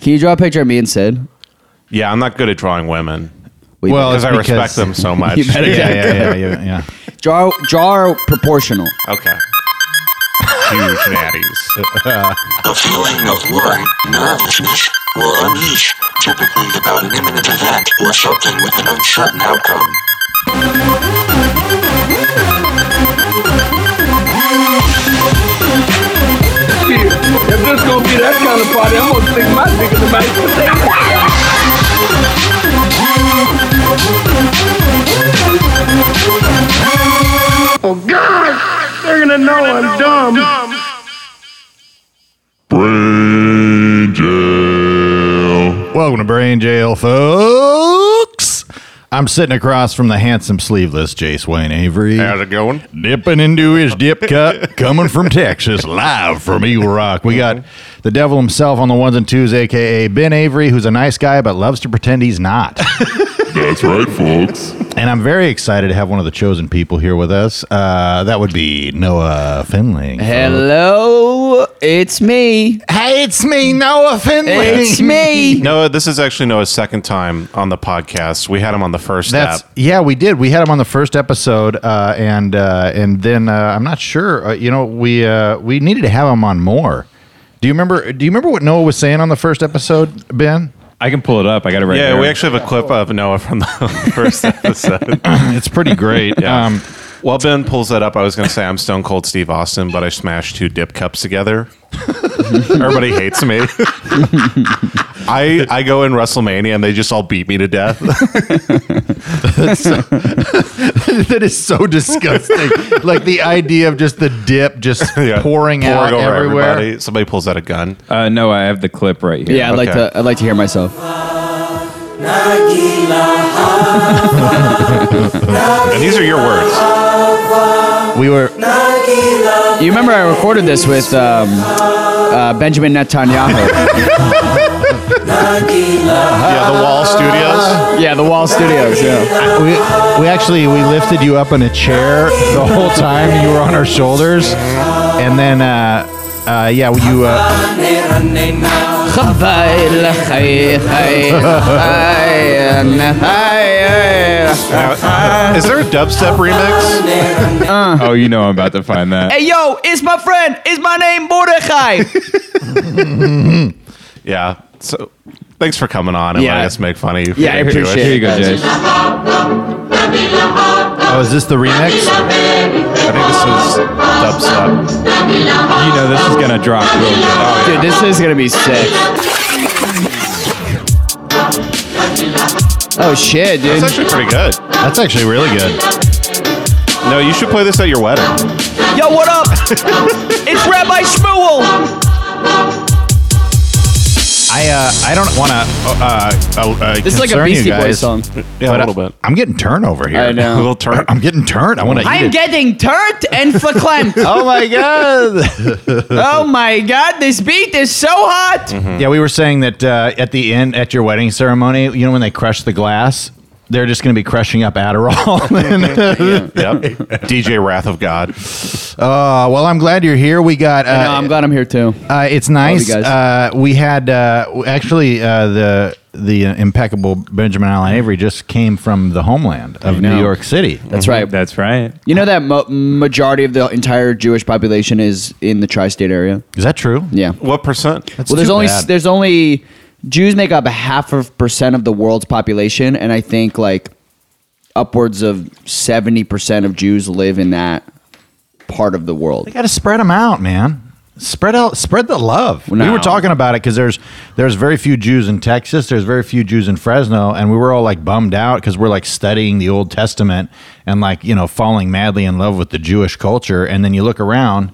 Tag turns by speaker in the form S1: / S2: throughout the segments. S1: Can you draw a picture of me and Sid?
S2: Yeah, I'm not good at drawing women
S1: We
S3: Well,
S2: because I
S3: Because-
S2: respect them so much.
S1: You better-
S3: yeah, yeah, yeah, yeah, yeah.
S1: draw draw proportional.
S2: Okay. Huge natties.
S4: A feeling of worry, nervousness, or unease, typically about an imminent event or something with an uncertain outcome.
S5: Shit, If this gonna be that kind of party, I'm gonna stick my dick in the mashed potato. Oh God, they're gonna know I'm dumb.
S6: Brain jail.
S3: Welcome to Brain Jail, folks. I'm sitting across from the handsome sleeveless Jace Wayne Avery.
S2: How's it going?
S3: Dipping into his dip cup, coming from Texas, live from Eagle Rock. We got the devil himself on the ones and twos, aka Ben Avery, who's a nice guy but loves to pretend he's not.
S6: That's right, folks.
S3: and I'm very excited to have one of the chosen people here with us. Uh, that would be Noah Finley.
S1: Hello, it's me.
S3: Hey, it's me, Noah Finley.
S1: It's me.
S2: Noah, this is actually Noah's second time on the podcast. We had him on the first
S3: That's
S2: step.
S3: yeah, we did. We had him on the first episode, uh, and uh, and then uh, I'm not sure. Uh, you know, we uh, we needed to have him on more. Do you remember? Do you remember what Noah was saying on the first episode, Ben?
S7: I can pull it up. I got it right
S2: Yeah,
S7: here.
S2: we actually have a clip of Noah from the first episode.
S3: It's pretty great.
S2: Yeah.
S3: um,
S2: While Ben pulls that up, I was going to say I'm Stone Cold Steve Austin, but I smashed two dip cups together. Everybody hates me. I I go in WrestleMania and they just all beat me to death.
S3: that is so disgusting. like the idea of just the dip just
S2: Yeah.
S3: pouring, out
S2: over
S3: everywhere.
S2: everybody. Somebody pulls out a gun.
S7: Uh, no, I have the clip right here.
S1: Yeah, I'd like
S2: Okay.
S1: to. I'd like to hear myself.
S2: And these are your words.
S3: We were
S1: You remember I recorded this with um, uh, Benjamin Netanyahu.
S2: Yeah, the Wall Studios.
S1: yeah, the Wall Studios. Yeah.
S3: we we actually we lifted you up in a chair the whole time you were on our shoulders, and then. Uh, uh, yeah, well, you uh,
S2: Now, is there a dubstep remix?
S7: Oh, you know I'm about to find that.
S1: hey yo, it's my friend. Is my name Mordechai?
S2: Yeah. So thanks for coming on and
S1: Yeah.
S2: letting us make fun of you.
S1: Yeah, I
S2: Jewish.
S1: appreciate
S7: Here
S1: it.
S7: you go, Jace.
S3: oh, is this the remix?
S2: I think this is dubstep.
S7: You know this is gonna drop real good.
S1: Dude, this is gonna be sick. Oh shit, dude.
S2: It's actually pretty good.
S3: That's actually really good.
S2: No, you should play this at your wedding.
S1: Yo, what up? it's Rabbi Shmuel.
S3: I uh, I don't want to. Uh, uh, uh,
S1: This is like a
S3: concern you
S1: Beastie Boys
S3: guys,
S1: song.
S2: Yeah,
S3: but
S2: a little bit.
S3: I, am getting turned over here.
S1: I
S2: A
S1: know.
S2: little turn.
S3: I'm getting turned. I want to.
S1: I'm
S3: eat it.
S1: getting turned and verklempt.
S3: Oh my god!
S1: oh my god, this beat is so hot.
S3: yeah, we were saying that uh, at the end at your wedding ceremony, you know when they crush the glass, they're just going to be crushing up Adderall.
S2: Yep. DJ Wrath of God.
S3: uh, well, I'm glad you're here. We got. Uh,
S1: No, I'm glad I'm here too.
S3: Uh, it's nice.
S1: guys.
S3: Uh, we had uh, w- actually uh, the the impeccable Benjamin Allen Avery just came from the homeland of New
S1: know.
S3: York City.
S1: That's right.
S7: That's right.
S1: You know that mo- majority of the entire Jewish population is in the tri-state area.
S3: Is that true?
S1: Yeah.
S2: What percent?
S1: well, there's
S3: too
S1: only
S3: bad.
S1: there's only Jews make up a half of percent of the world's population, and I think like upwards of seventy percent of Jews live in that part of the world.
S3: got to spread them out, man. Spread out, spread the love. We
S1: No.
S3: were talking about it because there's there's very few Jews in Texas. There's very few Jews in Fresno, and we were all like bummed out because we're like studying the Old Testament and like you know falling madly in love with the Jewish culture, and then you look around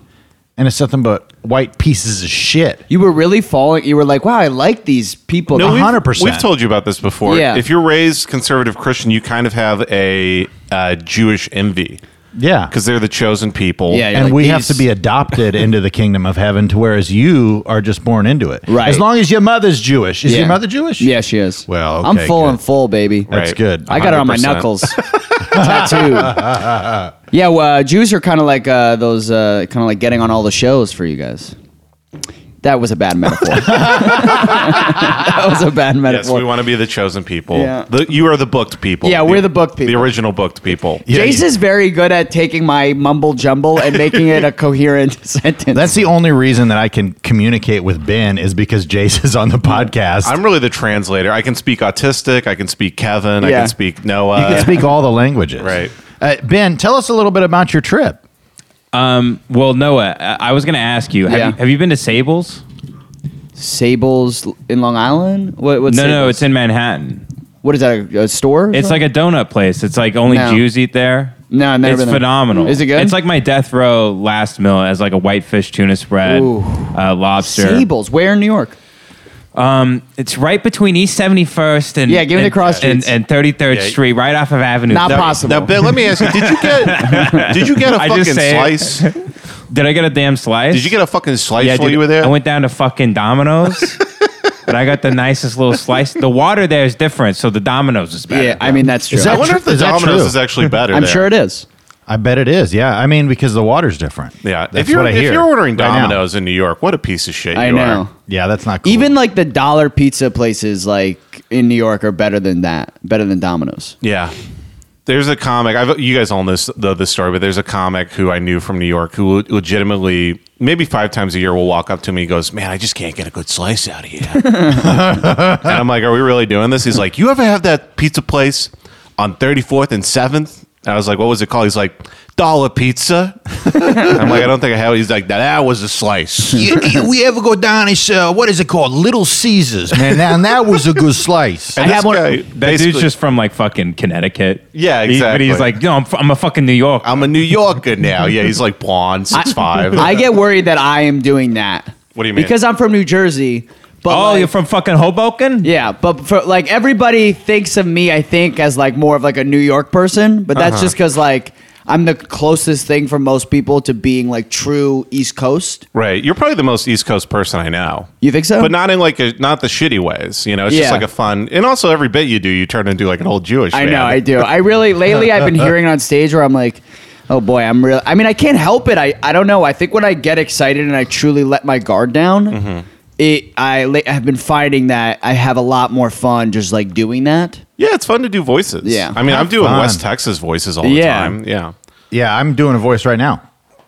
S3: and it's nothing but white pieces of shit.
S1: You were really falling. You were like, wow, I like these people. Uh-huh.
S3: No,
S2: we've-
S3: 100%.
S2: We've told you about this before.
S1: Yeah.
S2: If you're raised conservative Christian, you kind of have a uh, Jewish envy
S3: Yeah,
S2: because they're the chosen people.
S1: Yeah,
S3: and
S1: like,
S3: we
S1: these-
S3: have to be adopted into the kingdom of heaven, to whereas you are just born into it.
S1: Right.
S3: As long as your mother's Jewish, is
S1: Yeah.
S3: your mother Jewish?
S1: Yeah, she is.
S3: Well,
S1: I'm
S3: okay,
S1: full
S3: good.
S1: and full, baby.
S3: that's
S2: Right.
S3: good.
S1: I got it on my
S2: 100%.
S1: knuckles, tattooed. yeah, well, uh, Jews are kind of like uh, those, uh, kind of like getting on all the shows for you guys. That was a bad metaphor. that was a bad
S2: Yes,
S1: metaphor.
S2: we want to be the chosen people.
S1: Yeah.
S2: The, you are the booked people.
S1: Yeah, we're the booked
S2: The
S1: people.
S2: original booked people.
S1: Jace is very good at taking my mumble jumble and making it a coherent sentence.
S3: That's the only reason that I can communicate with Ben is because Jace is on the podcast.
S2: I'm really the translator. I can speak autistic. I can speak Kevin. I
S1: Yeah.
S2: can speak Noah.
S3: you can speak all the languages.
S2: Right.
S3: Uh, ben, tell us a little bit about your trip.
S7: Well, Noah, I I was going to ask you have,
S1: Yeah.
S7: you have you been to Sables?
S1: Sables in Long Island. What? What's
S7: no, no,
S1: Sables?
S7: it's in Manhattan.
S1: What is that? A, a store? or
S7: It's
S1: something?
S7: like a donut place. It's like only
S1: No.
S7: Jews eat there.
S1: No, I've never
S7: it's
S1: been there.
S7: phenomenal.
S1: Is it good?
S7: It's like my death row last meal as like a whitefish tuna spread,
S1: Ooh.
S7: uh, lobster.
S1: Sables. Where in New York?
S7: It's right between East Seventy First and
S1: Yeah, give me the
S7: and-
S1: cross
S7: and
S1: streets.
S7: and Thirty Third
S2: Yeah.
S7: Street, right off of Avenue.
S1: Not
S7: Now-
S1: possible.
S2: Now, Ben, let me ask you: Did you get? did you get a
S7: I
S2: fucking
S7: just say-
S2: slice?
S7: Did I get a damn slice?
S2: Did you get a fucking slice
S7: Yeah,
S2: while
S7: dude,
S2: you were there?
S7: I went down to fucking Domino's. And I got the nicest little slice. The water there is different, so the Domino's is better.
S1: yeah, I mean that's true.
S3: that
S2: I wonder
S3: tr-
S2: if the
S3: is that
S2: Domino's
S3: true?
S2: is actually better.
S1: I'm
S2: there.
S1: sure it is.
S3: I bet it is. Yeah. I mean, because the water's different.
S2: Yeah,
S3: That's
S2: if you're
S3: what I hear.
S2: if you're ordering
S3: right now.
S2: Domino's in New York, what a piece of shit!
S1: I
S2: you
S1: know.
S2: Are.
S3: Yeah, that's not cool.
S1: Even like the dollar pizza places like in New York are better than that. Better than Domino's.
S2: Yeah. There's a comic. I've, you guys all know this, the, this story, but there's a comic who I knew from New York who le- legitimately, maybe five times a year, will walk up to me and goes, Man, I just can't get a good slice out of you. and I'm like, Are we really doing this? He's like, You ever have that pizza place on 34th and 7th? And I was like, What was it called? He's like, Dollar pizza. I'm like, I don't think I have. it." He's like, That was a slice.
S3: You- you- we ever go down and uh, what is it called? Little Caesars, man. Now that was a good slice.
S2: And
S1: I have
S2: this
S1: one-
S2: guy
S7: That
S2: basically-
S7: dude's just from like fucking Connecticut.
S2: Yeah,
S7: He- but
S2: exactly.
S7: he's like, no, I'm, f- I'm a fucking New York.
S2: I'm a New Yorker now. Yeah, he's like blonde, six five.
S1: I get worried that I am doing that.
S2: What do you mean?
S1: Because I'm from New Jersey. But
S7: oh,
S1: like-
S7: you're from fucking Hoboken?
S1: Yeah, but for like everybody thinks of me, I think as like more of like a New York person, but
S2: Uh-huh.
S1: that's just because like I'm the closest thing for most people to being like true East Coast.
S2: Right. You're probably the most East Coast person I know.
S1: You think so?
S2: But not in like a, not the shitty ways. You know, it's just
S1: Yeah.
S2: like a fun. And also, every bit you do, you turn into like an old Jewish.
S1: I
S2: man.
S1: know, I do. I really lately I've been hearing on stage where I'm like, oh boy, I'm real. I mean, I can't help it. I I don't know. I think when I get excited and I truly let my guard down.
S2: Mm-hmm.
S1: It, I la- have been finding that I have a lot more fun just like doing that.
S2: Yeah, it's fun to do voices.
S1: Yeah.
S2: I mean, I'm doing
S3: Fun.
S2: West Texas voices all the
S1: Yeah.
S2: time. Yeah.
S3: Yeah, I'm doing a voice right now.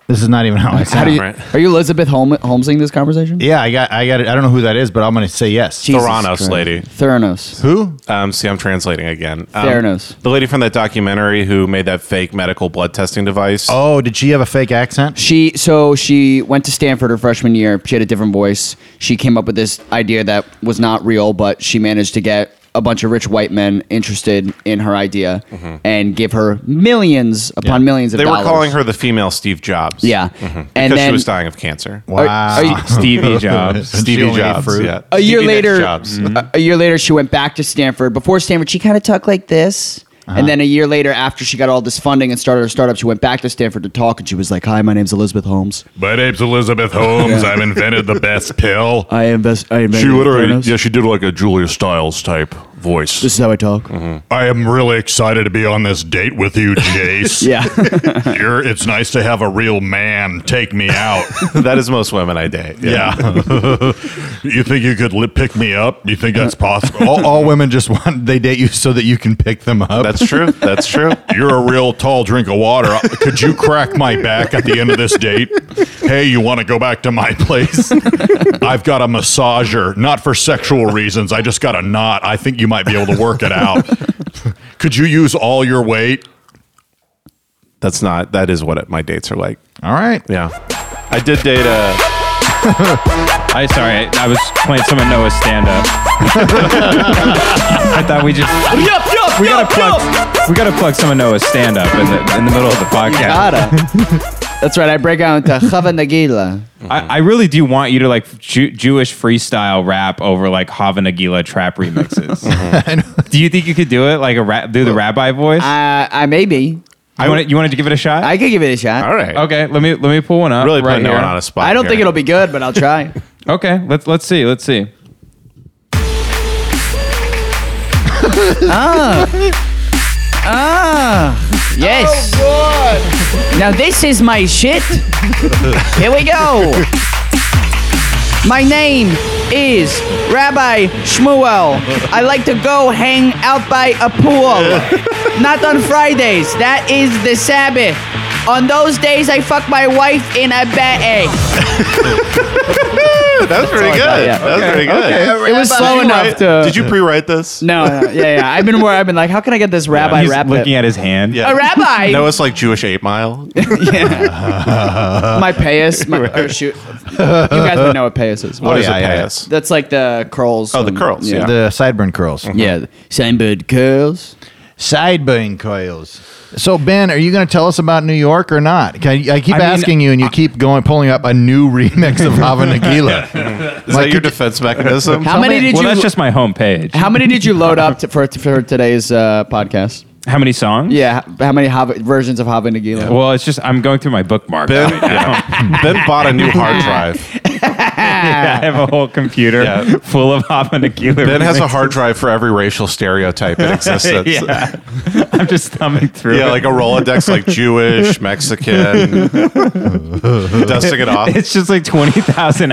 S3: This is not even how I sound.
S1: How do you,
S2: right.
S1: Are you Elizabeth Holm- Holmesing this conversation?
S3: yeah, I got, I got it. I don't know who that is, but I'm going to say yes.
S1: Jesus
S2: Theranos
S1: Christ.
S2: lady.
S1: Theranos.
S3: Who?
S2: Um, see, I'm translating again. Um,
S1: Theranos.
S2: The lady from that documentary who made that fake medical blood testing device.
S3: Oh, did she have a fake accent?
S1: She so she went to Stanford her freshman year. She had a different voice. She came up with this idea that was not real, but she managed to get a bunch of rich white men interested in her idea and give her millions upon
S3: Yeah.
S1: millions of
S2: Mm-hmm. they were
S1: dollars.
S2: calling her the female Steve Jobs. Mm-hmm.
S1: yeah, and
S2: Because
S1: then
S2: she was dying of cancer.
S1: Are-
S3: Wow.
S1: are you-
S7: Stevie Jobs.
S3: And she
S2: Stevie
S3: only ate
S2: Jobs.
S3: fruit.
S2: Yeah.
S1: a year
S2: Stevie Nicks
S1: later,
S2: Jobs. Mm-hmm.
S1: a, a year later, she went back to Stanford. Before Stanford, she kind of talked like this.
S2: Uh-huh.
S1: And then a year later, after she got all this funding and started her startup, she went back to Stanford to talk, and she was like, "Hi, my name's Elizabeth Holmes.
S8: My name's Elizabeth Holmes. I've invented the best pill.
S1: I invest. I invented
S8: She literally,
S1: Theranos.
S8: yeah, she did like a Julia Stiles type voice.
S1: This is how I talk.
S2: Mm-hmm.
S8: I am really excited to be on this date with you, Jace.
S1: Yeah,
S8: You're, it's nice to have a real man take me out.
S2: that is most women I date.
S8: yeah. you think you could li- pick me up? You think that's possible?
S3: all, all women just want, they date you so that you can pick them up.
S2: That's true. That's true.
S8: You're a real tall drink of water. Could you crack my back at the end of this date? Hey, you want to go back to my place? I've got a massager, not for sexual reasons. I just got a knot. I think you might be able to work it out. Could you use all your weight?
S2: That's not. That is what it, my dates are like.
S3: all right.
S2: Yeah, I did date a.
S7: I sorry, I was playing some of Noah's stand up. I thought we just we gotta plug we gotta plug some of Noah's stand up in the in the middle of the podcast.
S1: Gotta. That's right. I break out into Chava Nagila.
S7: I, I really do want you to like Ju- Jewish freestyle rap over like Hava Nagila trap remixes. do you think you could do it like a rap do the rabbi voice? You
S1: Uh, I maybe.
S7: want you want to give it a shot?
S1: I could give it a shot.
S2: All right.
S7: okay, let me let me pull one up.
S2: Really
S7: right
S2: putting no
S7: here.
S2: one on a spot.
S1: I don't
S2: here.
S1: think it'll be good, but I'll try.
S7: Okay, let's let's see. Let's see.
S2: Oh,
S1: yes. Now this is my shit. Here we go. My name is Rabbi Shmuel. I like to go hang out by a pool. Not on Fridays. That is the Sabbath. On those days, I fuck my wife in a bat egg.
S2: That was pretty good.
S1: yeah.
S2: That was pretty good.
S1: It was slow enough to.
S2: Did you pre-write this?
S1: No, no, yeah, yeah. I've been where I've been like, how can I get this rabbi
S7: He's
S1: rap?
S7: looking
S1: it?
S7: at his hand.
S2: Yeah.
S1: a rabbi.
S2: No, it's like Jewish Eight Mile.
S7: uh,
S1: my payas. My, or shoot, you guys would know what payas is.
S2: What is
S3: yeah,
S2: a
S3: yeah, yeah.
S2: pass?
S1: That's like the curls.
S2: Oh, the
S1: from-
S2: curls, yeah.
S3: The sideburn curls.
S1: Yeah, Sandbird curls.
S3: Sideburn coils. So Ben, are you going to tell us about New York or not? 'Cause I, I keep
S7: I mean,
S3: asking you, and you keep going pulling up a new remix of Hava Nagila.
S2: Is that your defense mechanism?
S1: How many
S3: me-
S1: did
S7: Well,
S1: you?
S7: that's just my homepage.
S1: how many did you load up to, for for today's uh, podcast?
S7: How many songs?
S1: Yeah, h- how many Hava, versions of Hava Nagila?
S7: Well, it's just I'm going through my bookmark.
S2: Ben,
S7: right now.
S2: yeah. Ben bought a new hard drive.
S7: I have a whole computer
S2: Yeah.
S7: full of Hava Nagila.
S2: Ben has a
S7: remixes.
S2: hard drive for every racial stereotype in existence. yeah.
S7: Yeah, I'm just thumbing through. it.
S2: uh, like a Rolodex, like Jewish, Mexican, dusting it off.
S7: It's just like 20,000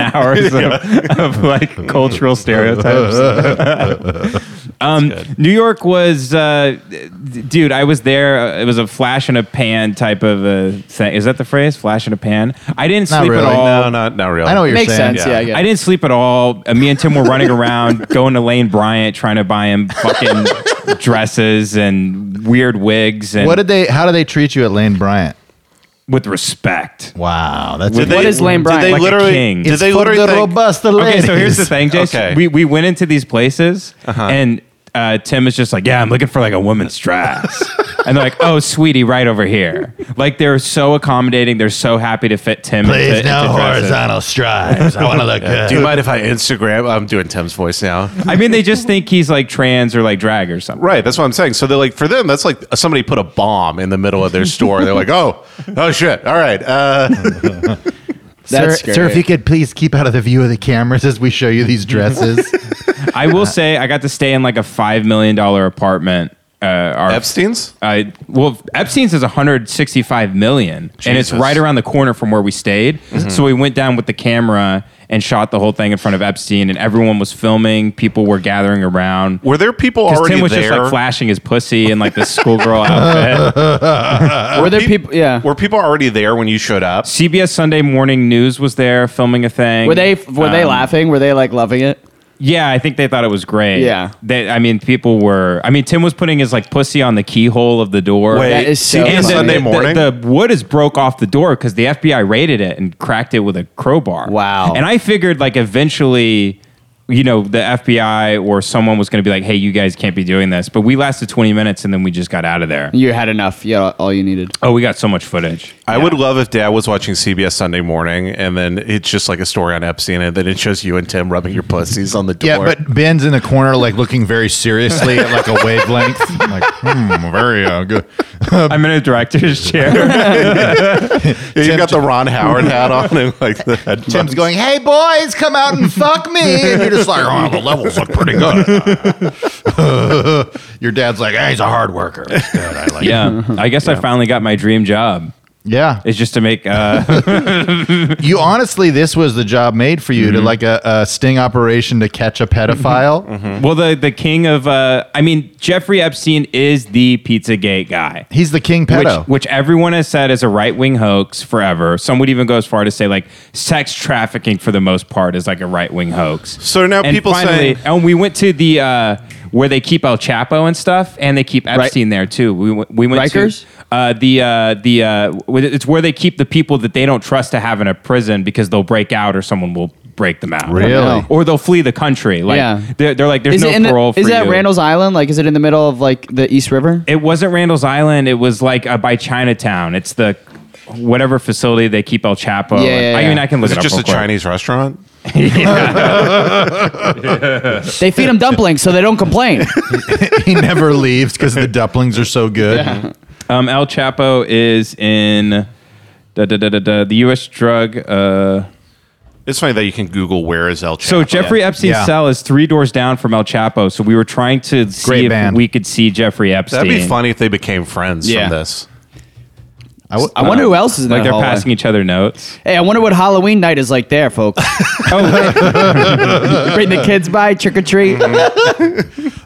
S7: hours of, of like cultural stereotypes. um, New York was, uh, d- dude, I was there. uh, It was a flash in a pan type of a thing. Is that the phrase? Flash in a pan? I didn't
S3: Not
S7: sleep
S3: really,
S7: at all.
S2: No, not not really.
S3: I know what you're
S1: Makes
S3: saying.
S1: sense. Yeah, I, get
S7: I
S1: it.
S7: didn't sleep at all. Uh, me and Tim were running around, going to Lane Bryant, trying to buy him fucking dresses and weird wigs and
S3: What did they? How do they treat you at Lane Bryant?
S7: with respect.
S3: Wow, that's
S2: Did
S3: a-
S2: they-
S1: What is Lane Bryant?
S2: Did they
S1: Like
S7: a
S2: literally?
S7: king.
S2: Did
S3: It's
S2: they
S3: for
S2: literally?
S3: the
S2: Think,
S3: robust
S7: Okay, so here's the
S3: ladies.
S7: thing, Jason.
S2: Okay.
S7: We we went into these places and uh, Tim is just like, yeah, I'm looking for like a woman's dress, and they're like, oh, sweetie, right over here. Like they're so accommodating. They're so happy to fit Tim.
S3: Please
S7: into,
S3: no
S7: into dresses.
S3: horizontal stripes. I want to look good.
S2: do you mind if I Instagram? I'm doing Tim's voice now.
S7: I mean, they just think he's like trans or like drag or something.
S2: Right, that's what I'm saying. So they're like, for them, that's like somebody put a bomb in the middle of their store. They're like, oh, oh shit, all right. Uh,
S3: sir,
S1: That's
S3: sir, if
S1: great.
S3: you could please keep out of the view of the cameras as we show you these dresses.
S7: I will say, I got to stay in like a five million dollar apartment. Uh, our,
S2: Epstein's.
S7: uh, well, Epstein's is 165 million, and it's
S2: Jesus. Mm-hmm.
S7: right around the corner from where we stayed. So we went down with the camera and shot the whole thing in front of Epstein, and everyone was filming. People were gathering around.
S2: Were there people
S7: Because
S2: already
S7: Tim was
S2: there?
S7: just like flashing his pussy in like this schoolgirl outfit.
S1: Were there
S2: Uh, Pe-
S1: people? Yeah. Were,
S2: Were people already there when you showed up?
S7: CBS Sunday Morning News was there filming a thing.
S1: they were they
S7: Um,
S1: laughing? Were they like loving it?
S7: Yeah, I think they thought it was great.
S1: Yeah.
S7: they, I mean, people were. I mean, Tim was putting his like pussy on the keyhole of the door.
S2: Wait,
S1: That is so
S2: CBS
S1: funny.
S2: Sunday
S7: the,
S2: morning.
S7: The, the wood is broke off the door because the FBI raided it and cracked it with a crowbar.
S1: Wow.
S7: And I figured like eventually, you know, the FBI or someone was going to be like, hey, you guys can't be doing this. But we lasted 20 minutes and then we just got out of there.
S1: You had enough. Yeah, all you needed.
S7: Oh, we got so much footage.
S2: I would love if Dad was watching CBS Sunday Morning, and then it's just like a story on Epstein, and then it shows you and Tim rubbing your pussies on the door.
S3: yeah, but Ben's in the corner, like looking very seriously at like a wavelength. I'm like, hmm, very uh, good.
S7: I'm in a director's chair.
S2: Yeah, you got the Ron Howard hat on, and like the head
S3: Tim's going, hey boys, come out and fuck me. And you're just like, oh, the levels look pretty good. Your dad's like, hey, he's a hard worker. That's good. I like it.
S7: yeah. I guess I finally got my dream job.
S3: Yeah.
S7: It's just to make uh,
S3: You honestly, this was the job made for you
S7: Mm-hmm.
S3: to like a, a sting operation to catch a pedophile.
S7: well the the king of uh, I mean Jeffrey Epstein is the Pizzagate guy.
S3: He's the king pedo.
S7: which, which everyone has said is a right wing hoax forever. Some would even go as far to say like sex trafficking for the most part is like a right wing hoax.
S2: So now
S7: And
S2: people
S7: finally,
S2: saying-
S7: and we went to the uh, where they keep El Chapo and stuff, and they keep Epstein there too. We went- we went
S1: Rikers?
S7: to uh, the uh, the uh, wh- it's where they keep the people that they don't trust to have in a prison because they'll break out or someone will break them out.
S3: Really?
S7: Or they'll flee the country. Like
S1: Yeah.
S7: they're, they're like there's
S1: Is
S7: no
S1: it in
S7: parole
S1: the,
S7: for
S1: Is that
S7: you.
S1: Randall's Island? Like, is it in the middle of like the East River?
S7: It wasn't Randall's Island. It was like uh, by Chinatown. It's the whatever facility they keep El Chapo.
S1: Yeah, yeah,
S7: I
S1: yeah.
S7: mean, I can look
S2: Is it
S7: it up.
S2: just
S7: real
S2: a
S7: quick.
S2: Chinese restaurant?
S1: They feed them dumplings so they don't complain.
S3: he never leaves because the dumplings are so good.
S7: Um, El Chapo is in da, da, da, da, da, the U.S. drug. Uh,
S2: It's funny that you can Google where is El Chapo.
S7: so Jeffrey Epstein's
S3: Yeah.
S7: cell is three doors down from El Chapo. So we were trying to see
S3: Great
S7: if
S3: band.
S7: we could see Jeffrey Epstein.
S2: That'd be funny if they became friends
S1: Yeah.
S2: from this.
S3: I w-
S1: I wonder who else is in
S7: Um, Uh,
S1: that
S7: Like they're
S1: hallway.
S7: passing each other notes. Oh,
S1: Hey, I wonder what Halloween night is like there, folks. Bring the kids by, trick or treat.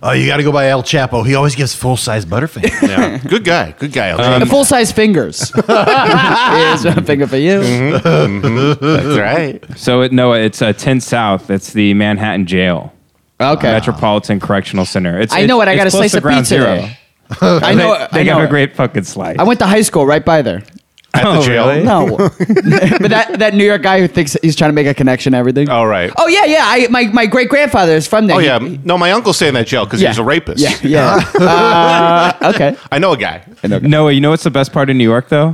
S3: Oh, you got to go by El Chapo. He always gives full size Butterfinger.
S2: Yeah. Good guy. Good guy. Elton.
S1: the full size fingers. Here's one finger for you.
S2: That's right.
S7: So it, no, it's uh, 10 South. It's the Manhattan Jail.
S1: Okay.
S7: Metropolitan Correctional Center. It's,
S1: I know it. I
S7: it's
S1: got a
S7: close
S1: slice
S7: to
S1: of
S7: ground
S1: pizza.
S7: zero.
S1: there. I
S7: They,
S1: know. it.
S7: they
S1: I know
S7: got a
S1: it.
S7: great fucking slice.
S1: I went to high school right by there.
S2: At the
S7: Oh,
S2: jail.
S7: really?
S1: No, but that, that New York guy who thinks he's trying to make a connection, to everything.
S2: All right.
S1: Oh yeah, yeah. I my my great grandfather is from there.
S2: Oh
S1: He-
S2: yeah. No, my uncle stayed in that jail because he was a rapist.
S1: Yeah, yeah. Uh, okay.
S2: I know a guy.
S7: Noah, you know what's the best part of New York though?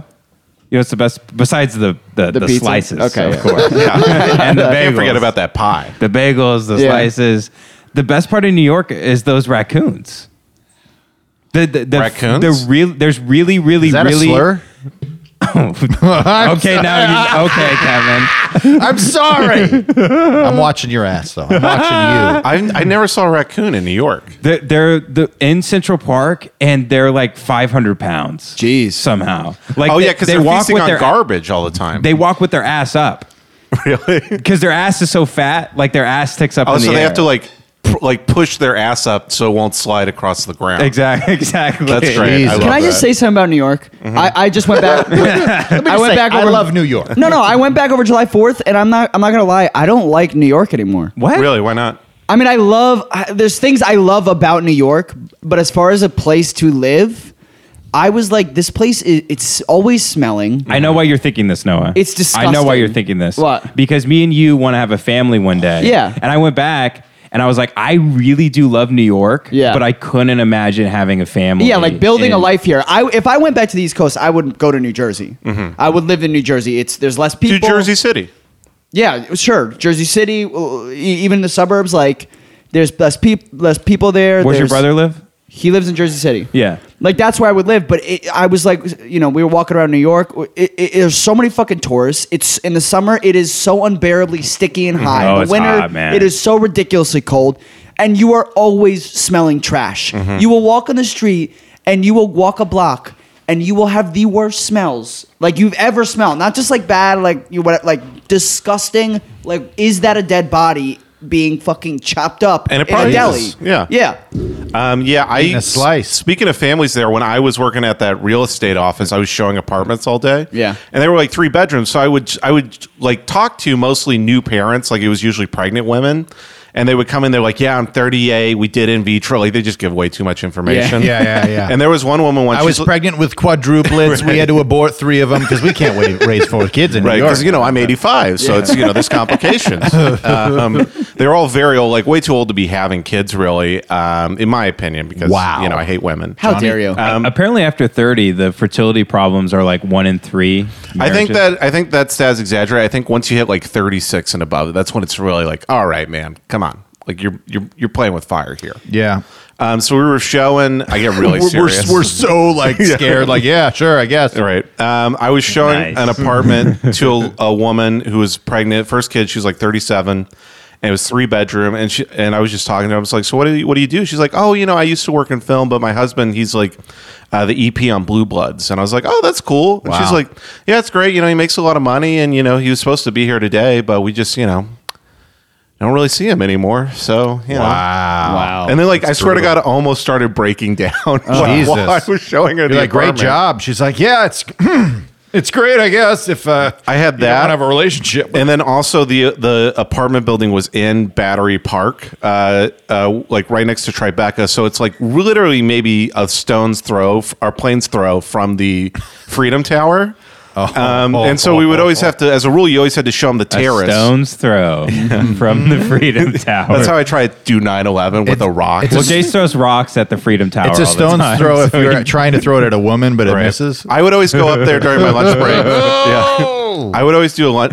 S7: You know what's the best besides the the, the,
S1: pizza?
S7: slices,
S1: Okay,
S7: of
S1: yeah.
S7: course, and the bagels.
S2: Can't forget about that pie.
S7: the bagels, the
S1: Yeah.
S7: slices. The best part of New York is those raccoons. The, the, the,
S2: Raccoons?
S7: The real, there's really, really,
S3: Is that
S7: really.
S3: a slur?
S7: Okay, now you, okay, Kevin.
S3: I'm sorry. I'm watching your ass though. I'm watching you.
S2: I, I never saw a raccoon in New York.
S7: They're, they're the, in Central Park and they're like 500 pounds.
S1: Jeez.
S7: somehow. Like
S2: Oh
S7: they-
S2: yeah, because
S7: they
S2: they are feasting
S7: with
S2: on
S7: their
S2: garbage all the time.
S7: they walk with their ass up
S2: really.
S7: because their ass is so fat. Like their ass sticks up.
S2: Oh,
S7: in
S2: so
S7: the
S2: they
S7: air.
S2: have to like pr- like push their ass up so it won't slide across the ground.
S7: Exactly. Exactly.
S2: That's great.
S3: Jesus.
S2: I love
S1: Can I just
S2: that.
S1: say something about New York? I, I just went back. I went
S3: Say,
S1: back.
S3: I
S1: Over,
S3: love New York.
S1: No, no. I went back over July Fourth, and I'm not. I'm not gonna lie. I don't like New York anymore.
S7: What?
S2: Really? Why not?
S1: I mean, I love. I, there's things I love about New York, but as far as a place to live, I was like, this place. Is, it's always smelling.
S7: I know why you're thinking this, Noah.
S1: It's
S7: I know why
S1: disgusting.
S7: you're thinking this.
S1: What?
S7: Because me and you want to have a family one day.
S1: Yeah.
S7: And I went back and I was like, I really do love New York.
S1: Yeah.
S7: But I couldn't imagine having a family.
S1: Yeah, like building a
S7: in-
S1: life here. I if I went back to the East Coast, I would go to New Jersey.
S7: Mm-hmm.
S1: I would live in New Jersey. It's there's less
S2: Do
S1: people.
S2: Jersey City.
S1: Yeah, sure. Jersey City, uh, e- even the suburbs, like there's less peop less people there.
S7: Where's your
S1: There's-
S7: brother live?
S1: He lives in Jersey City.
S7: Yeah.
S1: Like that's where I would live, but it, I was like, you know, we were walking around New York. It, it, there's so many fucking tourists. It's in the summer. It is so unbearably sticky and hot.
S7: Oh,
S1: In the
S7: it's
S1: winter,
S7: hot, man.
S1: it is so ridiculously cold, and you are always smelling trash.
S2: Mm-hmm.
S1: You will walk on the street, and you will walk a block, and you will have the worst smells like you've ever smelled. Not just like bad, like you what, like disgusting. Like, is that a dead body being fucking chopped up
S2: And it
S1: in a
S2: probably
S1: deli?
S2: is. Yeah.
S1: yeah.
S2: Um, yeah, I
S3: Eating a slice.
S2: Speaking of families, there when I was working at that real estate office, I was showing apartments all day.
S1: Yeah.
S2: and they were like three bedrooms. So I would I would like talk to mostly new parents, like it was usually pregnant women, and they would come in. They're like, "Yeah, I'm 38. We did in vitro. Like they just give way too much information.
S3: Yeah, yeah, yeah.
S2: And there was one woman once
S3: I was
S2: she's-
S3: pregnant with quadruplets. We had to abort three of them because we can't wait, raise four kids in
S2: Right,
S3: New York.
S2: because you know I'm 85, so it's you know there's complications. um, they're all very old, like way too old to be having kids, really, um, in my opinion. Because
S3: Wow.
S2: you know I hate women.
S1: How dare you?
S2: Um,
S7: Apparently, after 30, the fertility problems are like one in three.
S2: I think
S7: marriages.
S2: that I think that stat's exaggerated. I think once you hit like 36 and above, that's when it's really like, all right, man, come on, like you're you're you're playing with fire here.
S3: yeah.
S2: Um, so we were showing. I get really
S3: We're,
S2: serious.
S3: we're, we're so like scared. Like, yeah, sure, I guess.
S2: All right. Um, I was showing
S7: Nice.
S2: an apartment to a, a woman who was pregnant, first kid. She was like 37, and it was three bedroom. And she and I was just talking to her. I was like, "So what do you what do you do?" She's like, "Oh, you know, I used to work in film, but my husband, he's like uh, the EP on Blue Bloods." And I was like, "Oh, that's cool." And she's
S3: Wow.
S2: like, "Yeah, it's great. You know, he makes a lot of money, and you know, he was supposed to be here today, but we just, you know." Don't really see him anymore, so you know.
S3: Wow. Wow. Oh,
S2: And then, like, I swear to God, I almost started breaking down while,
S3: Jesus.
S2: while I was showing her.
S3: You're
S2: the
S3: like, great
S2: apartment."
S3: job. She's like, yeah, it's it's great, I guess. If uh,
S2: I had
S3: you don't
S2: that.
S3: wanna have a relationship,
S2: and then also the the apartment building was in Battery Park, uh, uh, like right next to Tribeca. So it's like literally maybe a stone's throw f- or plane's throw from the Freedom Tower.
S3: Oh.
S2: um, and so we would always have to, as a rule, you always had to show them the
S7: A
S2: terrace.
S7: stone's throw from the Freedom Tower.
S2: That's how I try to do 9-11 with
S3: It's-
S2: a rock.
S3: it's
S7: well, Jay throws rocks at the Freedom Tower.
S3: it's a
S7: all the
S3: stone's
S7: time,
S3: throw if
S7: so
S3: you're
S7: he-
S3: trying to throw it at a woman, but it
S2: Right.
S3: misses.
S2: I would always go up there during my lunch break. yeah. I would always do a lunch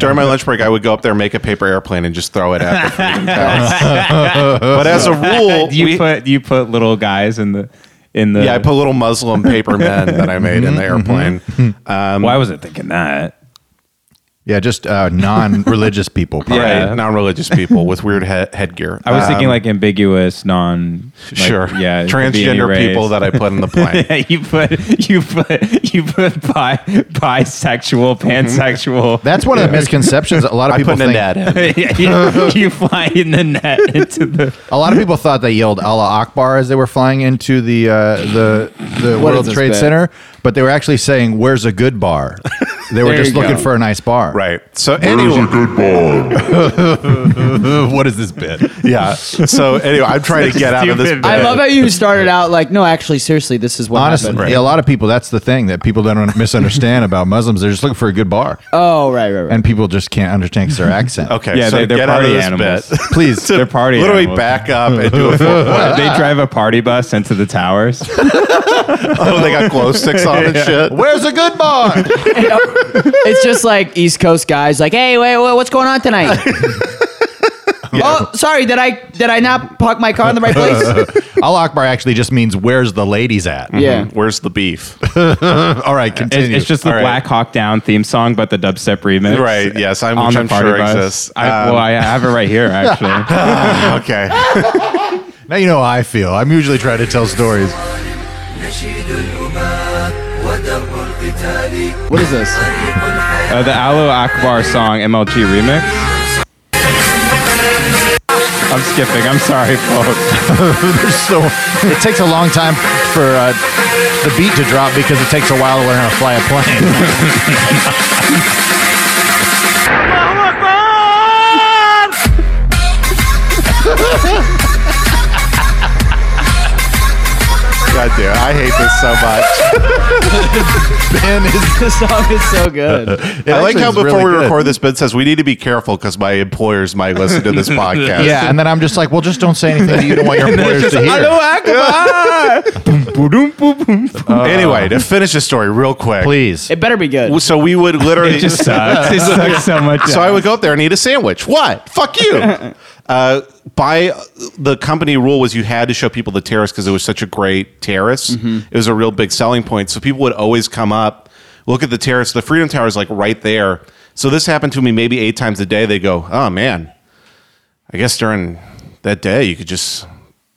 S2: during my lunch break. I would go up there, make a paper airplane, and just throw it at the Freedom Tower. but as a rule,
S7: Do you
S2: we-
S7: put you put little guys in the in the.
S2: Yeah, I put little
S7: Mm-hmm.
S2: Muslim paper men that I made in the airplane. Um,
S7: Why was I thinking that?
S3: Yeah, just uh, non-religious people. probably.
S7: Yeah.
S2: Right, non-religious people with weird he- headgear. Um,
S7: I was thinking like ambiguous, non. like,
S2: sure,
S7: Yeah. it could be any
S2: transgender
S7: race.
S2: people that I put in the plane.
S7: Yeah, you put you put you put bi, bisexual, pansexual.
S3: That's one of the misconceptions. A lot of
S2: I
S3: people
S2: put
S3: think,
S2: Nanette in.
S7: you, you fly in the net into the.
S3: A lot of people thought they yelled "Allah Akbar" as they were flying into the uh, the the
S1: What is
S3: World
S1: this
S3: Trade
S1: bit?
S3: Center, but they were actually saying, "Where's a good bar?" They were
S1: There
S3: just
S1: you
S3: looking
S1: go.
S3: for a nice bar,
S2: Right. So
S6: There's a
S2: anyway,
S6: good bar.
S3: what is this bit?
S2: yeah. So anyway, I'm trying to get out of this.
S7: Stupid.
S2: bit.
S1: I love how you started out like, no, actually, seriously, this is what
S3: Honestly,
S1: happened.
S3: a lot of people. That's the thing that people don't misunderstand about Muslims. They're just looking for a good bar,
S1: Oh, right, right, right.
S3: and people just can't understand 'cause their accent.
S2: Okay,
S7: Yeah,
S2: so
S7: they- they're
S2: get out of
S7: party
S2: this
S7: animals.
S2: bit.
S3: Please,
S2: To
S7: They're party
S2: Literally
S7: animals.
S2: back up and do a full.
S7: they drive a party bus into the towers.
S2: Oh, they got glow sticks on and shit.
S3: Where's a good bar?
S1: it's just like East Coast guys, like, hey, wait, wait what's going on tonight? Oh, sorry, did I did I not park my car in the right place?
S3: Al Akbar actually just means where's the ladies at.
S1: yeah.
S2: Mm, Where's the beef?
S3: All right,
S7: It's,
S3: continue.
S7: it's just the
S2: All right.
S7: Black Hawk Down theme song, but the dubstep remix.
S2: Right, yes, I'm-
S7: on
S2: which
S7: the
S2: I'm
S7: party
S2: sure
S7: bus.
S2: exists.
S7: I,
S2: Um,
S7: well, I have it right here actually.
S2: okay.
S3: now you know how I feel. I'm usually trying to tell stories.
S1: What is this?
S7: Uh, the Aloe Akbar song MLG remix. I'm skipping. I'm sorry, folks.
S3: so it takes a long time for uh, the beat to drop because it takes a while to learn how to fly a plane.
S2: God damn, I hate this so much.
S3: And it's-
S1: The song is so good.
S3: it
S2: I like
S3: actually
S2: how
S3: is
S2: before
S3: really
S2: we
S3: good.
S2: record this, Ben says we need to be careful because my employers might listen to this podcast.
S3: Yeah, and then I'm just like, well, just don't say anything that you don't want your employers to hear.
S2: anyway, to finish the story real quick,
S3: Please.
S1: It better be good.
S2: So we would literally
S7: It just sucks. It sucks so much.
S2: So I would go up there and eat a sandwich. What? Fuck you. uh, by the company rule was you had to show people the terrace because it was such a great terrace. It was a real big selling point. So people would always come up, look at the terrace. The Freedom Tower is like right there. So this happened to me maybe eight times a day. They go, oh man, I guess during that day you could just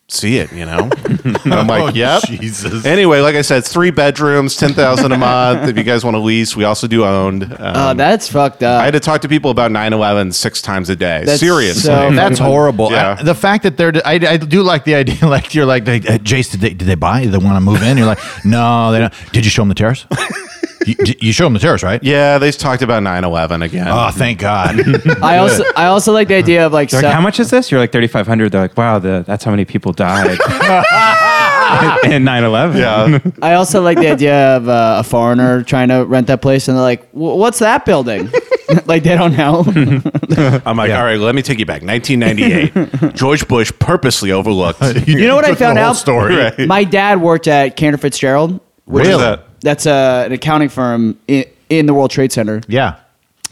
S2: see it, you know? Oh, and I'm like, yep.
S3: Jesus.
S2: Anyway, like I said, it's three bedrooms, 10000 a month. If you guys want to lease, we also do owned. Um,
S1: Oh, that's fucked
S2: I had
S1: up.
S2: to talk to people about 9 11 six times a day.
S1: That's
S2: Seriously.
S1: so-
S3: That's horrible.
S2: Yeah.
S3: I- the fact that they're, I, I do like the idea. Like you're like, like, uh, Jace, did they, did they buy? Did they want to move in? You're like, no, they don't. Did you show them the terrace? you, did you show them the terrace, right?
S2: yeah, they talked about 9 11 again.
S3: Oh, thank God.
S1: I also I also like the idea of like,
S7: They're
S1: so-
S7: like, how much is this? You're like 3,500. They're like, wow, the, that's how many people died in 9 11.
S2: yeah.
S1: I also like the idea of uh, a foreigner trying to rent that place, and they're like, "Wh- "What's that building?" like they don't know.
S2: I'm like, all right, let me take you back. 1998. George Bush purposely overlooked.
S1: You know what I
S3: Took the
S1: found
S3: whole
S1: out?
S3: Story.
S2: Right.
S1: My dad worked at Cantor Fitzgerald. Which
S2: Really?
S1: Is that's uh, an accounting firm in, in the World Trade Center.
S3: Yeah.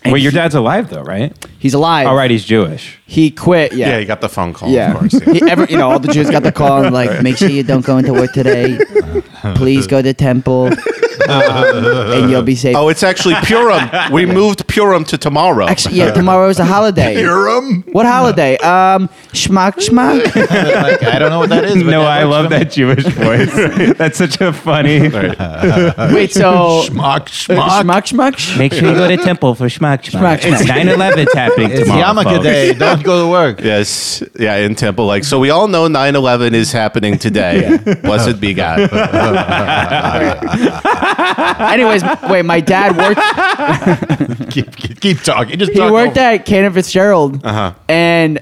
S7: Well, your dad's alive, though, right?
S1: He's alive.
S7: All right, he's Jewish.
S1: He quit. Yeah.
S2: Yeah, you got the phone call,
S1: Yeah.
S2: of course. yeah.
S1: He ever, you know, all the Jews got the call and like, make sure you don't go into work today. Please go to temple, um, and you'll be safe.
S2: Oh, it's actually Purim. we moved Purim to tomorrow.
S1: Actually, yeah, tomorrow is a holiday. What holiday? Um, schmuck, schmuck.
S3: Like, I don't know what that is. but
S7: No,
S3: that
S7: I
S3: works
S7: love
S3: for me.
S7: that Jewish voice. that's such a funny.
S1: Wait, so
S3: Schmuck, schmuck.
S1: schmuck, schmuck.
S7: Make sure you go to temple for schmuck
S1: Schmuck, It's schmuck.
S7: 9 11 happening
S3: It's Yarmulke Day. Don't go to work.
S2: Yes. Yeah, in temple. Like, so we all know 9 11 is happening today. Blessed be God.
S1: Anyways, wait, my dad worked.
S3: keep, keep, keep talking. Just
S1: he
S3: talk
S1: worked
S3: over-
S1: at Cannon Fitzgerald,
S2: Uh-huh.
S1: and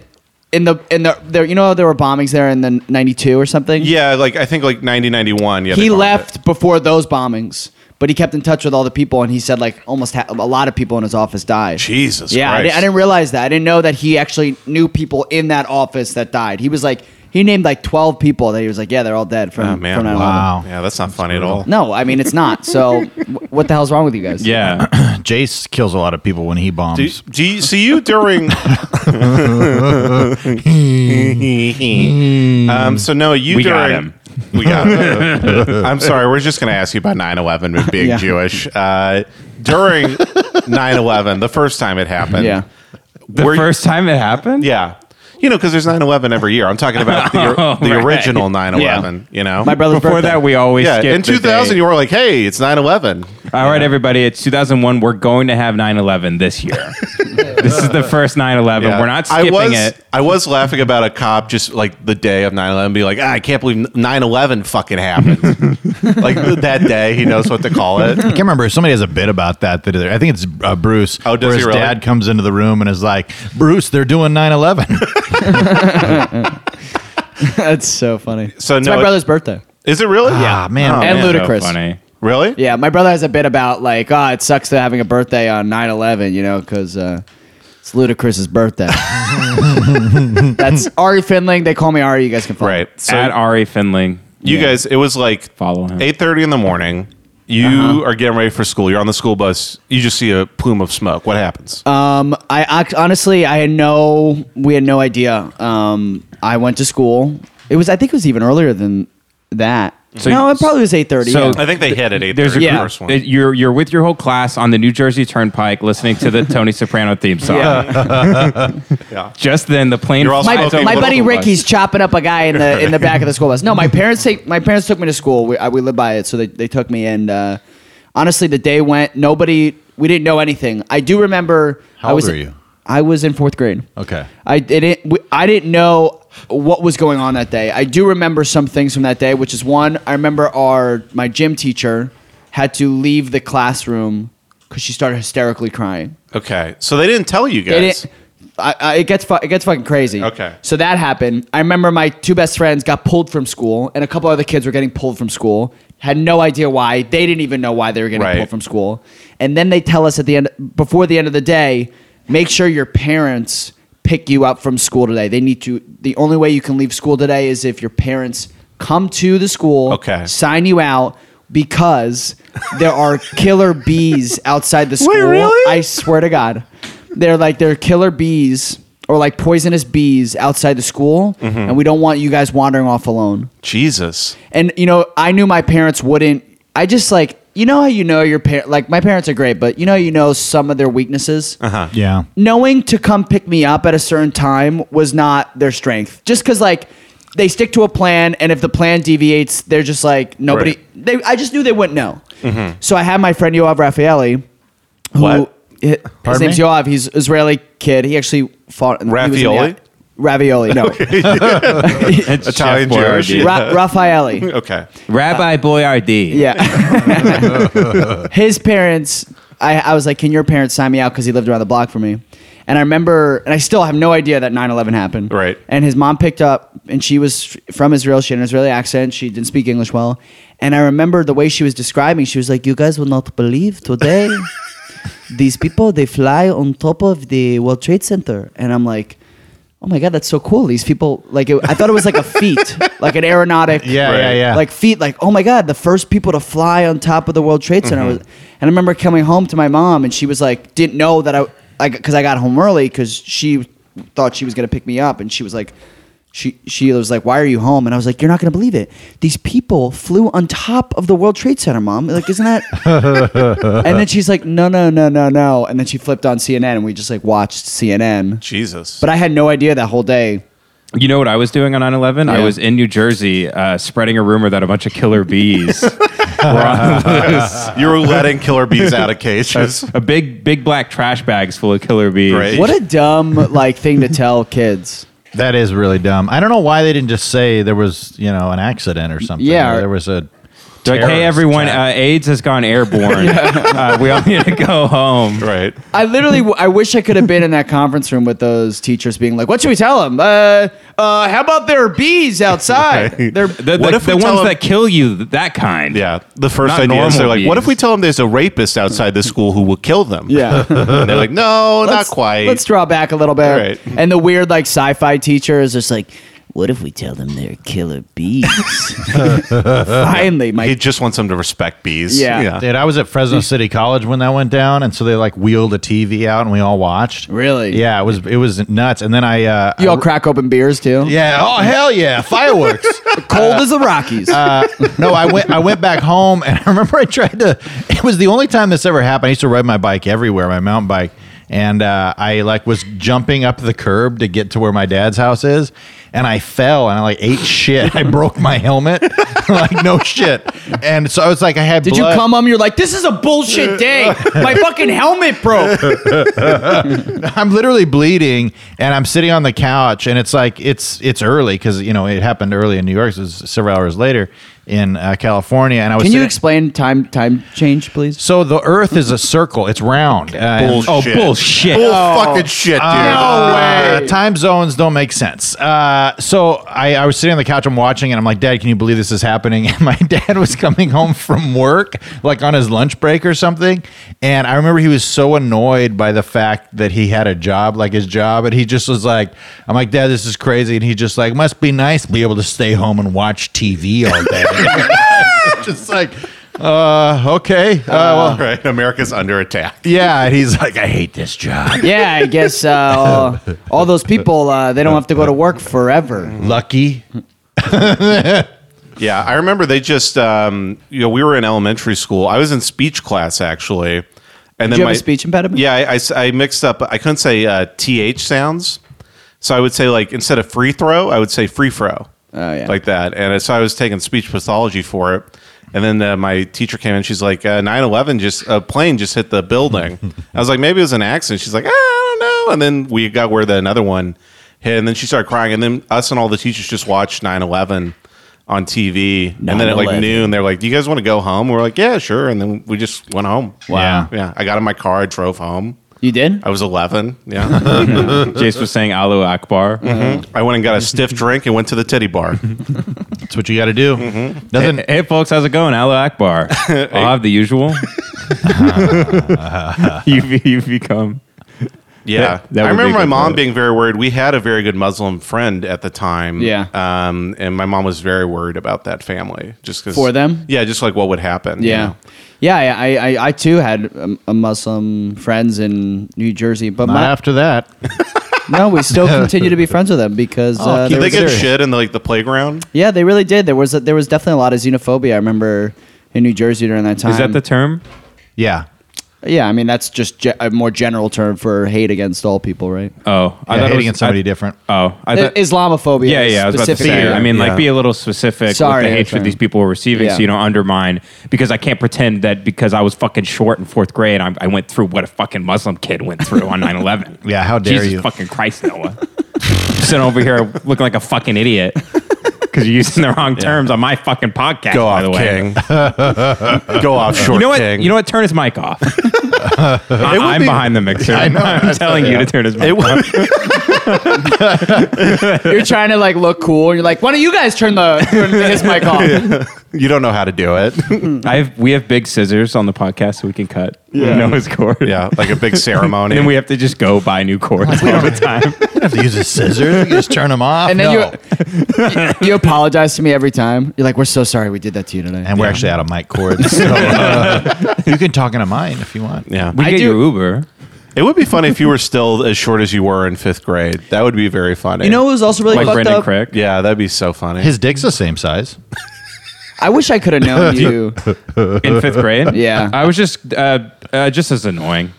S1: in the in the there, you know, how there were bombings there in the '92 or something.
S2: Yeah, like, I think like 90, 91. Yeah, they
S1: he
S2: bombed
S1: left before those bombings, but he kept in touch with all the people, and he said like almost ha- a lot of people in his office died.
S2: it. Jesus
S1: yeah, I, di-
S2: Christ.
S1: I didn't realize that. I didn't know that he actually knew people in that office that died. He was like, he named like 12 people that he was like, yeah, they're all dead from,
S2: Oh, man.
S1: from 9/11.
S3: Wow.
S2: Yeah, that's not funny at all.
S1: No, I mean it's not. So, wh- what the hell's wrong with you guys?
S7: Yeah.
S3: Jace kills a lot of people when he bombs.
S2: Do, do you see you during? um, so no, you
S7: We got
S2: Um, during
S7: him.
S2: we got it. I'm sorry. We're just going to ask you about 9 11 and being
S1: Yeah.
S2: Jewish. Uh, during 9 11, the first time it happened.
S1: Yeah.
S7: The
S2: were-
S7: first time it happened?
S2: Yeah. You know, because there's 9 11 every year. I'm talking about the,
S7: Oh,
S2: the original 9 11, you know?
S1: My brother's
S7: Before
S1: birthday.
S7: that, we always
S2: yeah.
S7: skip
S2: In
S7: the
S2: 2000,
S7: day.
S2: you were like, hey, it's 9 11.
S7: All right, everybody, it's 2001. We're going to have 9 11 this year. this is the first 9 11. We're not skipping
S2: I was,
S7: it.
S2: I was laughing about a cop just like the day of 9 11, be like, ah, I can't believe 9 11 fucking happened. like that day, he knows what to call it.
S3: I can't remember. Somebody has a bit about that. That I think it's uh, Bruce.
S2: Oh, does
S3: where
S2: he
S3: his
S2: really?
S3: dad comes into the room and is like, "Bruce, they're doing 9/11.
S1: That's so funny.
S2: So,
S1: it's
S2: no,
S1: my
S2: it-
S1: brother's birthday.
S2: Is it really?
S3: Ah, man.
S1: and
S7: That's so
S1: ludicrous.
S7: funny.
S2: Really?
S1: Yeah, my brother has a bit about like, oh, it sucks that having a birthday on 9-11, you know, because uh, it's Ludacris's birthday. That's Ari Finling. They call me Ari. You guys can follow. me.
S2: Right. So
S7: At Ari Finling.
S2: you
S7: Yeah.
S2: guys, it was like
S7: follow him.
S2: 8.30 in the morning. You
S7: Uh-huh.
S2: are getting ready for school. You're on the school bus. You just see a plume of smoke. What happens?
S1: Um, I ac- honestly, I had no, we had no idea. Um, I went to school. It was, I think, it was even earlier than that.
S7: So-
S1: no, it probably was eight thirty.
S7: so-
S2: I think they hit at 8.30.
S7: There's a
S2: the
S1: Yeah.
S2: first one.
S7: It- You're you're with your whole class on the New Jersey Turnpike listening to the Tony Soprano theme song. Just then the plane
S2: You're also
S7: flies
S1: my,
S2: Okay,
S7: over
S1: my
S7: the
S2: what
S1: buddy
S7: school bus.
S1: Ricky's chopping up a guy in the in the back of the school bus. No, my parents take my parents took me to school. We I, we lived by it, so they they took me. And uh, honestly, the day went. Nobody, we didn't know anything. I do remember.
S3: How
S1: I
S3: old
S1: was,
S3: were you?
S1: I was in fourth grade.
S3: Okay.
S1: I didn't. we- I didn't know what was going on that day. I do remember some things from that day, which is one. I remember our my gym teacher had to leave the classroom because she started hysterically crying.
S2: okay. So they didn't tell you guys.
S1: It, it, I, I, it gets fu- it gets fucking crazy.
S2: Okay.
S1: So that happened. I remember my two best friends got pulled from school, and a couple other kids were getting pulled from school. Had no idea why. They didn't even know why they were getting
S2: Right.
S1: pulled from school. And then they tell us at the end, before the end of the day, make sure your parents pick you up from school today. They need to. The only way you can leave school today is if your parents come to the school,
S2: Okay.
S1: sign you out. Because there are killer bees outside the school.
S2: really?
S1: I swear to God, they're like they're killer bees or like poisonous bees outside the school, and we don't want you guys wandering off alone.
S2: Jesus.
S1: And you know, I knew my parents wouldn't. I just like you know how you know your parent. Like my parents are great, but you know you know some of their weaknesses. Uh-huh.
S3: yeah.
S1: Knowing to come pick me up at a certain time was not their strength. Just because like they stick to a plan, and if the plan deviates, they're just like nobody. They I just knew they wouldn't know. So I had my friend Yoav Raffaelli who
S2: What?
S1: hi- his
S3: me?
S1: name's Yoav. He's Israeli kid. He actually fought in, he was in the-
S2: Raffaelli?
S1: Ravioli, no,
S7: It's Chef
S2: Italian Jewish,
S7: Boyardee.
S1: Ra- Raffaelli.
S2: Okay.
S7: Rabbi Boyardee.
S1: Yeah, his parents. I, I was like, can your parents sign me out because he lived around the block from me. And I remember, and I still have no idea that 9-11 happened.
S2: Right.
S1: And his mom picked up, and she was from Israel. She had an Israeli accent. She didn't speak English well. And I remember the way she was describing. She was like, "You guys will not believe today." these people they fly on top of the World Trade Center, and I'm like, oh my god, that's so cool. These people like it, I thought it was like a feat, like an aeronautic,
S3: Yeah, yeah, Right. yeah.
S1: like feat. Like oh my god, the first people to fly on top of the World Trade Center was.
S3: Mm-hmm.
S1: And I remember coming home to my mom, and she was like, didn't know that I, I because I got home early because she thought she was gonna pick me up, and she was like. She, she was like, "Why are you home?" And I was like, "You're not gonna believe it. These people flew on top of the World Trade Center, mom. Like, isn't that and then she's like, no, no, no, no, no. And then she flipped on CNN and we just like watched CNN.
S2: Jesus.
S1: But I had no idea that whole day.
S7: You know what I was doing on 9 11? I
S1: Yeah.
S7: was in New Jersey uh, spreading a rumor that a bunch of killer bees were on loose.
S2: you were letting killer bees out of cages.
S7: A big, big black trash bags full of killer bees.
S2: Right.
S1: What a dumb like thing to tell kids.
S3: That is really dumb. I don't know why they didn't just say there was, you know, an accident or something.
S1: Yeah,
S3: or
S1: or-
S3: there was a.
S7: They're like, hey,
S3: terrorist
S7: everyone,
S3: attack."
S7: uh, AIDS has gone airborne. uh, we all need to go home.
S2: Right.
S1: I literally, w- I wish I could have been in that conference room with those teachers being like, what should we tell them? Uh, uh, how about there are bees outside? They're,
S7: The,
S2: What
S7: the,
S2: if we
S7: the
S2: tell
S7: ones
S2: them-
S7: that kill you, th- that kind.
S2: Yeah. The first
S7: Not
S2: idea is they're
S7: normal
S2: like, what if
S7: bees.
S2: we tell them there's a rapist outside the school who will kill them?
S1: yeah.
S2: And they're like, no, not quite.
S1: Let's draw back a little bit.
S2: All right.
S1: And the weird like sci-fi teacher is just like, What if we tell them they're killer bees? Finally,
S2: He
S1: my
S2: just wants them to respect bees.
S1: Yeah.
S3: Dude, I was at Fresno City College when that went down, and so they like wheeled a TV out and we all watched.
S1: Really?
S3: Yeah, it was it was nuts. And then I, uh,
S1: you
S3: I-
S1: all crack open beers too.
S3: yeah, oh hell yeah, fireworks.
S1: cold as the Rockies.
S3: Uh, no, I went. I went back home, and I remember I tried to. It was the only time this ever happened. I used to ride my bike everywhere, my mountain bike, and uh, I like was jumping up the curb to get to where my dad's house is, and I fell and I like ate shit. I broke my helmet, like no shit. And so I was like, I had.
S1: Did you
S3: blood-
S1: come home? You're like, this is a bullshit day. My fucking helmet broke.
S3: I'm literally bleeding, and I'm sitting on the couch, and it's like it's it's early because you know it happened early in New York. So it was several hours later in uh, California, and I was.
S1: Can you
S3: sitting-
S1: explain time time change, please?
S3: So the Earth is a circle. It's round. Uh, and-
S7: Oh, bullshit.
S2: Bull
S1: Oh.
S2: fucking shit, dude. Ah,
S3: Uh, time zones don't make sense. Uh, so I, I was sitting on the couch, I'm watching, and I'm like, Dad, can you believe this is happening? And my dad was coming home from work, like on his lunch break or something. And I remember he was so annoyed by the fact that he had a job, like his job. And he just was like, I'm like, Dad, this is crazy. And he just like, must be nice to be able to stay home and watch TV all day. just like, uh, okay. Uh, well,
S2: right? America's under attack.
S3: yeah. And he's like, I hate this job.
S1: Yeah, I guess uh, all, all those people uh, they don't have to go to work forever.
S3: Lucky.
S2: Yeah, I remember they just, um, you know, we were in elementary school. I was in speech class actually, and
S1: Did
S2: then
S1: you have
S2: my
S1: a speech impediment?
S2: Yeah, I- I, s- I mixed up. I couldn't say uh, th sounds, so I would say like instead of free throw, I would say free throw,
S1: Oh, yeah.
S2: like that. And uh, so I was taking speech pathology for it. And then uh, my teacher came in. She's like, uh, 9-11 just a plane just hit the building." I was like, "Maybe it was an accident." She's like, "Ah, "I don't know." And then we got where the another one hit, and then she started crying. And then us and all the teachers just watched 9-11 on TV. And then at like
S1: 9/11.
S2: noon, they're like, "Do you guys want to go home?" We we're like, "Yeah, sure." And then we just went home.
S3: Wow.
S2: Yeah, I got in my car. I drove home.
S1: You did?
S2: I was 11. Yeah.
S7: Jace was saying Alu Akbar.
S1: Mm-hmm.
S2: I went and got a stiff drink and went to the titty bar.
S3: That's what you got to do. Nothing.
S7: Hey, folks, how's it going? Alu Akbar. I'll have the usual. you've, you've become.
S2: Yeah.
S7: That- that
S2: I
S7: would be
S2: remember my
S7: good,
S2: mom
S7: though.
S2: being very worried. We had a very good Muslim friend at the time.
S1: Yeah.
S2: Um, and my mom was very worried about that family just 'cause-
S1: For them?
S2: Yeah. Just like what would happen. you
S1: Yeah.
S2: know?
S1: Yeah, I, I- I, I too had a, a Muslim friends in New Jersey, but
S3: Not
S1: my,
S3: after that.
S1: no, we still continue to be friends with them because uh,
S2: Did
S1: there
S2: they
S1: was-
S2: get shit in the, like the playground?
S1: yeah, they really did. There was a, there was definitely a lot of xenophobia. I remember in New Jersey during that time.
S7: Is that the term?
S3: Yeah.
S1: Yeah, I mean that's just ge- a more general term for hate against all people, right?
S7: Oh, I
S3: yeah
S7: it
S3: hating
S7: was-
S3: against somebody
S7: I-
S3: different.
S7: Oh, I
S1: I- Islamophobia.
S7: Yeah, yeah. I was about to
S1: specifically.
S7: say. I mean,
S2: Yeah.
S7: like, be a little specific
S1: Sorry,
S7: with
S1: Efren.
S7: the hatred these people were receiving,
S1: Yeah.
S7: so you don't undermine. Because I can't pretend that because I was fucking short in fourth grade, I, I went through what a fucking Muslim kid went through on 9/11.
S3: Yeah, how dare
S7: Jesus
S3: you.
S7: Fucking Christ, Noah. Sitting over here looking like a fucking idiot because you're using the wrong terms on my fucking podcast.
S2: Go
S7: by
S2: off,
S7: the way.
S2: King. Go off, short
S7: You know what?
S2: King.
S7: You know what? Turn his mic off. I, I'm behind the mixer. I am telling you to turn his mic
S2: It
S7: off.
S2: would,
S1: you're trying to like look cool, and you're like, why don't you guys turn the turn his mic off?
S2: you don't know how to do it.
S7: I have, we have big scissors on the podcast so we can cut. Yeah. know his cord.
S2: yeah. Like a big ceremony.
S7: And then we have to just go buy new cords all the time.
S3: You don't have to use a scissors. You just turn them off.
S1: And then
S3: No.
S1: you, you you apologize to me every time. You're like, we're so sorry we did that to you today.
S3: and we're actually out of mic cords. So, uh, you can talk into mine if you want.
S2: yeah.
S7: We
S1: I
S7: get
S1: do-
S7: your Uber.
S2: it would be funny if you were still as short as you were in fifth grade. That would be very funny.
S1: You know, it was also really
S7: Like
S1: fucked
S7: Brendan
S1: up.
S7: Craig.
S2: Yeah, that'd be so funny.
S3: His dick's the same size.
S1: I wish I could have known you.
S7: In fifth grade?
S1: Yeah.
S7: I was just uh, uh, just as annoying.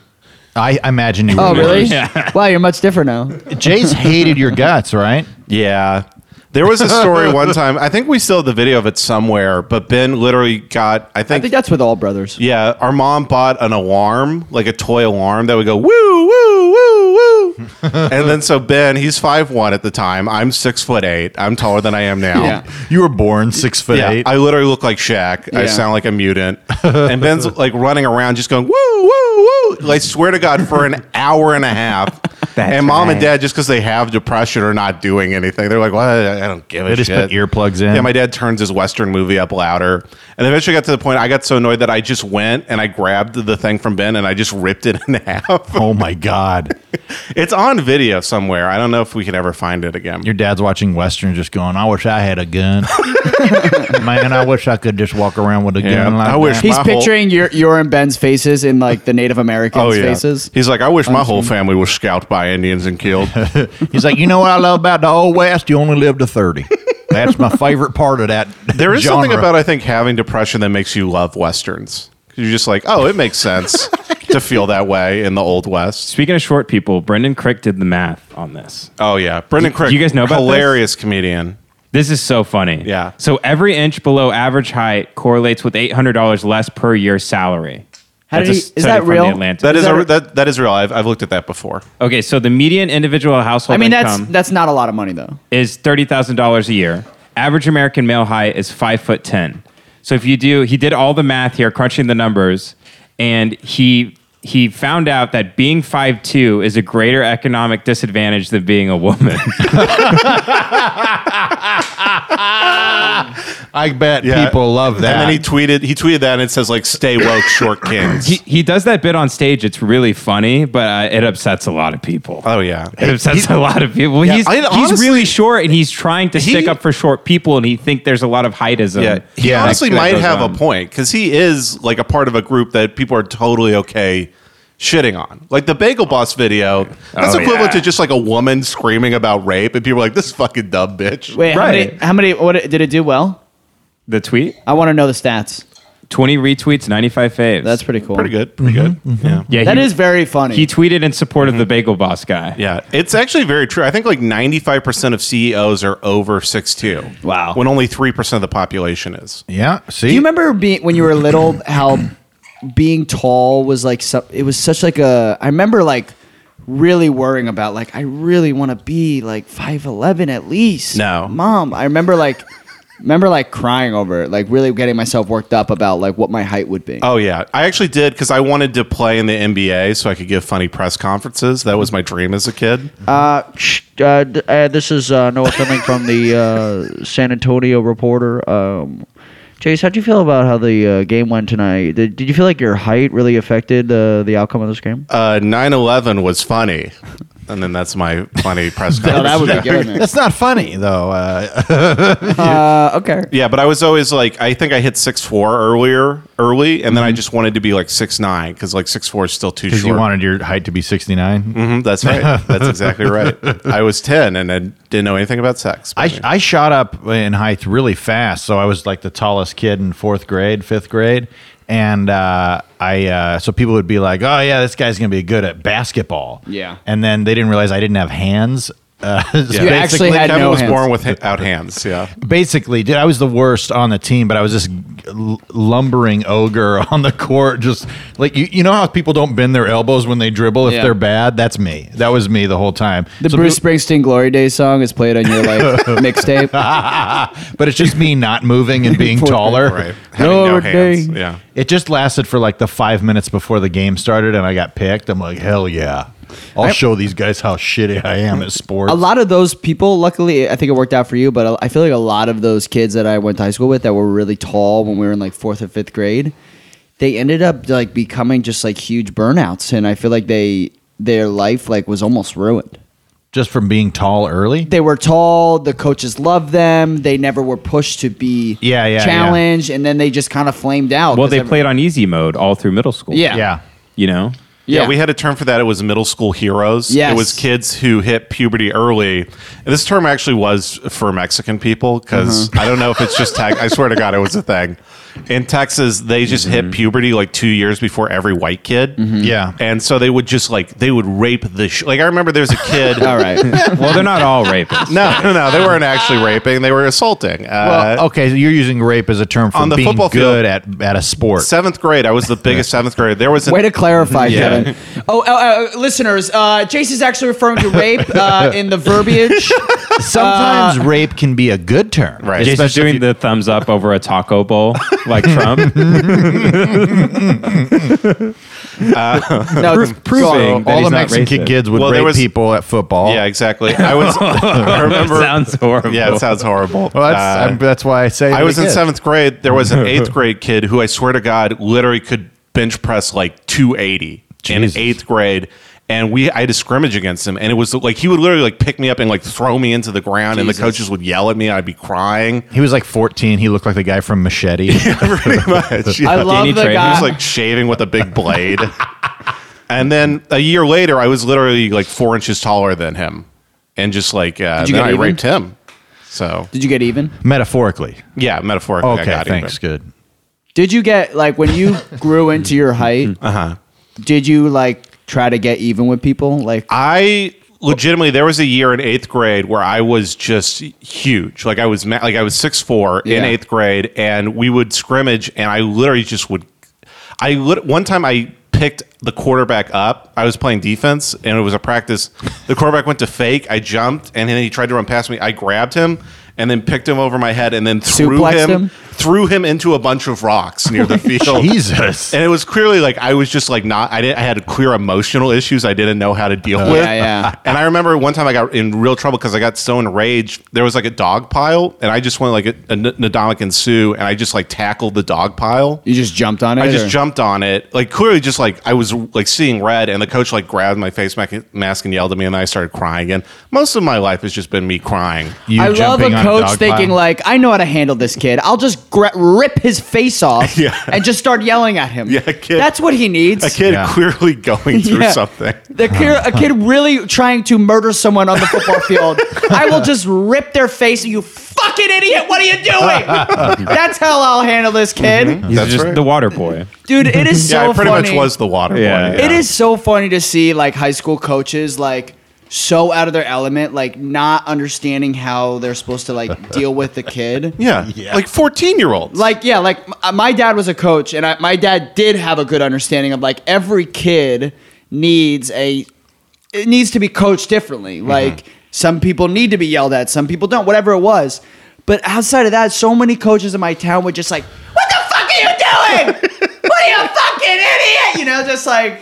S3: I imagine you.
S1: Oh,
S3: were.
S1: really?
S7: Yeah.
S1: Wow, you're much different now.
S3: Jace hated your guts, right?
S2: Yeah. There was a story one time. I think we still have the video of it somewhere, but Ben literally got, I
S1: I
S2: think,
S1: think that's with all brothers.
S2: yeah, our mom bought an alarm, like a toy alarm that would go woo, woo, woo, woo. and then so Ben, he's five one at the time. I'm six foot eight. I'm taller than I am now.
S1: Yeah.
S3: You were born six foot
S2: Yeah,
S3: eight.
S2: I literally look like Shaq. I
S1: Yeah.
S2: sound like a mutant. And Ben's like running around just going, woo, woo, woo. Like, swear to God, for an hour and a half. and mom and dad, just because they have depression, are not doing anything. They're like, "Well, I I don't give a
S3: They just
S2: shit."
S3: put earplugs in.
S2: Yeah, my dad turns his Western movie up louder, and eventually got to the point I got so annoyed that I just went and I grabbed the thing from Ben and I just ripped it in half.
S3: Oh my god.
S2: it's on video somewhere. I don't know if we can ever find it again.
S3: Your dad's watching Western just going, I wish I had a gun. Man, I wish I could just walk around with a
S2: Yeah,
S3: gun like
S2: I wish
S3: that.
S2: my
S1: He's
S2: whole-
S1: picturing your your and Ben's faces in like the Native Americans'
S7: Oh,
S1: faces.
S2: Oh, He's like, I wish my whole family was scalped by Indians and killed.
S3: He's like, you know what I love about the old West? You only live to 30. That's my favorite part of that.
S2: There is
S3: genre.
S2: something about I think having depression that makes you love westerns. 'Cause You're just like, oh, it makes sense to feel that way in the old west.
S7: Speaking of short people, Brendan Crick did the math on this.
S2: Oh yeah, Brendan Crick.
S7: you guys know about this?
S2: hilarious comedian.
S7: This is so funny.
S2: Yeah.
S7: So every inch below average height correlates with eight hundred dollars less per year salary.
S1: How
S7: That's
S1: did
S7: a
S1: he- is
S7: study
S1: that
S7: from The
S1: real?
S7: Atlantic.
S2: That is,
S1: Is that
S2: a,
S1: a-
S2: that that is real. I've, I've looked at that before.
S7: okay. So the median individual household
S1: I mean, that's
S7: income
S1: that's not a lot of money though.
S7: is thirty thousand dollars a year. Average American male height is five foot ten. So if you do, he did all the math here, crunching the numbers, and he he found out that being five two is a greater economic disadvantage than being a woman.
S3: I bet
S2: Yeah.
S3: people love that.
S2: And then he tweeted he tweeted that and it says like, "Stay woke, short kids."
S7: he, he does that bit on stage. It's really funny, but uh, it upsets a lot of people.
S2: oh yeah,
S7: It upsets a lot of people. he's
S2: I-
S7: he's
S2: honestly-
S7: really short, and he's trying to stick
S2: He-
S7: up for short people, and he think there's a lot of heightism.
S2: yeah. He
S7: that-
S2: honestly
S7: that
S2: might
S7: goes
S2: have a
S7: on.
S2: point because he is like a part of a group that people are totally okay shitting on. Like the Bagel Boss video, that's
S7: Oh,
S2: equivalent to
S7: yeah.
S2: just like a woman screaming about rape, and people are like, "This fucking dumb bitch."
S1: Wait,
S7: Right.
S1: how many? How many? What did it do? Well,
S7: The tweet:
S1: I want to know the stats.
S7: twenty retweets, ninety-five faves.
S1: That's pretty cool.
S2: pretty good, pretty
S7: Mm-hmm,
S2: good. Yeah.
S7: yeah.
S1: That
S7: he,
S1: is very funny.
S7: He tweeted in support of the
S1: Mm-hmm.
S7: Bagel Boss guy.
S2: Yeah, it's actually very true. I think like 95% of CEOs are over 6'2.
S1: Wow.
S2: When only 3% of the population is.
S3: yeah, see?
S1: Do you remember being when you were little how being tall was like so, it was such like a I remember like really worrying about like I really want to be like 5'11 at least.
S2: No.
S1: Mom, I remember like remember like crying over it, like really getting myself worked up about like what my height would be.
S2: Oh, yeah. I actually did because I wanted to play in the NBA so I could give funny press conferences. That was my dream as a kid.
S9: uh, d- uh, this is uh, Noah Fleming from the uh, San Antonio Reporter. Um, Chase, how do you feel about how the uh, game went tonight? Did, did you feel like your height really affected uh, the outcome of this game?
S2: Uh, 9-11 was funny. And then that's my funny press
S1: No,
S2: conference.
S1: that would be killing me.
S3: That's not funny, though. Uh,
S1: Uh, okay.
S2: Yeah, but I was always like, I think I hit six four earlier, early, and then
S1: Mm-hmm.
S2: I just wanted to be like six nine because like six four is still too
S3: because
S2: short.
S3: you wanted your height to be 69.
S2: Mhm, that's right. That's exactly right. I was ten and I didn't know anything about sex. but-
S3: I, I shot up in height really fast. So I was like the tallest kid in fourth grade, fifth grade. And uh, I, uh, so people would be like, oh, yeah, this guy's going to be good at basketball.
S1: Yeah.
S3: And then they didn't realize I didn't have hands. Uh, so
S1: You
S3: basically-
S1: actually had
S2: Kevin
S1: no
S2: was
S1: hands.
S2: born without hands. Yeah,
S3: basically, dude, I was the worst on the team, but I was this l- lumbering ogre on the court. Just like you, you know how people don't bend their elbows when they dribble if
S1: Yeah.
S3: they're bad. That's me. That was me the whole time.
S1: The
S3: So
S1: Bruce Springsteen Glory Days song is played on your like mixtape.
S3: people- but it's just me not moving and being taller.
S2: right. Having no
S1: Lord
S2: hands.
S1: dang.
S2: Yeah.
S3: It just lasted for like the five minutes before the game started, and I got picked. I'm like, hell yeah! I'll show these guys how shitty I am at sports.
S1: a lot of those people luckily i think it worked out for you but i feel like a lot of those kids that i went to high school with that were really tall when we were in like fourth or fifth grade they ended up like becoming just like huge burnouts and i feel like they their life like was almost ruined
S3: just from being tall early.
S1: they were tall the coaches loved them they never were pushed to be
S3: Yeah, yeah, yeah.
S1: challenged and then they just kind of flamed out
S7: Well,
S1: 'cause
S7: they
S1: every-
S7: played on easy mode all through middle school.
S1: yeah
S3: yeah.
S7: You know.
S2: Yeah, we had a term for that. It was middle school heroes.
S1: Yes.
S2: It was kids who hit puberty early. And this term actually was for Mexican people because
S3: Mm-hmm.
S2: I don't know if it's just tag. I swear to God, it was a thing. In Texas, they just hit
S3: Mm-hmm.
S2: puberty like two years before every white kid.
S3: Yeah.
S2: And so they would just like, they would rape the sh- Like, I remember there was a kid.
S1: all right
S7: Well, they're not all rapists.
S2: No, no, no. They weren't actually raping, they were assaulting. Uh,
S3: Well, okay, so you're using rape as a term for
S2: on the
S3: being
S2: football
S3: good at at a sport.
S2: Seventh grade, I was the biggest seventh grade. There was an
S1: Way to clarify,
S2: Yeah.
S1: Kevin. Oh, uh, uh, listeners, uh, Jason's actually referring to rape uh, in the verbiage.
S3: Sometimes rape can be a good term,
S2: Uh, Right.
S7: Jason's
S3: Especially
S7: doing the thumbs up over a taco bowl. like Trump.
S1: No, it's-
S7: proving that
S3: all
S7: he's
S3: the
S7: not
S3: Mexican
S7: racist.
S3: kids would
S2: Well, there
S3: rape
S2: was-
S3: people at football.
S2: Yeah, exactly. I was. I remember.
S7: Sounds horrible.
S2: Yeah, it sounds horrible.
S3: Well, that's,
S2: Uh,
S3: I'm- that's why I say
S2: I
S3: the
S2: was in
S3: kids.
S2: seventh grade. There was an eighth grade kid who I swear to God literally could bench press like 280
S3: Jesus.
S2: in eighth grade. And we, I had a scrimmage against him, and it was like he would literally like pick me up and like throw me into the ground, and the coaches would yell at me. I'd be crying.
S3: He was like 14. He looked like the guy from Machete.
S2: Pretty much,
S1: I
S2: yeah.
S1: love
S7: Danny
S1: the
S7: Trejo.
S2: He
S1: guy.
S2: was like shaving with a big blade. and then a year later, I was literally like four inches taller than him, and just like uh,
S1: Did you
S2: then
S1: get
S2: I
S1: even?
S2: raped him. So
S1: Did you get even?
S3: Metaphorically.
S2: yeah, metaphorically, I
S3: Okay,
S2: got even.
S3: thanks. Good.
S1: Did you get like when you grew into your height? Uh huh. Did you like try to get even with people? Like
S2: I legitimately there was a year in eighth grade where I was just huge. Like I was ma- like I was six four in
S1: Yeah.
S2: eighth grade, and we would scrimmage, and I literally just would. I lit- one time I picked the quarterback up. I was playing defense, and it was a practice. The quarterback went to fake. I jumped, and then he tried to run past me. I grabbed him. And then picked him over my head, and then threw
S1: Suplexed
S2: him,
S1: him?
S2: threw him into a bunch of rocks near the field.
S3: Jesus.
S2: And it was clearly like I was just like not. I didn't. I had clear emotional issues. I didn't know how to deal with.
S1: yeah.
S2: And I remember one time I got in real trouble because I got so enraged. There was like a dog pile, and I just went like a, a N- Ndamukong and Sue, and I just like tackled the dog pile.
S1: you just jumped on it.
S2: I just
S1: or-
S2: jumped on it, like clearly, just like I was like seeing red, and the coach like grabbed my face ma- mask and yelled at me, and I started crying. And most of my life has just been me crying.
S3: You
S1: I love a
S3: jumping on
S1: coach
S3: dog
S1: thinking
S3: pile.
S1: like, I know how to handle this kid. I'll just gra- rip his face off and just start yelling at him.
S2: Yeah, a kid-
S1: that's what he needs.
S2: A kid
S3: Yeah.
S2: clearly going through
S1: Yeah.
S2: something.
S1: The kid, a kid really trying to murder someone on the football field. I will just rip their face. You fucking idiot! What are you doing? That's how I'll handle this kid,
S7: He's
S2: That's
S7: just
S2: right.
S7: the water boy.
S1: dude. It is so
S2: Mm-hmm. yeah, I pretty
S1: funny.
S2: much was the water
S7: Yeah.
S2: boy.
S1: It is so funny to see like high school coaches like so out of their element, like not understanding how they're supposed to like deal with the kid.
S2: Yeah. Like 14 year olds.
S1: Like yeah, like m- uh, my dad was a coach, and I, my dad did have a good understanding of like every kid needs a it needs to be coached differently.
S7: Mm-hmm.
S1: Like some people need to be yelled at, some people don't. Whatever it was, but outside of that, so many coaches in my town would just like, "What the fuck are you doing? what are you fucking idiot?" You know, just like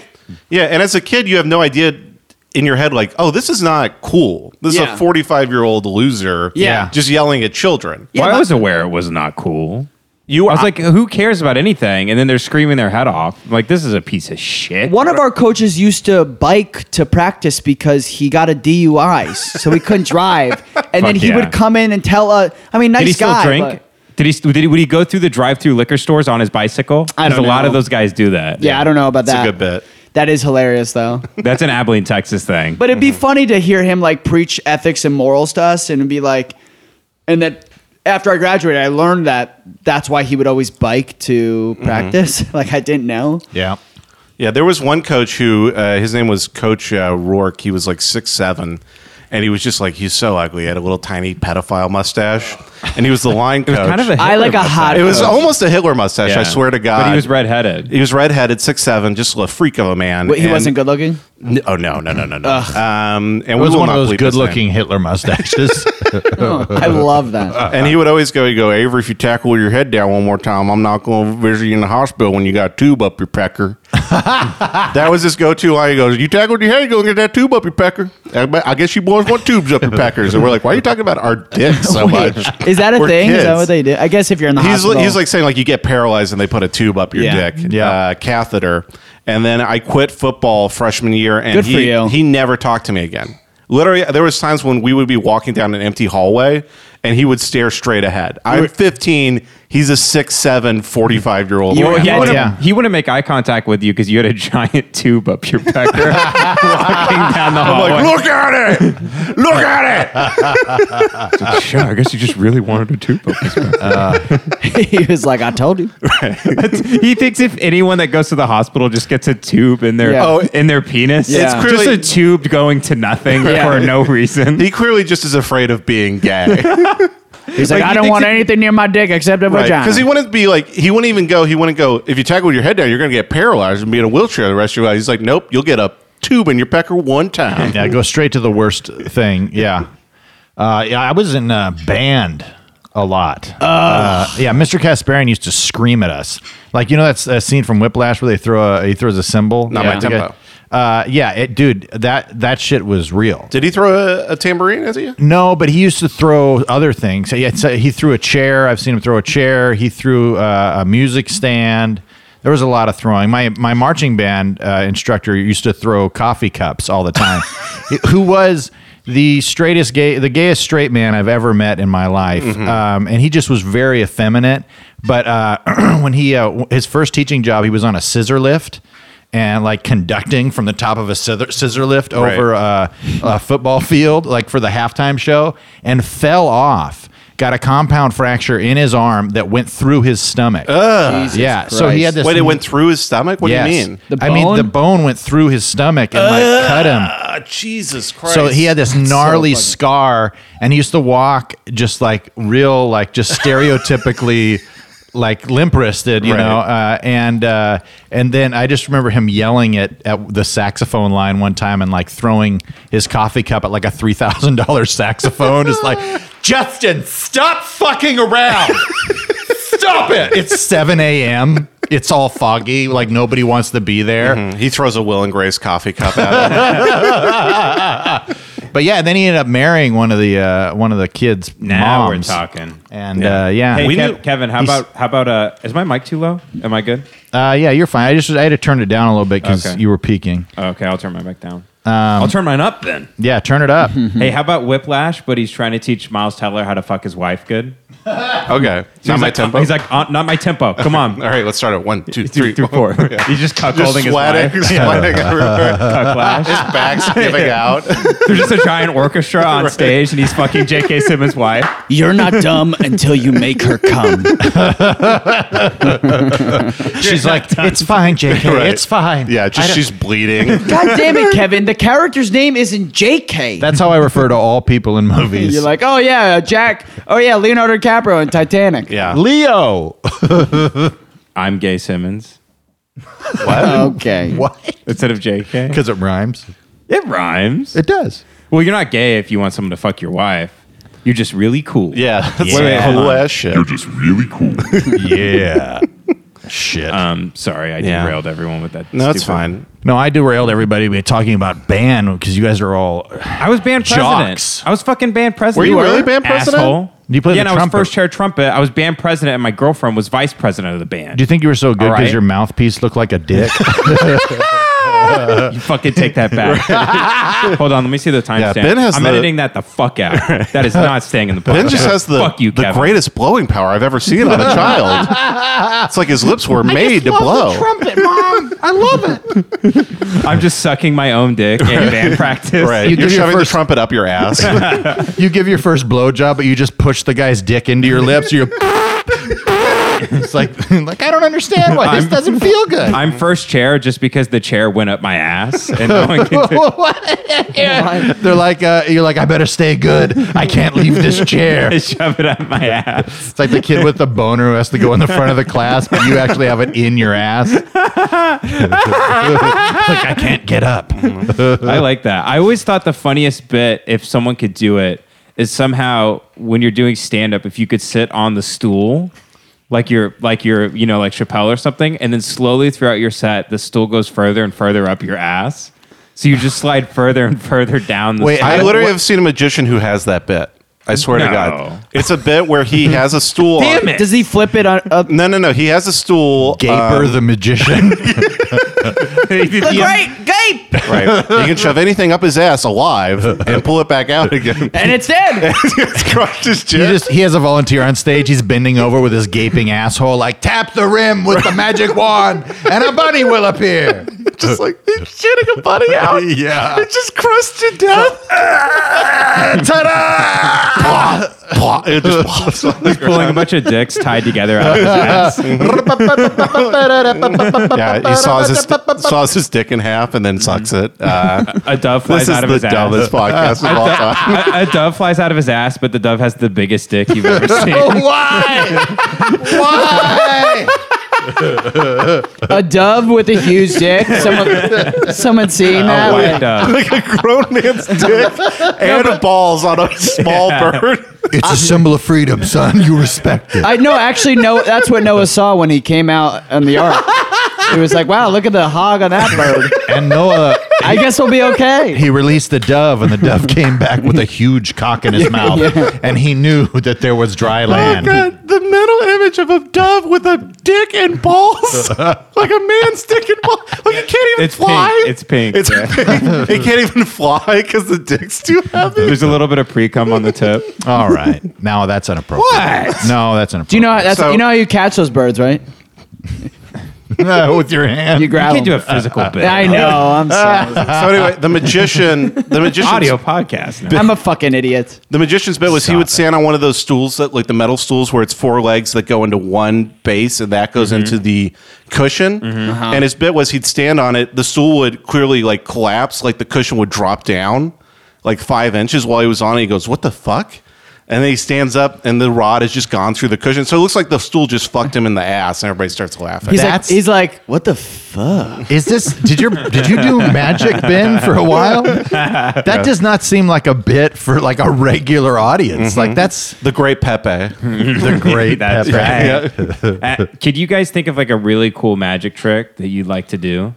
S2: yeah. And as a kid, you have no idea in your head, like, oh, this is not cool. This is
S1: Yeah.
S2: a 45 year old loser.
S1: Yeah.
S2: Just yelling at children.
S1: Yeah,
S7: well, I
S1: but-
S7: was aware it was not cool. You, I was like, who cares about anything? And then they're screaming their head off. like, this is a piece of shit.
S1: One of our coaches used to bike to practice because he got a DUI, so he couldn't drive. And then
S7: Fuck
S1: he
S7: yeah.
S1: would come in and tell us. I mean, nice
S7: Did he still
S1: guy.
S7: drink?
S1: but-
S7: Did he? Did he? Would he go through the drive-through liquor stores on his bicycle?
S1: I
S7: Because
S1: don't
S7: a lot
S1: know.
S7: of those guys do that.
S1: yeah, I don't know about
S2: It's
S1: that.
S2: a good bit.
S1: That is hilarious, though.
S7: that's an Abilene, Texas thing.
S1: But it'd be funny to hear him like preach ethics and morals to us, and it'd be like, and that after I graduated, I learned that that's why he would always bike to
S2: Mm-hmm.
S1: practice. like I didn't know.
S3: Yeah.
S2: Yeah. There was one coach who, uh, his name was Coach uh, Rourke. He was like six seven. And he was just like, he's so ugly. He had a little tiny pedophile mustache. And he was the line coach.
S7: it was kind of a.
S1: I
S7: Hitler
S1: like a
S7: mustache.
S1: hot.
S2: It was
S1: coach.
S2: almost a Hitler mustache,
S7: Yeah.
S2: I swear to God.
S7: But he was redheaded.
S2: He was redheaded, six seven, just a freak of a man.
S1: Wait, he
S2: And-
S1: wasn't good looking.
S2: N- oh no, no, no, no, no. Um, and
S3: It
S2: we
S3: was
S2: will
S3: one of
S2: not
S3: those
S2: bleep his
S3: good
S2: name.
S3: looking Hitler mustaches.
S1: Oh, I love that.
S2: And he would always go, he go, Avery, if you tackle your head down one more time, I'm not going to visit you in the hospital when you got a tube up your pecker. that was his go-to line. He goes, you tackled your head, you going to get that tube up your pecker. I bet- I guess you boys want tubes up your peckers. And we're like, why are you talking about our dicks so much?
S1: Is that a
S2: We're
S1: thing? Is that
S2: kids.
S1: what they do? I guess if you're in the
S2: He's,
S1: hospital,
S2: he's like saying like you get paralyzed and they put a tube up your
S1: Yeah.
S2: dick,
S3: Yeah.
S2: uh, catheter. And then I quit football freshman year, and
S1: Good for
S2: he
S1: you.
S2: he never talked to me again. Literally, there was times when we would be walking down an empty hallway, and he would stare straight ahead. I'm 15. He's a 6'7", 45 year old.
S7: You-
S2: man.
S7: he,
S1: yeah,
S7: wouldn't,
S3: yeah.
S7: he wouldn't make eye contact with you because you had a giant tube up your pecker walking down the hallway.
S2: Like, look at it! Look at it!
S7: sure, I guess you just really wanted a tube up his pecker.
S1: he was like, I told you.
S7: he thinks if anyone that goes to the hospital just gets a tube in their
S1: Yeah.
S7: oh, in their penis,
S1: Yeah. It's
S7: just
S2: clearly-
S7: a tube going to nothing for no reason.
S2: He clearly just is afraid of being gay.
S1: He's like,
S7: Like,
S1: I don't
S7: he thinks
S1: want
S7: it-
S1: anything near my dick except a vagina.
S2: Because he wouldn't be like, he wouldn't even go, he wouldn't go, if you tackle your head down, you're going to get paralyzed and be in a wheelchair the rest of your life. He's like, nope, you'll get a tube in your pecker one time.
S3: yeah, go straight to the worst thing. Yeah. Uh, yeah, I was in a uh, band. a lot. Uh, yeah, Mr. Kasparian used to scream at us. Like you know that's a scene from Whiplash where they throw a he throws a cymbal.
S2: Not
S3: yeah.
S2: my tempo.
S3: Uh, yeah, it, dude, that that shit was real.
S2: Did he throw a, a tambourine at you?
S3: No, but he used to throw other things. He, had- he threw a chair. I've seen him throw a chair. He threw uh, a music stand. There was a lot of throwing. My my marching band uh, instructor used to throw coffee cups all the time. who was the straightest gay, the gayest straight man I've ever met in my life, um, and he just was very effeminate. But uh, when he uh, w- his first teaching job, he was on a scissor lift and like conducting from the top of a scissor, scissor lift
S2: Right.
S3: over a, a football field, like for the halftime show, and fell off. Got a compound fracture in his arm that went through his stomach.
S1: Jesus
S3: yeah, so he had
S1: Christ.
S3: this.
S2: Wait, it went through his stomach? What do you
S3: Yes.
S2: mean?
S1: The
S3: I mean, the
S1: bone?
S3: bone went through his stomach and like cut him.
S2: Ah, Jesus Christ.
S3: So he had this gnarly scar, and he used to walk just like real, like just stereotypically, like limp wristed, you
S2: Right.
S3: know. Uh, and uh, and then I just remember him yelling at at the saxophone line one time, and like throwing his coffee cup at like a three thousand dollars saxophone, just like Justin, stop fucking around. Stop it! It's 7 a.m. It's all foggy. Like nobody wants to be there.
S2: Mm, He throws a Will and Grace coffee cup at him.
S3: But yeah, then he ended up marrying one of the uh, one of the kids'
S7: Now
S3: moms.
S7: we're talking.
S3: And yeah, uh, yeah,
S7: Hey,
S2: We
S7: Kev-
S2: knew-
S7: Kevin, how
S3: He's-
S7: about how about uh? Is my mic too low? Am I good?
S3: uh, yeah, you're fine. I just I had to turn it down a little bit because
S7: Okay.
S3: you were peeking.
S7: Oh, okay, I'll turn my mic down. I'll turn mine up then.
S3: Yeah, turn it up.
S7: Hey, how about Whiplash? But he's trying to teach Miles Teller how to fuck his wife good.
S2: Okay.
S7: he's
S2: not my
S7: like,
S2: tempo.
S7: He's like, uh, not my tempo. Come on.
S2: all right, let's start at one, two,
S7: Three,
S2: three,
S7: three, four.
S2: Yeah.
S7: He's just
S2: Just
S7: cuckolding
S2: sweating,
S7: his wife.
S2: sweating everywhere.
S7: Whiplash.
S2: His back's giving out.
S7: There's just a giant orchestra on stage, and he's fucking J.K. Simmons' wife.
S1: You're not dumb until you make her come.
S3: She's like, it's fine, JK.
S2: Right.
S3: It's fine.
S2: Yeah,
S3: I
S2: just
S3: don't-
S2: she's bleeding.
S1: God damn it, Kevin. The character's name isn't JK.
S3: That's how I refer to all people in movies.
S1: You're like, oh yeah, uh, Jack. Oh yeah, Leonardo DiCaprio in Titanic.
S2: Yeah.
S3: Leo.
S7: I'm Gay Simmons
S1: Okay.
S3: What?
S7: instead of J.K.
S3: Because it rhymes.
S7: It rhymes.
S3: It does.
S7: Well, you're not gay if you want someone to fuck your wife. You're just really cool.
S2: Yeah. That's
S7: Wait, wait, hold
S2: cool
S7: on.
S2: ass shit.
S6: You're just really cool.
S3: Yeah. Shit.
S7: Um, sorry, I
S2: Yeah.
S7: derailed everyone with that.
S2: No, it's
S7: stupid-
S2: fine.
S3: no, I derailed everybody by talking about ban because you guys are all.
S7: I was band president.
S3: Jocks.
S7: I was fucking band president.
S2: you really band president?
S7: Asshole.
S3: You played
S7: yeah,
S3: the
S7: and I was
S3: trumpet.
S7: first chair trumpet. I was band president, and my girlfriend was vice president of the band.
S3: Do you think you were so good
S7: All
S3: because
S7: right.
S3: your mouthpiece looked like a dick?
S7: You fucking take that back. Hold on, let me see the timestamp.
S2: Yeah, Ben has
S7: I'm
S2: the-
S7: editing that the fuck out. That is not staying in the podcast.
S2: Ben just has the,
S7: fuck you,
S2: the
S7: Kevin.
S2: greatest blowing power I've ever seen on a child. it's like his lips were made to blow.
S7: I'm just sucking my own dick in band practice.
S2: Right.
S3: You
S2: You are
S3: give your
S2: shoving
S3: first-
S2: the trumpet up your ass.
S3: you give your first blowjob, but you just push the guy's dick into your lips. You're it's like like I don't understand why this doesn't feel good.
S7: I'm first chair just because the chair went up my ass and no one can do
S3: They're like uh, you're like I better stay good. I can't leave this chair.
S7: I shove it up my ass.
S3: It's like the kid with the boner who has to go in the front of the class, but you actually have it in your ass. like I can't get up.
S7: I
S2: Uh,
S7: like that. I always thought the funniest bit, if someone could do it, is somehow when you're doing stand up, if you could sit on the stool, like you're like you're you know like Chappelle or something, and then slowly throughout your set, the stool goes further and further up your ass, so you just slide further and further down the.
S3: Wait,
S7: stool.
S2: I literally have seen a magician who has that bit. I swear
S7: No.
S2: to God. It's a bit where he has a stool.
S7: Damn
S2: on-
S7: it.
S1: Does he flip it on up?
S2: No, no, no. He has a stool. uh,
S3: Gaper the magician.
S1: Great gape,
S2: um, right. He can shove anything up his ass alive and pull it back out again.
S1: and it's dead.
S2: it's crushed his
S3: He
S2: chin.
S3: just he has a volunteer on stage. He's bending over with his gaping asshole, like tap the rim with the magic wand, and a bunny will appear.
S2: just like he's shitting a bunny out.
S3: Yeah.
S2: It just crushed to death. Ta-da! it just pops on the
S7: pulling a bunch of dicks tied together out of his ass?
S2: Yeah, he saws his, saws his dick in half and then sucks it. Uh,
S7: A dove flies
S2: this is
S7: out of
S2: the
S7: his ass.
S2: dumbest podcast of all time.
S7: A, a dove flies out of his ass, but the
S2: Oh,
S7: dove has the biggest dick you've ever seen.
S3: Why? Why?
S1: a dove with a huge dick. Someone, someone seeing that.
S7: white
S1: Like,
S7: dove.
S2: like a grown man's dick and a balls on a small bird.
S3: It's a symbol of freedom, son. You respect it.
S1: I know. Actually, no. That's what Noah saw when he came out on the ark. It was like, wow, look at the hog on that bird.
S3: And Noah,
S1: I guess we'll be okay.
S3: he released the dove, and the dove came back with a huge cock in his mouth, and he knew that there was dry land.
S2: the mental image of a dove with a dick and balls, like a man's dick and balls. Like you can't even
S7: It's pink. It's pink, yeah.
S2: pink. It can't even fly because the dick's too heavy.
S7: There's a little bit of pre cum on the tip.
S3: All right, now that's inappropriate.
S2: What?
S3: No, that's inappropriate.
S1: Do you know how, that's
S2: So-
S1: you know how you catch those birds, right?
S3: No, with your hand.
S1: You grab
S7: Can't do
S1: them.
S7: a physical bit.
S1: I know. I'm sorry.
S2: so anyway, the magician, the magician's,
S7: Audio podcast. now.
S1: I'm a fucking idiot.
S2: the magician's bit was he
S3: Stop
S2: would
S3: it.
S2: stand on one of those stools that, like the metal stools, where it's four legs that go into one base, and that goes into the cushion. And his bit was he'd stand on it, the stool would clearly like collapse, like the cushion would drop down, like five inches while he was on it. He goes, "What the fuck?" And then he stands up, and the rod has just gone through the cushion. So it looks like the stool just fucked him in the ass, and everybody starts laughing.
S1: He's
S3: That's-
S1: like, he's like, what the fuck?
S3: Is this did you did you do magic Ben for a while? That does not seem like a bit for like a regular audience. Like that's
S2: the great Pepe.
S3: the great
S7: That's
S3: Pepe.
S7: right. Uh, could you guys think of like a really cool magic trick that you'd like to do?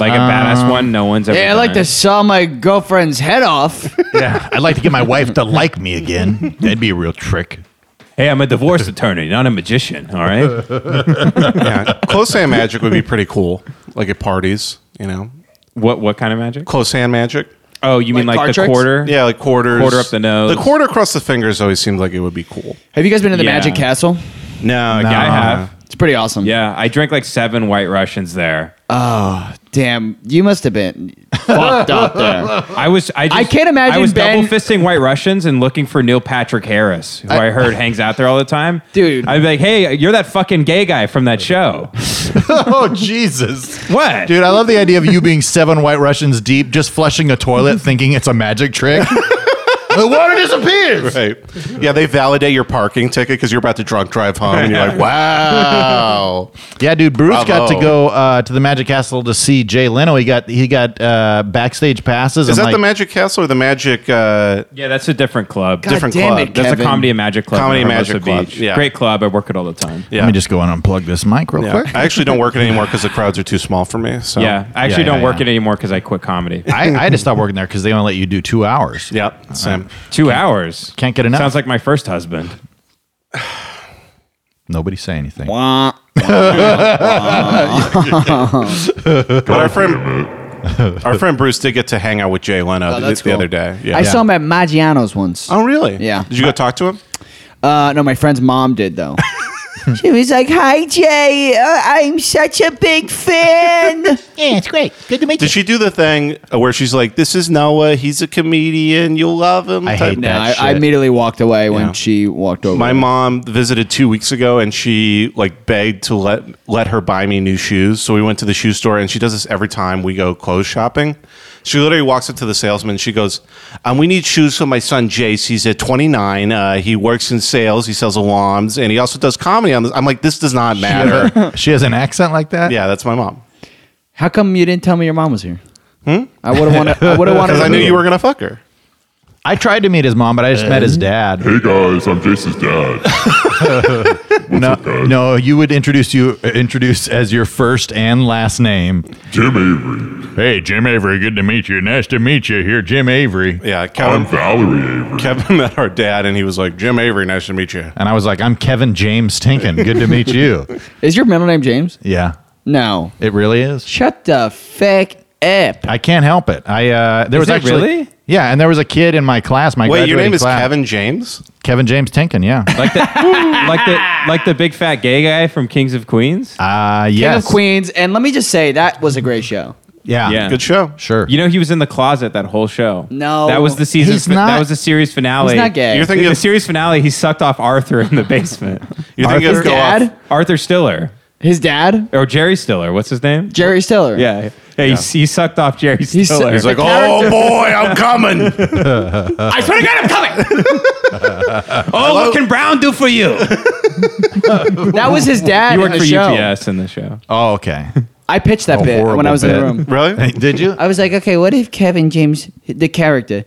S7: Like a badass one no one's ever
S1: Yeah, I like to
S7: done.
S1: saw my girlfriend's head off.
S3: Yeah. I'd like to get my wife to like me again. That'd be a real trick.
S7: Hey, I'm a divorce attorney, not a magician, all right?
S2: yeah. Close hand magic would be pretty cool, like at parties, you know.
S7: What what kind of magic?
S2: Close hand magic.
S7: Oh, you mean
S1: Like
S7: like
S1: card
S7: the
S1: tricks?
S7: quarter?
S2: Yeah, like quarters.
S7: Quarter up the nose.
S2: The quarter across the fingers always seemed like it would be cool.
S1: Have you guys been to the
S7: Yeah.
S1: Magic Castle?
S2: No,
S7: Yeah, I have.
S1: It's pretty awesome.
S7: Yeah, I drank like seven White Russians there.
S1: Damn, you must have been fucked up there.
S7: I was I, just,
S1: I can't imagine
S7: I was
S1: Ben-
S7: double fisting White Russians and looking for Neil Patrick Harris, who I, heard hangs out there all the time.
S1: Dude.
S7: I'd be like, "Hey, you're that fucking gay guy from that show."
S3: oh Jesus.
S7: What?
S3: Dude, I love the idea of you being seven white Russians deep, just flushing a toilet thinking it's a magic trick. the water disappears.
S2: Right. Yeah, they validate your parking ticket because you're about to drunk drive home, and you're like, "Wow,
S3: Yeah, dude, Bruce got
S2: Bravo.
S3: to go uh, to the Magic Castle to see Jay Leno. He got he got uh, backstage passes.
S2: is
S3: and,
S2: that the
S3: like-
S2: Magic Castle or the Magic uh,
S7: Yeah, that's a different club.
S1: God
S2: Different
S1: damn
S2: club.
S1: it,
S7: That's
S1: Kevin.
S7: a comedy and magic club.
S2: Comedy
S7: in
S2: and magic
S7: Hermosa
S2: club,
S7: Beach.
S2: yeah.
S7: Great club. I work it all the time.
S2: Yeah.
S3: Let me just go and unplug this mic real
S2: Yeah.
S3: quick.
S2: I actually don't work it anymore because the crowds are too small for me. So
S7: Yeah, I actually
S3: Yeah,
S7: don't
S3: yeah,
S7: work
S3: yeah.
S7: it anymore because I quit comedy.
S3: I, I had to stop working there because they only let you do two hours.
S2: Yep. Same.
S7: Two hours.
S3: Can't get enough.
S7: Sounds like my first husband.
S3: Nobody say anything.
S1: Wah.
S2: But our friend, our friend Bruce did get to hang out with Jay Leno
S1: Oh,
S2: the,
S1: that's
S2: the
S1: cool.
S2: other day. Yeah.
S1: I saw him at Maggiano's once.
S2: oh, really?
S1: Yeah.
S2: Did you go talk to him?
S1: Uh, no, my friend's mom did though. she was like, "Hi Jay, uh, I'm such a big fan."
S2: Did she do the thing where she's like, "This is Noah. He's a comedian. You'll love him."
S3: I
S2: type
S3: hate
S1: no,
S3: that
S1: I,
S3: shit.
S1: I immediately walked away when
S2: Yeah.
S1: she walked over.
S2: My mom visited two weeks ago, and she like begged to let let her buy me new shoes. So we went to the shoe store, and she does this every time we go clothes shopping. She literally walks up to the salesman. She goes, um, "We need shoes for my son Jace. He's at 29. Uh, he works in sales. He sells alarms, and he also does comedy on this." I'm like, "This does not matter."
S3: she has an accent like that.
S2: yeah, that's my mom.
S1: How come you didn't tell me your mom was here? I would have wanted. I would have wanted.
S2: Because Hmm? I
S1: to
S2: knew
S1: meet
S2: you
S1: her.
S2: were gonna fuck her.
S3: I tried to meet his mom, but I just met his dad.
S6: Hey guys, I'm Jace's dad.
S3: No, no, you would introduce you introduce as your first and last name.
S6: Jim Avery.
S8: Hey, Jim Avery, good to meet you. Nice to meet you here, Jim Avery.
S2: Yeah, Kevin.
S6: I'm Valerie Avery.
S2: Kevin met our dad, and he was like, "Jim Avery, nice to meet you."
S3: And I was like, I'm Kevin James Tinkin. Good to meet you.
S1: Is your middle name James?
S3: Yeah,
S1: No.
S3: it really is.
S1: Shut the fuck up.
S3: I can't help it. I uh, there was
S7: it
S3: actually
S7: really?
S3: yeah, and there was a kid in my class. My
S2: Wait, your
S3: graduating
S2: name is
S3: class-
S2: Kevin James?
S3: Kevin James Tinkin. Yeah,
S7: Like the like the like the big fat gay guy from Kings of Queens.
S3: uh, yes,
S1: King of Queens, and let me just say that was a great show.
S3: Yeah,
S7: Yeah.
S2: Good show.
S3: sure.
S7: You know he was in the closet that whole show.
S1: No.
S7: that was the season.
S3: He's
S7: fi-
S3: not-
S7: that was the series finale.
S1: He's not gay.
S2: You're
S7: The,
S2: thinking of
S7: series finale. He sucked off Arthur in the basement.
S2: You're thinking
S1: His
S2: of go off-
S1: dad?
S7: Arthur Stiller
S1: His dad?
S7: or Jerry Stiller. What's his name?
S1: Jerry Stiller.
S7: yeah. Yeah. He, he sucked off Jerry
S1: He's-
S7: Stiller.
S1: he's
S2: He's like,
S1: The
S2: oh boy, I'm coming.
S7: I swear to God, I'm coming. oh, what can Brown do for you?
S1: That was his dad.
S7: You
S1: in the
S7: worked for
S1: show.
S7: UPS in the show.
S3: Oh, okay.
S1: I pitched that
S3: A
S1: bit when I
S3: horrible
S1: was in
S3: bit.
S1: the room.
S2: Really?
S3: Did you?
S1: I was like, okay, what if Kevin James, the character,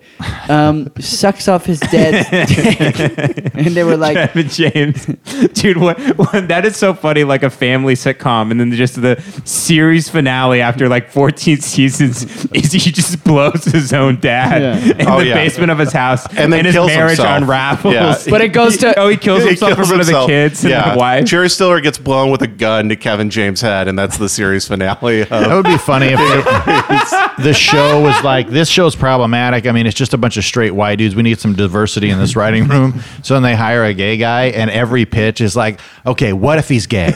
S1: um, sucks off his dad's dick? and they were like,
S7: Kevin James, dude, what, what? That is so funny. Like a family sitcom, and then just the series finale after like 14 seasons is he just blows his own dad
S1: Yeah.
S7: in
S2: Oh,
S7: the
S2: yeah.
S7: basement of his house,
S2: And then
S7: his
S2: kills
S7: marriage
S2: himself.
S7: unravels.
S2: Yeah.
S1: But it goes to-
S7: oh, he kills
S2: He
S7: himself
S2: kills
S7: for one of the
S2: himself.
S7: kids and the wife.
S2: Jerry Stiller gets blown with a gun to Kevin James' head, and that's the series finale. Of,
S3: That would be funny if it- the show was like, this show's problematic. I mean, it's just a bunch of straight white dudes. We need some diversity in this writing room. So then they hire a gay guy, and every pitch is like, okay, what if he's gay?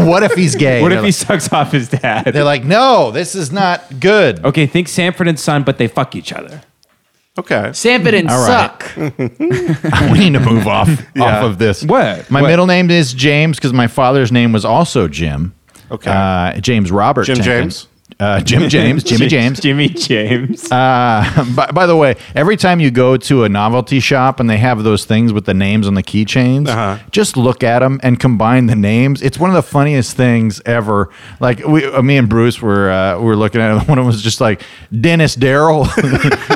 S3: what if he's gay?
S7: What
S3: They're
S7: if he
S3: like-
S7: sucks off his dad?
S3: They're like, no, this is not good.
S7: okay, think Sanford and Son, but they fuck each other.
S2: okay.
S1: Sanford and
S3: All right.
S1: suck.
S3: we need to move off off of this.
S7: What?
S3: My
S7: What?
S3: middle name is James because my father's name was also Jim.
S2: Okay.
S3: Uh, James Robert.
S2: Jim
S3: Tenken.
S2: James?
S3: Uh, Jim James. Jimmy James.
S7: Jimmy James.
S3: by, by the way, every time you go to a novelty shop and they have those things with the names on the keychains,
S2: Uh-huh.
S3: just look at them and combine the names. It's one of the funniest things ever. Like we, uh, me and Bruce were uh, were looking at it. One of them was just like Dennis Darrell.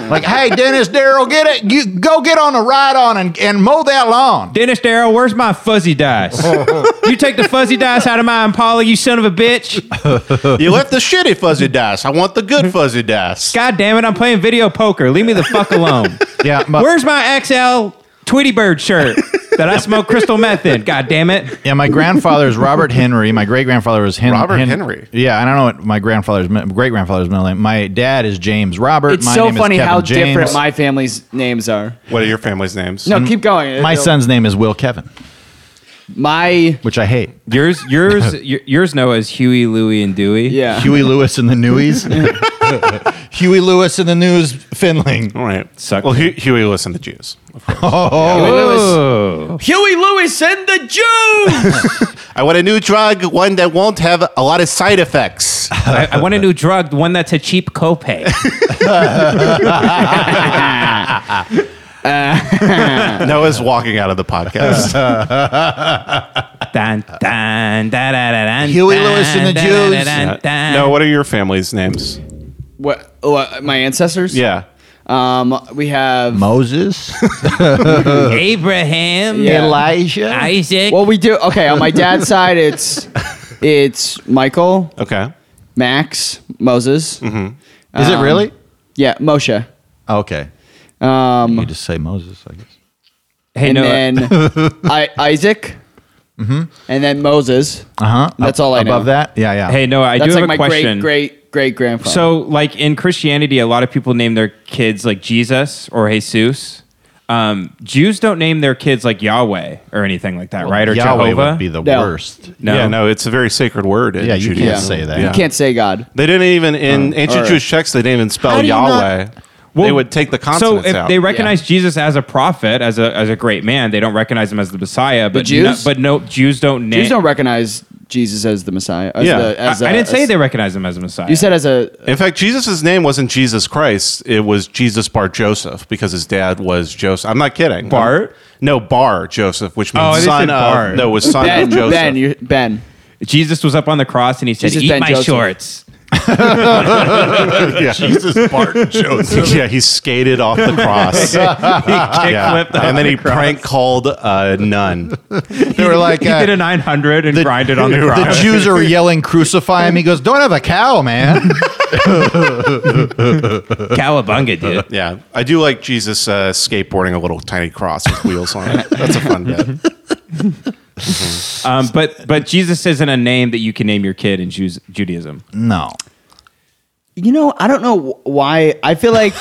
S3: like, hey, Dennis Darrell, get it, you go get on the ride on and, and mow that lawn.
S7: Dennis Darrow, where's my fuzzy dice? you take the fuzzy dice out of my Impala, you son of a bitch.
S2: You left the shitty fuzzy dice. I want the good fuzzy dice.
S7: God damn it, I'm playing video poker. Leave me the fuck alone.
S3: Yeah, my-
S7: Where's my XL Tweety Bird shirt that I smoke crystal meth in? God damn it.
S3: Yeah, my grandfather's Robert Henry. My great grandfather was Hen-
S2: Robert
S3: Hen-
S2: Henry.
S3: Yeah, I don't know what my grandfather's great grandfather's middle name. My dad is James Robert.
S1: It's
S3: my
S1: so
S3: name is
S1: funny
S3: Kevin
S1: how
S3: James.
S1: different my family's names are.
S2: What are your family's names?
S1: No, keep going.
S3: My
S1: It'll-
S3: son's name is Will Kevin,
S1: My
S3: which I hate.
S7: Yours, yours, y- yours, Noah, is Huey, Louie, and Dewey.
S1: yeah.
S3: Huey Lewis and the Newies. Huey Lewis and the News Finling. Oh,
S2: All right.
S7: Suck.
S2: Well, Hu- Huey Lewis and the Jews.
S1: Huey Lewis.
S7: Oh.
S1: Huey Lewis and the Jews.
S2: I want a new drug, one that won't have a lot of side effects.
S7: I, I want a new drug, the one that's a cheap copay.
S2: Noah's walking out of the podcast.
S7: dun, dun, da, da, da, dun,
S3: Huey
S7: dun,
S3: Lewis and the
S7: da, da, da,
S3: Jews.
S7: dun, dun.
S2: no, Uh, what are your family's names?
S1: what, what? My ancestors?
S2: Yeah.
S1: Um, we have.
S3: Moses,
S7: Abraham,
S1: Yeah.
S3: Elijah.
S7: Isaac.
S1: well, we do. Okay, on my dad's side, it's it's Michael,
S2: Okay.
S1: Max, Moses.
S3: Mm-hmm. Is it
S1: Um,
S3: really?
S1: Yeah, Moshe.
S3: Okay.
S1: Um,
S3: You just say Moses, I guess.
S7: hey,
S1: and
S7: Noah,
S1: then I, Isaac,
S3: Mm-hmm.
S1: and then Moses.
S3: Uh huh.
S1: That's all I know.
S3: Above that? Yeah, yeah.
S7: hey, Noah, I
S1: That's
S7: do
S1: like
S7: have
S1: my
S7: a question.
S1: great great great grandfather.
S7: So, like in Christianity, a lot of people name their kids like Jesus or Jesus. Um, Jews don't name their kids like Yahweh or anything like that, right? Or
S3: Yahweh
S7: Jehovah.
S3: would be the
S1: No.
S3: worst.
S7: no,
S2: Yeah, no, it's a very sacred word. in
S3: Yeah, you
S2: Judaism.
S3: can't say that.
S1: you can't say God.
S2: They didn't even
S1: Oh,
S2: in ancient
S1: alright.
S2: Jewish texts. They didn't even
S7: How
S2: spell
S7: do you not-
S2: Yahweh. they
S7: Well,
S2: would take the
S7: So
S2: consonants
S7: if
S2: out.
S7: they recognize Jesus as a prophet, as a as a great man, they don't recognize him as the Messiah. But
S1: Jews?
S7: no, but no, Jews don't name.
S1: Jews don't recognize Jesus as the Messiah. As
S2: Yeah.
S1: the, as
S7: I,
S1: a-
S7: I didn't say
S1: as-
S7: they recognize him as a Messiah.
S1: You said as a
S2: in fact, Jesus' name wasn't Jesus Christ. It was Jesus Bar Joseph because his dad was Joseph. I'm not kidding.
S7: Bart?
S2: No, Bar Joseph, which
S7: Oh,
S2: means
S7: they
S2: son
S7: said Bar.
S2: of. No, it was son
S1: Ben.
S2: of Joseph.
S1: Ben, you Ben.
S7: Jesus was up on the cross and he said,
S1: Jesus
S7: "Eat
S1: Ben
S7: my
S1: Joseph."
S7: shorts."
S2: yeah. Jesus Bart Joseph. yeah, he skated off the cross. yeah.
S7: Kickflipped off
S2: And then
S7: the
S2: he
S7: cross.
S2: prank called a nun.
S3: They were like,
S7: He
S3: uh,
S7: did a nine hundred and
S3: the-
S7: grinded on the cross.
S3: The Jews are yelling, crucify him. He goes, don't have a cow, man.
S7: Cowabunga, dude.
S2: Yeah, I do like Jesus uh, skateboarding a little tiny cross with wheels on it. That's a fun bit.
S7: Um, but but Jesus isn't a name that you can name your kid in Jews, Judaism.
S3: no.
S1: You know, I don't know wh- why. I feel like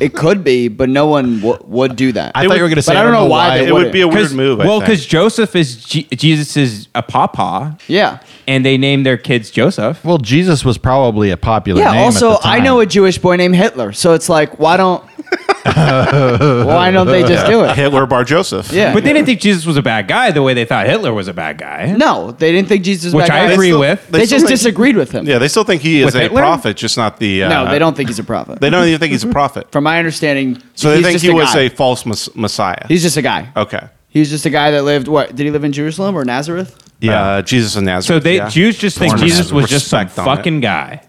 S1: it could be, but no one w- would do that.
S3: I thought you were going to say,
S1: but I don't know why
S2: It
S1: they
S2: would be a weird
S7: 'Cause-
S2: move. I
S7: Well,
S2: think.
S7: because Joseph is G- Jesus's a papa,
S1: yeah.
S7: and they named their kids Joseph.
S3: Well, Jesus was probably a popular
S1: Yeah.
S3: name at
S1: Also,
S3: the
S1: I
S3: time.
S1: know a Jewish boy named Hitler, so it's like, why don't? why don't they just do it?
S2: Hitler Bar Joseph.
S1: Yeah.
S7: But they didn't think Jesus was a bad guy the way they thought Hitler was a bad guy.
S1: No, they didn't think Jesus. was
S7: Which
S1: that
S7: I
S1: guy.
S7: agree
S1: They,
S2: still-
S7: with.
S2: they
S1: just
S2: still-
S1: disagreed with him.
S2: Yeah, they still think he is
S7: With
S2: a
S7: Hitler?
S2: prophet, just not the. Uh,
S1: No, they don't think he's a prophet.
S2: They don't even think he's a prophet.
S1: From my understanding,
S2: so they
S1: he's
S2: think
S1: just
S2: he was Oh.
S1: guy.
S2: a false mes- messiah.
S1: He's just a guy.
S2: okay.
S1: He was just a guy that lived. What did he live in Jerusalem or Nazareth?
S2: Yeah, uh, Jesus of Nazareth.
S7: So they
S2: yeah.
S7: Jews just think
S2: Born
S7: Jesus
S2: in
S7: was just some
S2: respect on it.
S7: fucking guy.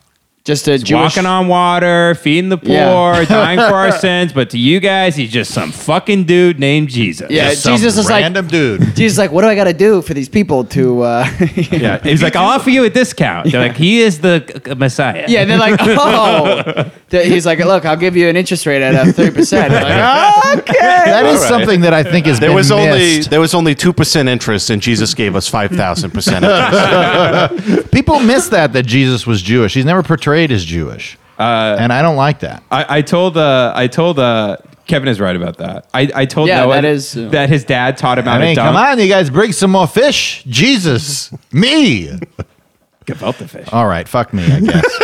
S1: Just a Jewish.
S7: Walking on water, feeding the poor,
S1: Yeah.
S7: dying for our sins, but to you guys, he's just some fucking dude named Jesus.
S1: yeah,
S3: Just some
S1: Jesus is like
S3: random dude.
S1: Jesus. Is like, what do I got to do for these people to? uh
S7: Yeah. He's like, I'll offer you a discount. They're like, he is the uh, Messiah.
S1: Yeah, they're like, oh. Th- He's like, look, I'll give you an interest rate at a three percent. Okay.
S3: That is
S2: All right.
S3: something that I think is
S2: There was only
S3: missed.
S2: there was only two percent interest, and Jesus gave us five thousand percent.
S3: people miss that that Jesus was Jewish. He's never portrayed as Jewish, and I don't like that.
S7: I, I told uh, I told uh, Kevin is right about that. I, I told
S1: Yeah,
S7: Noah
S1: that is, uh,
S7: that his dad taught him how
S3: I
S7: to
S3: mean,
S7: dunk.
S3: come on, you guys, bring some more fish. Jesus, me.
S7: About the fish.
S3: All right, fuck me, I guess.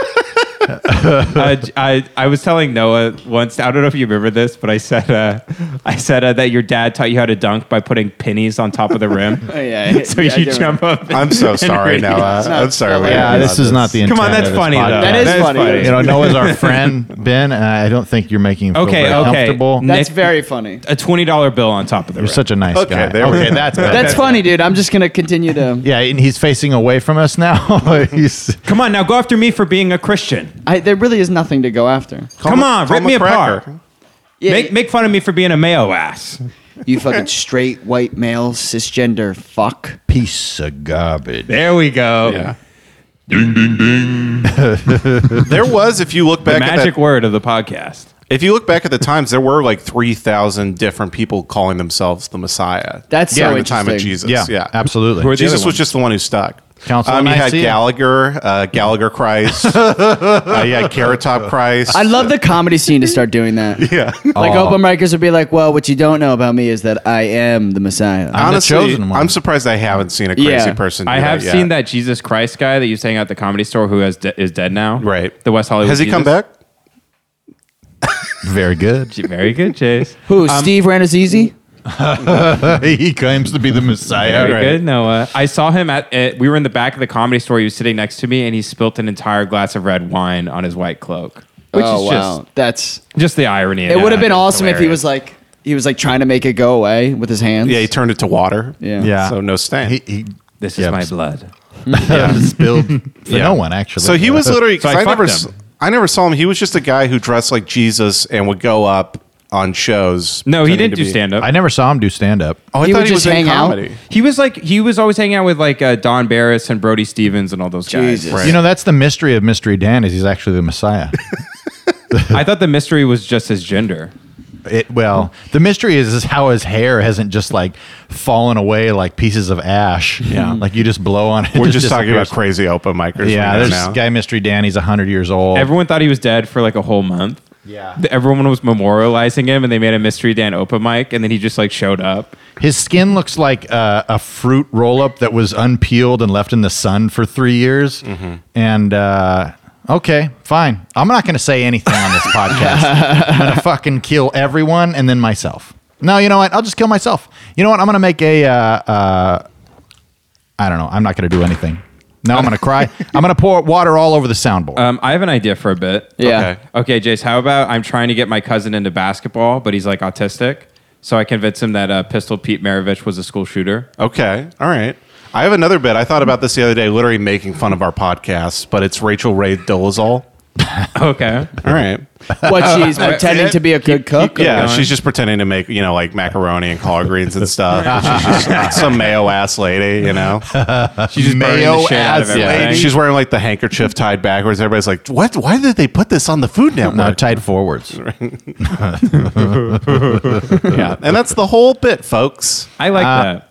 S7: uh, J- I, I was telling Noah once. I don't know if you remember this, but I said uh, I said uh, that your dad taught you how to dunk by putting pennies on top of the rim.
S1: Oh, yeah.
S7: so
S1: Yeah, I
S7: you
S1: do
S7: jump up.
S2: I'm so sorry now. I'm sorry. we
S3: yeah,
S2: didn't
S3: this is not the
S7: Come
S3: intent
S7: on, that's
S3: of this
S7: funny
S3: podcast.
S7: though.
S1: That is funny.
S3: You know, Noah's our friend Ben, and I don't think you're making him feel
S7: Okay,
S3: very
S7: okay.
S3: comfortable.
S7: No,
S1: That's
S7: Nick-
S1: very funny.
S7: a twenty dollar bill on top of the
S3: You're
S7: rim.
S3: such a nice guy.
S2: there we
S3: okay,
S2: go.
S3: that's better.
S1: That's funny, dude. I'm just gonna continue to.
S3: Yeah, and he's facing away from us now. he's
S7: Come on, now go after me for being a Christian.
S1: I, there really is nothing to go after.
S7: Come
S2: him a-
S7: on,
S2: call
S7: rip
S2: him a
S7: me
S2: cracker.
S7: apart. Make make fun of me for being a mayo ass.
S1: you fucking straight white male cisgender fuck.
S3: piece of garbage.
S7: There we go.
S6: Ding, ding, ding.
S2: There was, if you look
S7: The
S2: back, at
S7: magic
S2: that,
S7: word of the podcast.
S2: if you look back at the times, there were like three thousand different people calling themselves the Messiah.
S1: That's
S2: during
S1: so
S2: the time of
S1: interesting.
S2: Jesus.
S3: Yeah,
S2: yeah,
S3: absolutely.
S7: Who are the
S2: Jesus
S7: other
S2: was
S7: ones?
S2: just the one who stuck.
S3: Council
S2: um, you
S3: of
S2: had
S3: Nicaea.
S2: Gallagher, uh, Gallagher Christ. uh, you had Carrot Top Christ.
S1: I love the comedy scene to start doing that.
S2: Yeah.
S1: Like
S3: Aw.
S1: open micers would be like, "Well, what you don't know about me is that I am the Messiah."
S3: I'm the
S2: Honestly,
S3: chosen one.
S2: I'm surprised I haven't seen a crazy
S1: Yeah.
S2: person. Do
S7: I have
S2: that yet.
S7: seen that Jesus Christ guy that you sang at the comedy store who has de- is dead now.
S2: Right.
S7: The West Hollywood.
S2: Has he come
S7: Jesus.
S2: back?
S3: Very good.
S7: Very good, Chase.
S1: Who? Steve Ranazizi?
S3: he claims to be the Messiah.
S7: Very
S3: right?
S7: good, Noah. I saw him at, at. We were in the back of the comedy store. He was sitting next to me, and he spilt an entire glass of red wine on his white cloak, which
S1: oh
S7: is
S1: wow, that's.
S7: just just the irony.
S1: It would have been awesome if he was like he was like trying to make it go away with his hands.
S2: Yeah, he turned it to water.
S1: yeah.
S3: Yeah.
S2: So no stain.
S3: He, he
S7: "This is
S3: Yeah,
S7: my
S3: s-
S7: blood."
S3: spilled for no one actually.
S2: So he was literally.
S7: So I
S2: I,
S7: fucked
S2: never,
S7: him.
S2: s- I never saw him. He was just a guy who dressed like Jesus and would go up on shows.
S7: No, he
S2: pretending
S7: didn't
S2: to
S7: do
S2: be-
S7: stand up.
S3: I never saw him do stand up.
S2: Oh, I
S1: He
S2: thought
S1: would
S2: he
S1: just
S2: was in
S1: hang out.
S2: comedy.
S7: He was like he was always hanging out with like uh, Don Barris and Brody Stevens and all those
S1: Jesus.
S7: guys.
S3: You know, that's the mystery of Mystery Dan is he's actually the Messiah.
S7: I thought the mystery was just his gender.
S3: It, well, the mystery is, is how his hair hasn't just like fallen away like pieces of ash. Yeah, like you just blow on it. it
S2: We're just talking about
S3: disappears.
S2: crazy open micers.
S3: Yeah,
S2: we know
S3: there's
S2: now.
S3: this guy Mystery Dan. He's hundred years old.
S7: Everyone thought he was dead for like a whole month.
S3: Yeah.
S7: The- Everyone was memorializing him, and they made a mystery Dan open mic, and then he just like showed up.
S3: His skin looks like uh, a fruit roll up that was unpeeled and left in the sun for three years.
S7: Mm-hmm.
S3: And uh, okay, fine. I'm not going to say anything on this podcast. I'm going to fucking kill everyone and then myself. No, you know what? I'll just kill myself. You know what? I'm going to make a. Uh, uh, I don't know. I'm not going to do anything. No, I'm going to cry. I'm going to pour water all over the soundboard.
S7: Um, I have an idea for a bit.
S1: Yeah.
S2: Okay.
S7: Okay, Jace, how about I'm trying to get my cousin into basketball, but he's like autistic. So I convince him that uh, Pistol Pete Maravich was a school shooter.
S2: Okay. All right. I have another bit. I thought about this the other day, literally making fun of our podcast, but it's Rachel Ray Dolezal. All
S7: Okay.
S2: right.
S1: What she's pretending to be a good cook.
S2: Yeah,
S7: going.
S2: she's just pretending to make, you know, like macaroni and collard greens and stuff. but she's just like some mayo ass lady, you know?
S7: She's just burning the
S3: Mayo
S7: shit out
S3: ass
S7: of
S3: lady.
S7: everything.
S2: She's wearing like the handkerchief tied backwards. Everybody's like, what? Why did they put this on the Food Network?
S3: no, tied forwards.
S2: yeah. And that's the whole bit, folks.
S7: I like
S3: Uh,
S7: that.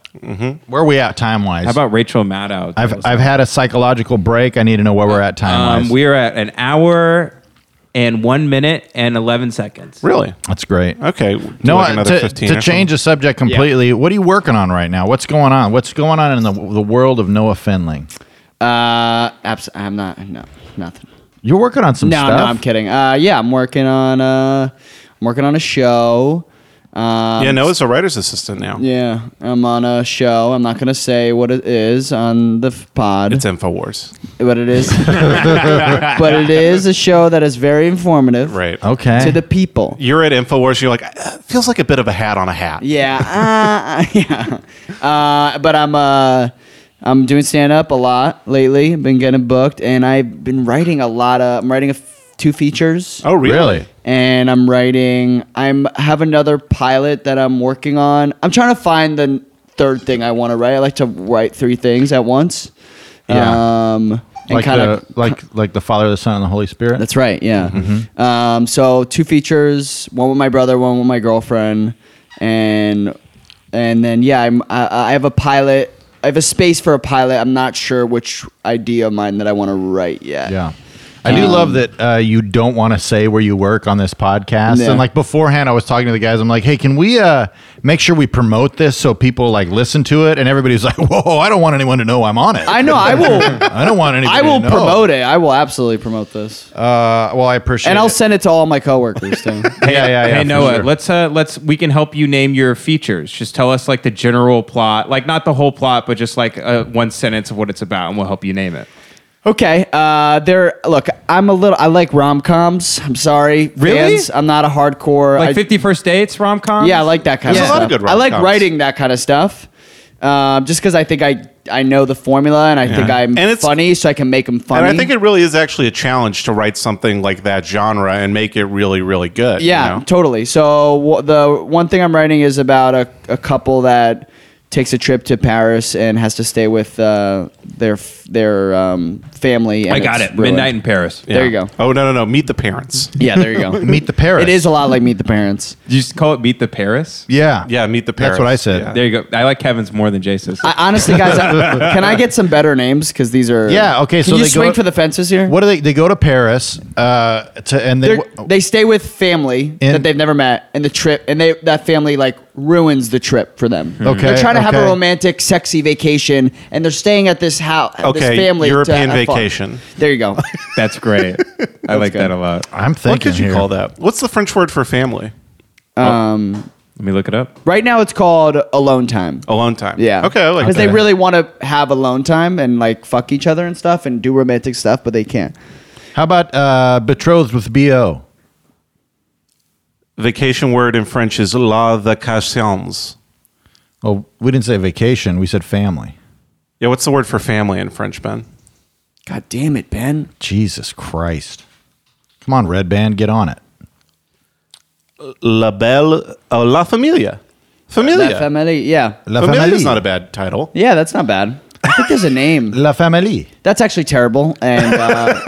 S3: Where are we at time wise?
S7: How about Rachel Maddow?
S3: I've, I've had a psychological break. I need to know where we're at time
S7: um,
S3: wise.
S7: we are at an hour and one minute and 11 seconds.
S2: Really?
S3: That's great.
S2: Okay. do
S3: No,
S2: like
S3: uh,
S2: another
S3: to,
S2: 15
S3: to
S2: or
S3: change the subject completely, what are you working on right now? What's going on? What's going on in the, the world of Noah Finling?
S1: Uh, abs- I'm not. No, nothing.
S3: You're working on some
S1: No,
S3: stuff.
S1: no, I'm kidding. Uh, yeah, I'm working on uh, I'm working on a show.
S2: yeah, no, it's a writer's assistant now.
S1: Yeah, I'm on a show. I'm not gonna say what it is on the f- pod.
S2: It's Infowars,
S1: what it is, but it is a show that is very informative.
S2: right?
S3: Okay.
S1: To the people.
S2: You're at Infowars. You're like, "Uh, feels like a bit of a hat on a hat.
S1: Yeah, uh, yeah. Uh, but I'm uh, I'm doing stand up a lot lately. Been getting booked, and I've been writing a lot of. I'm writing a f- two features.
S2: Oh, really?
S3: Really?
S1: and I'm writing. I'm have another pilot that I'm working on. I'm trying to find the third thing I want to write. I like to write three things at once.
S3: Yeah.
S1: Um, and
S3: like
S1: kind of
S3: the, like like the Father, the Son, and the Holy Spirit.
S1: that's right. Yeah.
S3: Mm-hmm.
S1: Um, so two features, one with my brother, one with my girlfriend, and and then yeah, I'm I, I have a pilot. I have a space for a pilot. I'm not sure which idea of mine that I want to write yet.
S3: Yeah. I
S1: Um,
S3: do love that uh, you don't want to say where you work on this podcast.
S1: Yeah.
S3: And like beforehand, I was talking to the guys. I'm like, hey, can we uh, make sure we promote this so people like listen to it? And everybody's like, whoa, I don't want anyone to know I'm on it.
S1: I know. I will.
S3: I don't want anybody.
S1: I will
S3: to know.
S1: promote it. I will absolutely promote this,
S3: Uh, well, I appreciate.
S1: and I'll
S3: it.
S1: send it to all my coworkers too.
S3: yeah, yeah, yeah.
S7: hey
S3: for
S7: Noah,
S3: sure.
S7: let's uh let's we can help you name your features. Just tell us like the general plot, like not the whole plot, but just like uh, one sentence of what it's about, and we'll help you name it.
S1: Okay. Uh, there. Look, I'm a little. I like rom coms. I'm sorry,
S7: Really?
S1: fans. I'm not a hardcore.
S7: Like
S1: I-
S7: Fifty First Dates rom com.
S1: Yeah, I like that kind of
S2: There's a lot
S1: stuff.
S2: of good
S1: I like
S2: rom-coms.
S1: writing that kind of stuff. Um, just because I think I I know the formula and I think I'm
S2: And it's-
S1: funny, so I can make them funny.
S2: And I think it really is actually a challenge to write something like that genre and make it really, really good. you
S1: yeah,
S2: know?
S1: totally. So w- the one thing I'm writing is about a, a couple that takes a trip to Paris and has to stay with uh, their f- their um, family. And
S7: I got
S1: it's
S7: it.
S1: ruined.
S7: Midnight in Paris.
S2: Yeah.
S1: There you go.
S2: Oh no, no, no! Meet the parents.
S1: Yeah, there you go.
S3: meet the Paris.
S1: It is a lot like Meet the Parents.
S7: Did you just call it Meet the Paris?
S3: Yeah.
S2: Yeah, meet the parents.
S3: That's what I said.
S2: Yeah.
S7: There you go. I like Kevin's more than Jason's.
S1: I, honestly, guys, I, can I get some better names? Because these are
S3: Yeah, okay,
S1: Can
S3: so
S1: you
S3: they go-
S1: swing for the fences here?
S3: What do they? They go to Paris uh, to and they.
S1: They're- they stay with family
S3: In-
S1: that they've never met, and the trip, and they that family like ruins the trip for them.
S3: Hmm. Okay,
S1: they're trying to have a
S3: okay.
S1: romantic, sexy vacation, and they're staying at this house.
S2: Okay,
S1: this family to
S2: European
S1: have fun.
S2: vacation.
S1: There you go.
S7: That's great. I like
S1: good.
S7: that a lot.
S3: I'm thinking.
S2: What could you
S3: here.
S2: call that? What's the French word for family?
S7: Let me look it up.
S1: right now, it's called alone time.
S2: Alone time.
S1: Yeah.
S2: Okay, I like
S1: because
S2: that.
S1: they really want to have alone time and like fuck each other and stuff and do romantic stuff, but they can't.
S3: How about uh, betrothed with bo?
S2: Vacation word in French is la vacations.
S3: Well, we didn't say vacation. We said family.
S2: Yeah, what's the word for family in French, Ben?
S1: God damn it, Ben!
S3: Jesus Christ. Come on, Red Band, get on it.
S2: La belle, oh, la familia.
S1: La
S2: Familia.
S1: family, E. yeah,
S3: La
S2: familia
S3: famille.
S2: is not a bad title.
S1: yeah, that's not bad. I think there's a name.
S3: La famille.
S1: That's actually terrible. And uh,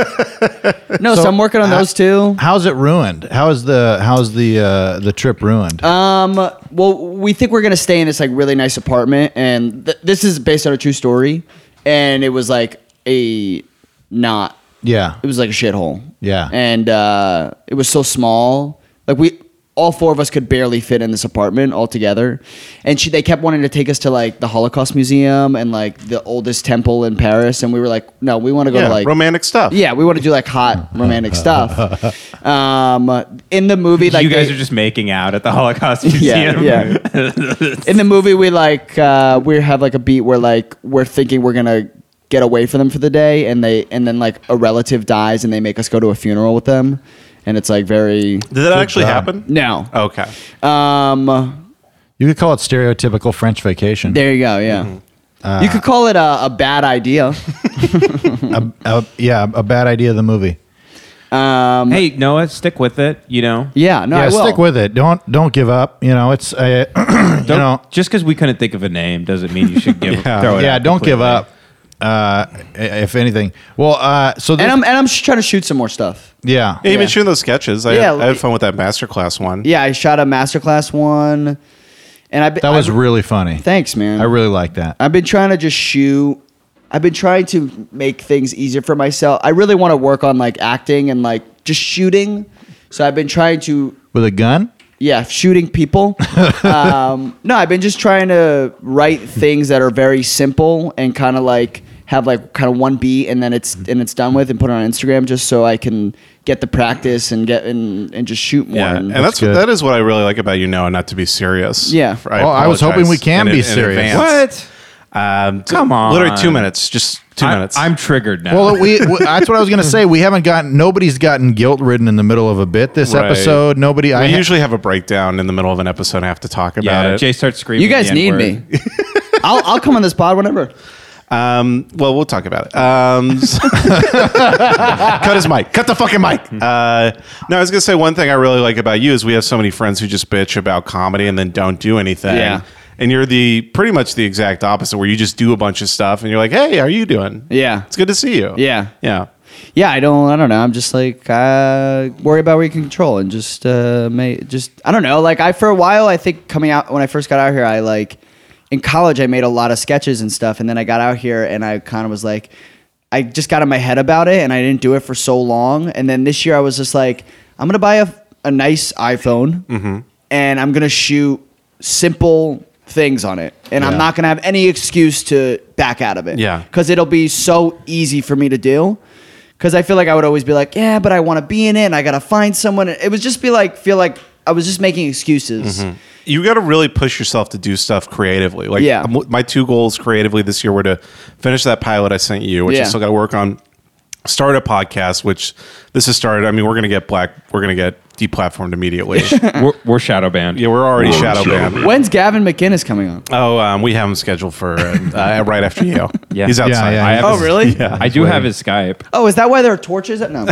S1: no, so,
S3: So,
S1: I'm working on those two.
S3: uh, How's it ruined? How is the how's the uh, the trip ruined?
S1: Um, well, we think we're gonna stay in this like really nice apartment, and th- this is based on a true story, and it was like a not.
S3: yeah.
S1: It was like a shithole.
S3: Yeah.
S1: and uh, it was so small. Like we. All four of us could barely fit in this apartment altogether, and she they kept wanting to take us to like the Holocaust Museum and like the oldest temple in Paris, and we were like, no, we want to go
S2: Yeah,
S1: to like
S2: romantic stuff.
S1: Yeah, we want to do like hot romantic stuff. Um, in the movie, like
S7: you guys
S1: they-
S7: are just making out at the Holocaust
S1: Yeah,
S7: Museum. yeah.
S1: in the movie, we like uh, we have like a beat where like we're thinking we're gonna get away from them for the day, and they and then like a relative dies, and they make us go to a funeral with them, and it's like very
S2: Did that actually
S3: job.
S2: happen?
S1: no.
S7: Oh.
S2: Okay.
S1: Um,
S3: You could call it stereotypical French vacation.
S1: there you go. Yeah,
S7: Mm-hmm.
S1: you could call it a, a bad idea.
S3: Uh, yeah, a bad idea of the movie.
S1: Um,
S7: hey, Noah, stick with it. You know,
S1: yeah, no, I
S3: yeah,
S1: will.
S3: stick with it. Don't don't give up. You know, it's uh, you
S7: Don't-
S3: know,
S7: just because we couldn't think of a name doesn't mean you should give
S3: yeah,
S7: throw it.
S3: yeah,
S7: out
S3: don't give
S7: completely.
S3: up. Uh, if anything, well, uh, so this,
S1: and I'm and I'm sh- trying to shoot some more stuff.
S3: yeah,
S2: Yeah, you've been shooting those sketches. I,
S1: Yeah,
S2: had, I had fun with that masterclass one.
S1: Yeah, I shot a masterclass one, and I
S3: that was really funny.
S1: thanks, man.
S3: I really like that.
S1: I've been trying to just shoot. I've been trying to make things easier for myself. I really want to work on like acting and like just shooting. So I've been trying to,
S3: With a gun.
S1: yeah, shooting people. um, no, I've been just trying to write things that are very simple and kind of like have like kind of one beat and then it's and it's done with and put it on Instagram just so I can get the practice and get and, and just shoot more.
S2: Yeah, and
S1: and-
S2: that's,
S3: good.
S2: that is what I really like about you, Noah. Not to be serious.
S1: Yeah.
S3: Oh, I
S2: apologize
S3: was hoping we can
S2: in-
S3: be
S2: in
S3: serious.
S2: advance.
S7: What?
S2: Um, t-
S7: Come on.
S2: Literally two minutes. Just 2
S7: I,
S2: minutes.
S7: I'm triggered now.
S3: Well, we, w that's what I was gonna say. We haven't gotten nobody's gotten guilt ridden in the middle of a bit this
S2: Right.
S3: episode. Nobody.
S2: I
S3: I ha-
S2: usually have a breakdown in the middle of an episode. I have to talk about
S7: yeah,
S2: it.
S7: Jay starts screaming.
S1: you guys
S7: the
S1: need me.
S7: N-word.
S1: I'll I'll come on this pod whenever.
S2: Um, well, we'll talk about it. Um, so- cut his mic. Cut the fucking mic.
S1: Hmm.
S2: Uh, no, I was gonna say one thing I really like about you is we have so many friends who just bitch about comedy and then don't do anything.
S1: Yeah.
S2: And you're the pretty much the exact opposite, where you just do a bunch of stuff and you're like, "Hey, how are you doing?
S1: Yeah.
S2: it's good to see you.
S1: Yeah.
S2: yeah,
S1: Yeah, I don't. I don't know. I'm just like uh, worry about what you can control and just uh, may just. I don't know. Like I for a while, I think coming out when I first got out here, I like in college I made a lot of sketches and stuff, and then I got out here and I kind of was like, I just got in my head about it, and I didn't do it for so long, and then this year I was just like, I'm gonna buy a a nice iPhone, and I'm gonna shoot simple things on it, and I'm not gonna have any excuse to back out of it
S2: Yeah.
S1: because it'll be so easy for me to do. Because I feel like I would always be like, yeah, but I want to be in it. and I gotta find someone. It was just be like, feel like I was just making excuses.
S2: you got to really push yourself to do stuff creatively. Like,
S1: Yeah.
S2: I'm- my two goals creatively this year were to finish that pilot I sent you, which
S1: Yeah.
S2: I still got to work on. Start a podcast, which this has started. I mean, we're gonna get black. We're gonna get deplatformed immediately.
S7: we're, we're shadow banned.
S2: yeah, we're already shadow
S6: shadow
S2: banned.
S1: When's Gavin McInnes coming on?
S2: Oh, um, we have him scheduled for uh, uh, right after you.
S7: Yeah.
S2: he's
S7: Yeah,
S2: outside.
S3: yeah,
S7: I have
S1: Oh,
S7: his-
S1: really?
S7: I do have his Skype.
S1: Oh, is that why there are torches? At- no.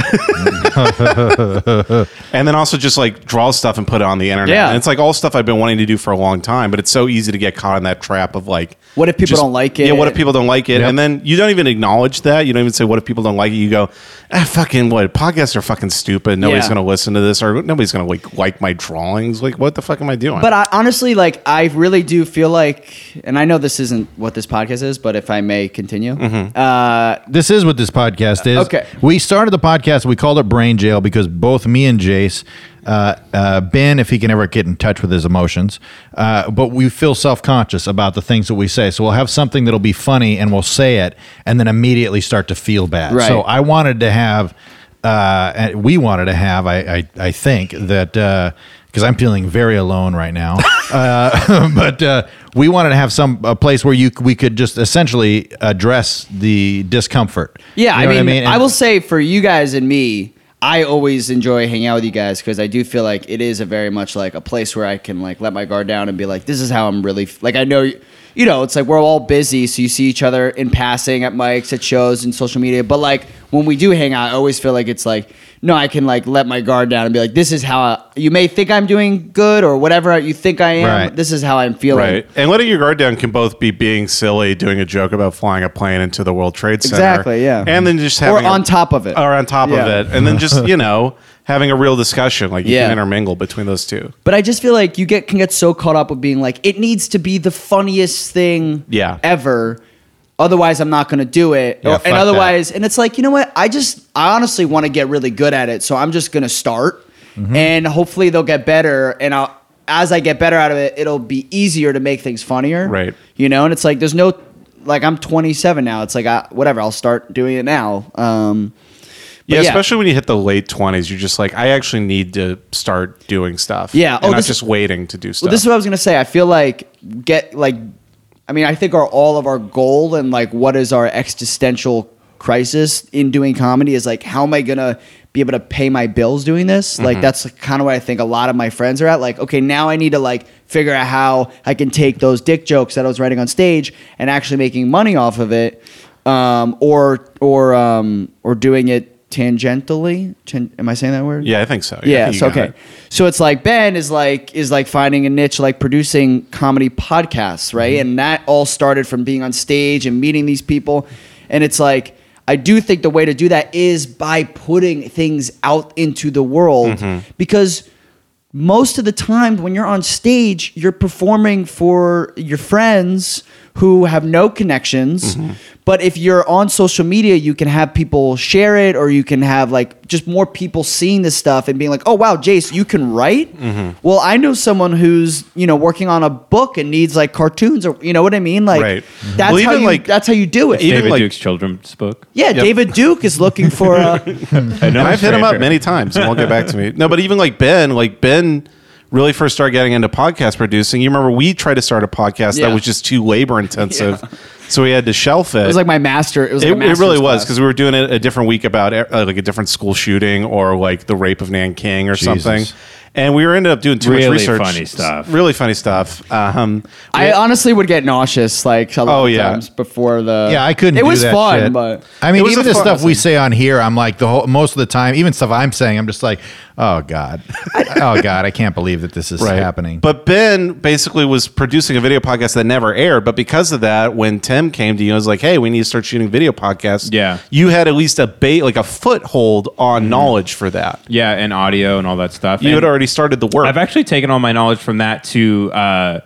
S2: And then also just like draw stuff and put it on the internet.
S1: Yeah.
S2: And it's like all stuff I've been wanting to do for a long time, but it's so easy to get caught in that trap of like,
S1: What if people don't like it?
S2: Yeah, what if people don't like it?
S3: Yep.
S2: And then you don't even acknowledge that. You don't even say, what if people don't like it? You go, ah, fucking what? Podcasts are fucking stupid. Nobody's
S1: Yeah.
S2: going to listen to this or nobody's going to like like my drawings. Like, what the fuck am I doing?
S1: But I, honestly, like, I really do feel like, and I know this isn't what this podcast is, but if I may continue, uh,
S3: this is what this podcast is.
S1: Okay.
S3: We started the podcast. We called it Brain Jail because both me and Jace, uh, uh, Ben, if he can ever get in touch with his emotions, uh, but we feel self conscious about the things that we say. So we'll have something that'll be funny and we'll say it and then immediately start to feel bad.
S1: Right.
S3: So I wanted to have, uh, and we wanted to have, I, I, I think that. Uh, because I'm feeling very alone right now, uh, but uh, we wanted to have some a place where you c- we could just essentially address the discomfort.
S1: yeah,
S3: You know
S1: I mean,
S3: what
S1: I,
S3: And-
S1: will say for you guys and me, I always enjoy hanging out with you guys because I do feel like it is a very much like a place where I can like let my guard down and be like, this is how I'm really f-. like. I know, you know, it's like we're all busy, so you see each other in passing at mics, at shows, and social media. But like when we do hang out, I always feel like it's like. No, I can like let my guard down and be like, "This is how I, you may think I'm doing good or whatever you think I am.
S3: Right.
S1: This is how I'm feeling."
S2: Right. And letting your guard down can both be being silly, doing a joke about flying a plane into the World Trade Center.
S1: Exactly, yeah.
S2: And then just
S1: Or
S2: having. a-
S1: on top of it.
S2: Or on top
S1: Yeah.
S2: of it. And then just, you know, having a real discussion. Like you
S1: Yeah.
S2: can intermingle between those two.
S1: But I just feel like you get can get so caught up with being like, it needs to be the funniest thing
S2: Yeah.
S1: ever. Otherwise, I'm not going to do it.
S3: Yeah,
S1: Or-
S3: fuck
S1: and otherwise, and it's like, you know what? I just, I honestly want to get really good at it. So I'm just going to start and hopefully they'll get better. And I'll, as I get better out of it, it'll be easier to make things funnier.
S2: Right.
S1: You know, and it's like, there's no, like, I'm 27 now. It's like, I, whatever, I'll start doing it now. Um, but
S2: Yeah, especially when you hit the late 20s, you're just like, I actually need to start doing stuff.
S1: Yeah.
S2: And
S1: Oh,
S2: not
S1: this-
S2: just waiting to do stuff.
S1: Well, this is what I was gonna say. I feel like get like, I mean, I think our all of our goal and like what is our existential crisis in doing comedy is like, how am I gonna be able to pay my bills doing this? Like, that's kind of what I think a lot of my friends are at. Like, okay, now I need to like figure out how I can take those dick jokes that I was writing on stage and actually making money off of it, um, or or um, or doing it tangentially. Tan- am I saying that word?
S2: yeah, I think so. I
S1: Yeah.
S2: think you
S1: So
S2: got
S1: okay.
S2: it.
S1: So it's like Ben is like is like finding a niche like producing comedy podcasts,
S2: Mm-hmm.
S1: right? And that all started from being on stage and meeting these people. And it's like I do think the way to do that is by putting things out into the world
S2: Mm-hmm.
S1: because most of the time when you're on stage, you're performing for your friends who have no connections.
S2: Mm-hmm.
S1: But if you're on social media, you can have people share it, or you can have like just more people seeing this stuff and being like, "Oh wow, Jace, you can write."
S2: Mm-hmm.
S1: Well, I know someone who's you know working on a book and needs like cartoons, or you know what I mean. Like
S2: Right.
S1: that's
S2: Well,
S1: how
S2: even,
S1: you
S2: like-
S1: that's how you do it.
S2: Even
S7: David
S2: like-
S7: Duke's children's book.
S1: yeah, David Duke is looking for a.
S2: And I've hit him up many times. He won't get back to me. No, but even like Ben, like Ben really first started getting into podcast producing. You remember we tried to start a podcast
S1: Yeah.
S2: that was just too labor intensive. So we had to shelf it.
S1: It was like my master. It was like a
S2: it, it really
S1: master's
S2: was
S1: class.
S2: because we were doing it a different week about uh, like a different school shooting or like the rape of Nanking or something. And we were ended up doing too
S7: Really
S2: much research.
S7: funny stuff.
S2: Really funny stuff. Um,
S1: I honestly would get nauseous like a lot
S2: Oh,
S1: of
S2: yeah.
S1: times before the.
S3: Yeah, I couldn't.
S1: It
S3: do
S1: was
S3: that
S1: fun,
S3: shit.
S1: but
S3: I mean,
S2: was
S3: even
S2: a
S3: the
S2: fun
S3: stuff we say on here, I'm like the whole most of the time, even stuff I'm saying, I'm just like, oh god, oh god, I can't believe that this is happening.
S2: But Ben basically was producing a video podcast that never aired. But because of that, when Tim came to you and was like, hey, we need to start shooting video podcasts.
S7: Yeah.
S2: You had at least a bait, like a foothold on knowledge for that.
S7: Yeah, and audio and all that stuff.
S2: You
S7: And-
S2: had already started the work.
S7: I've actually taken all my knowledge from that to uh,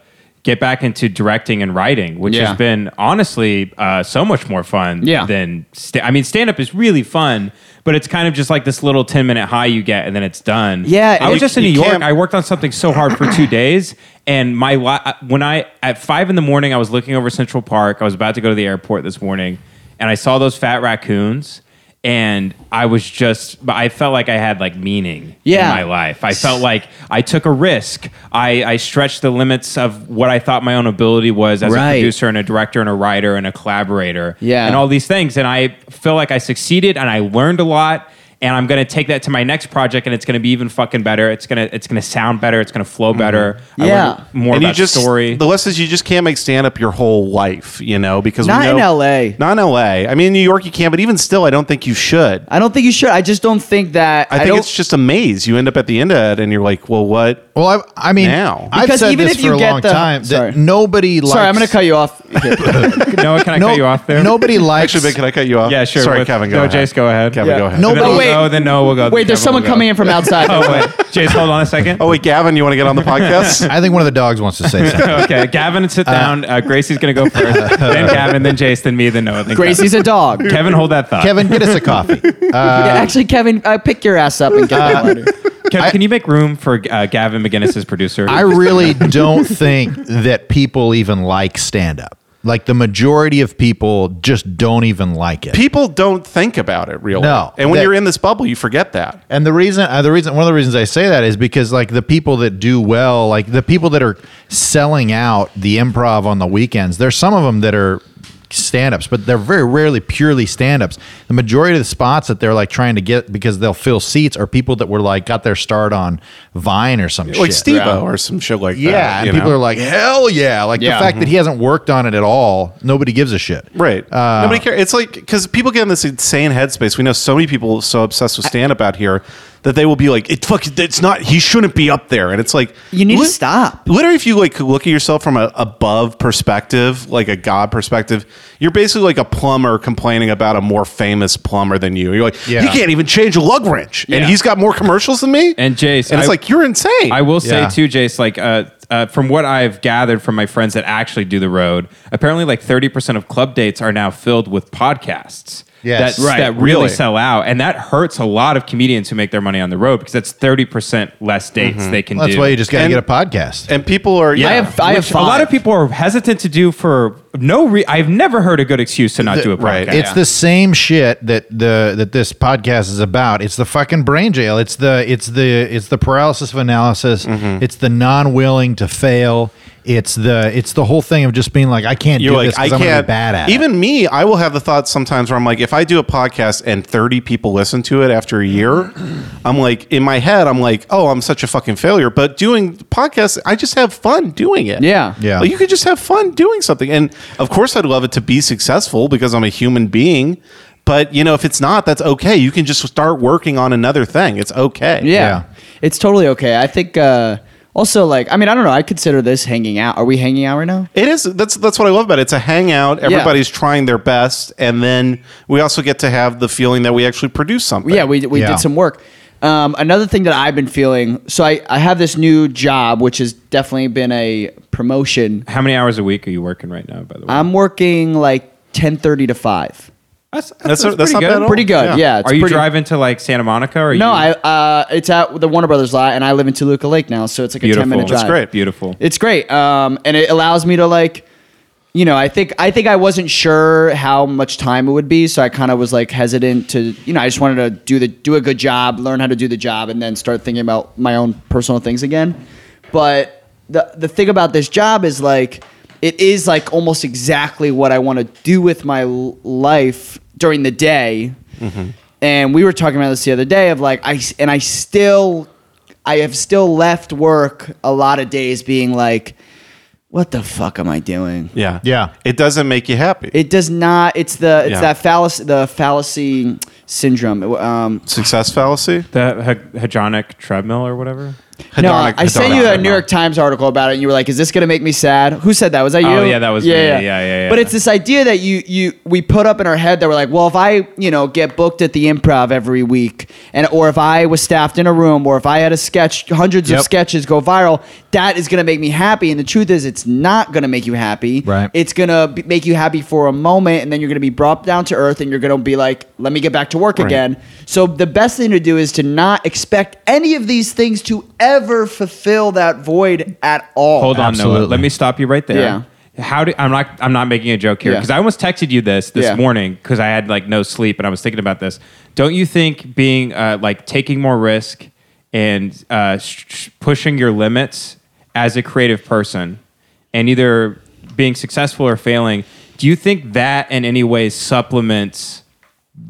S7: get back into directing and writing, which
S1: Yeah.
S7: has been honestly uh, so much more fun
S1: Yeah.
S7: than. Sta- I mean, stand up is really fun, but it's kind of just like this little 10 minute high you get and then it's done.
S1: Yeah,
S7: I was
S1: you-
S7: just in New
S2: you
S7: York.
S2: can't-
S7: I worked on something so hard for two days. And my li- uh, when I at five in the morning, I was looking over Central Park. I was about to go to the airport this morning, and I saw those fat raccoons, and I was just I felt like I had like meaning
S1: Yeah.
S7: in my life. I felt like I took a risk. I, I stretched the limits of what I thought my own ability was as
S1: Right.
S7: a producer and a director and a writer and a collaborator.
S1: Yeah.
S7: And all these things. And I feel like I succeeded and I learned a lot. And I'm gonna take that to my next project and it's gonna be even fucking better. It's gonna it's gonna sound better, it's gonna flow better. I
S1: Mm-hmm. Yeah.
S7: learned more
S2: and
S7: about
S2: you just
S7: story.
S2: the lessons you just can't make stand up your whole life, you know, because we
S1: Not in
S2: know-
S1: LA.
S2: not in L.A. I mean, in New York you can, but even still, I don't think you should.
S1: I don't think you should. I just don't think that.
S2: I think
S1: don't,
S2: it's just a maze. You end up at the end of it, and you're like, well, what?
S3: well, I, I mean,
S2: Now.
S3: I've
S1: Because
S3: said
S1: even
S3: this
S1: if you
S3: for a
S1: get
S3: long
S1: the-
S3: time
S1: Sorry.
S3: that nobody likes.
S1: Sorry, I'm going to cut you off.
S7: Noah, can I cut you off there?
S3: Nobody likes.
S2: Actually, Ben, can I cut you off?
S7: Yeah, sure.
S2: Sorry,
S7: With-
S2: Kevin. Go
S7: no,
S2: ahead.
S7: Jace, go ahead.
S2: Kevin,
S1: Yeah.
S2: go ahead.
S3: No,
S7: Then
S3: but
S7: I'll
S1: wait.
S7: go, then Noah will go.
S1: Wait, there's someone coming in from outside.
S7: Oh wait. Jace, hold on a second.
S2: Oh wait, Gavin, you want to get on the podcast?
S3: I think one of the dogs wants to say something.
S7: Okay, Gavin, sit down. Uh, Gracie's gonna go first, then Gavin, then Jace, then me, then Noah. Then
S1: Gracie's a dog.
S7: Kevin. Kevin, hold that thought. Kevin,
S3: Kevin, get us a coffee.
S1: Yeah, actually, Kevin, uh, pick your ass up and get that letter.
S7: can you make room for uh, Gavin McGinnis as producer?
S3: I really don't think that people even like stand up. Like the majority of people just don't even like it.
S2: People don't think about it really.
S3: No.
S2: and when
S3: That-
S2: you're in this bubble, you forget that.
S3: And the reason, uh, the reason, one of the reasons I say that is because like the people that do well, like the people that are selling out the improv on the weekends, there's some of them that are stand-ups, but they're very rarely purely stand-ups. The majority of the spots that they're like trying to get because they'll fill seats are people that were like got their start on Vine or some shit.
S2: Like Steve O or some shit like that.
S3: Yeah, and
S2: you
S3: people
S2: know?
S3: are like, hell yeah! Like
S1: Yeah.
S3: the fact that he hasn't worked on it at all, nobody gives a shit.
S2: Right.
S3: Uh,
S2: Nobody cares. It's like because people get in this insane headspace. We know so many people so obsessed with stand up out here that they will be like, "It fuck, it's not. He shouldn't be up there." And it's like
S1: You need to stop.
S2: Literally, if you like could look at yourself from a above perspective, like a god perspective, you're basically like a plumber complaining about a more famous plumber than you. You're like,
S3: Yeah.
S2: "He can't even change a lug wrench,
S7: Yeah.
S2: and he's got more commercials than me."
S7: And Jace,
S2: and it's
S7: I-
S2: like you're insane.
S7: I will say
S3: Yeah.
S7: too, Jace. Like, uh, uh, from what I've gathered from my friends that actually do the road, apparently like thirty percent of club dates are now filled with podcasts.
S3: Yes.
S7: that,
S3: Right,
S7: that really,
S2: really.
S7: sell out, and that hurts a lot of comedians who make their money on the road because that's thirty percent less dates they can
S3: Mm-hmm. That's
S7: do.
S3: why you just got to
S2: And-
S3: get a podcast.
S2: and people are yeah.
S1: I have, I have
S7: Which a lot of
S1: five.
S7: people are hesitant to do for no. Re- I've never heard a good excuse to not do a podcast.
S2: right.
S3: It's the same shit that the that this podcast is about. It's the fucking brain jail. It's the it's the it's the paralysis of analysis.
S2: Mm-hmm.
S3: It's the non willing to fail. It's the it's the whole thing of just being like I can't
S2: You're
S3: do
S2: like,
S3: this
S2: I
S3: because I'm gonna
S2: can't.
S3: be bad at it."
S2: even me, I will have the thoughts sometimes where I'm like, if I do a podcast and 30 people listen to it after a year, I'm like, in my head, I'm like, oh, I'm such a fucking failure. But doing podcasts, I just have fun doing it.
S1: Yeah.
S3: Yeah.
S2: Like, you could just have fun doing something. And of course, I'd love it to be successful because I'm a human being. But, you know, if it's not, that's okay. You can just start working on another thing. It's okay.
S1: Yeah.
S3: Yeah.
S1: It's totally okay. I think uh, also, like, I mean, I don't know. I consider this hanging out. Are we hanging out right now?
S2: It is. That's that's what I love about it. It's a hangout. Everybody's trying their best, and then we also get to have the feeling that we actually produce something.
S1: Yeah, we, we
S3: Yeah.
S1: did some work. Um, another thing that I've been feeling, so I, I have this new job, which has definitely been a promotion.
S7: How many hours a week are you working right now? By the way,
S1: I'm working like 10:30 to 5.
S7: that's
S2: That's- that's not
S7: pretty
S2: bad at all.
S1: Pretty good, yeah. it's
S7: Are you
S1: pretty-
S7: driving to like Santa Monica? Or are
S1: No,
S7: you,
S2: Mm.
S1: I uh, it's at the Warner Brothers lot, and I live in Toluca Lake now, so it's like
S7: beautiful.
S1: a 10 minute drive.
S2: That's great.
S7: Beautiful.
S1: It's great, um, and it allows me to like, you know, I think I think I wasn't sure how much time it would be, so I kind of was like hesitant to, you know, I just wanted to do the do a good job, learn how to do the job, and then start thinking about my own personal things again. But the the thing about this job is like, it is like almost exactly what I want to do with my l- life during the day. And we were talking about this the other day of like I s- and I still I have still left work a lot of days being like, what the fuck am I doing?
S2: Yeah.
S3: Yeah.
S2: It doesn't make you happy.
S1: It does not. It's the it's
S2: Yeah.
S1: that fallacy the fallacy syndrome. Um,
S2: Success fallacy?
S7: The he- hedonic treadmill or whatever.
S1: no,
S2: Hedonic-
S1: I sent
S2: hedonic
S1: you a
S2: treadmill.
S1: New York Times article about it, and you were like, "Is this gonna make me sad?" Who said that? Was that you?
S7: Oh, yeah, that was me. Yeah, yeah, yeah.
S1: But it's this idea that you you we put up in our head that we're like, well, if I you know get booked at the Improv every week, and or if I was staffed in a room, or if I had a sketch, hundreds of
S3: Yep.
S1: sketches go viral, that is gonna make me happy. And the truth is, it's not gonna make you happy.
S3: Right.
S1: It's gonna be, make you happy for a moment, and then you're gonna be brought down to earth, and you're gonna be like, let me get back to work again. So the best thing to do is to not expect any of these things to ever fulfill that void at all.
S7: Hold on, Noah.
S3: Absolutely.
S7: Let me stop you right there.
S1: Oh, Yeah.
S7: How do I'm not I'm not making a joke here
S1: Yeah.
S7: because I almost texted you this this
S1: Yeah.
S7: morning because I had like no sleep and I was thinking about this. Don't you think being uh, like taking more risk and uh, sh- sh- pushing your limits as a creative person and either being successful or failing, do you think that in any way supplements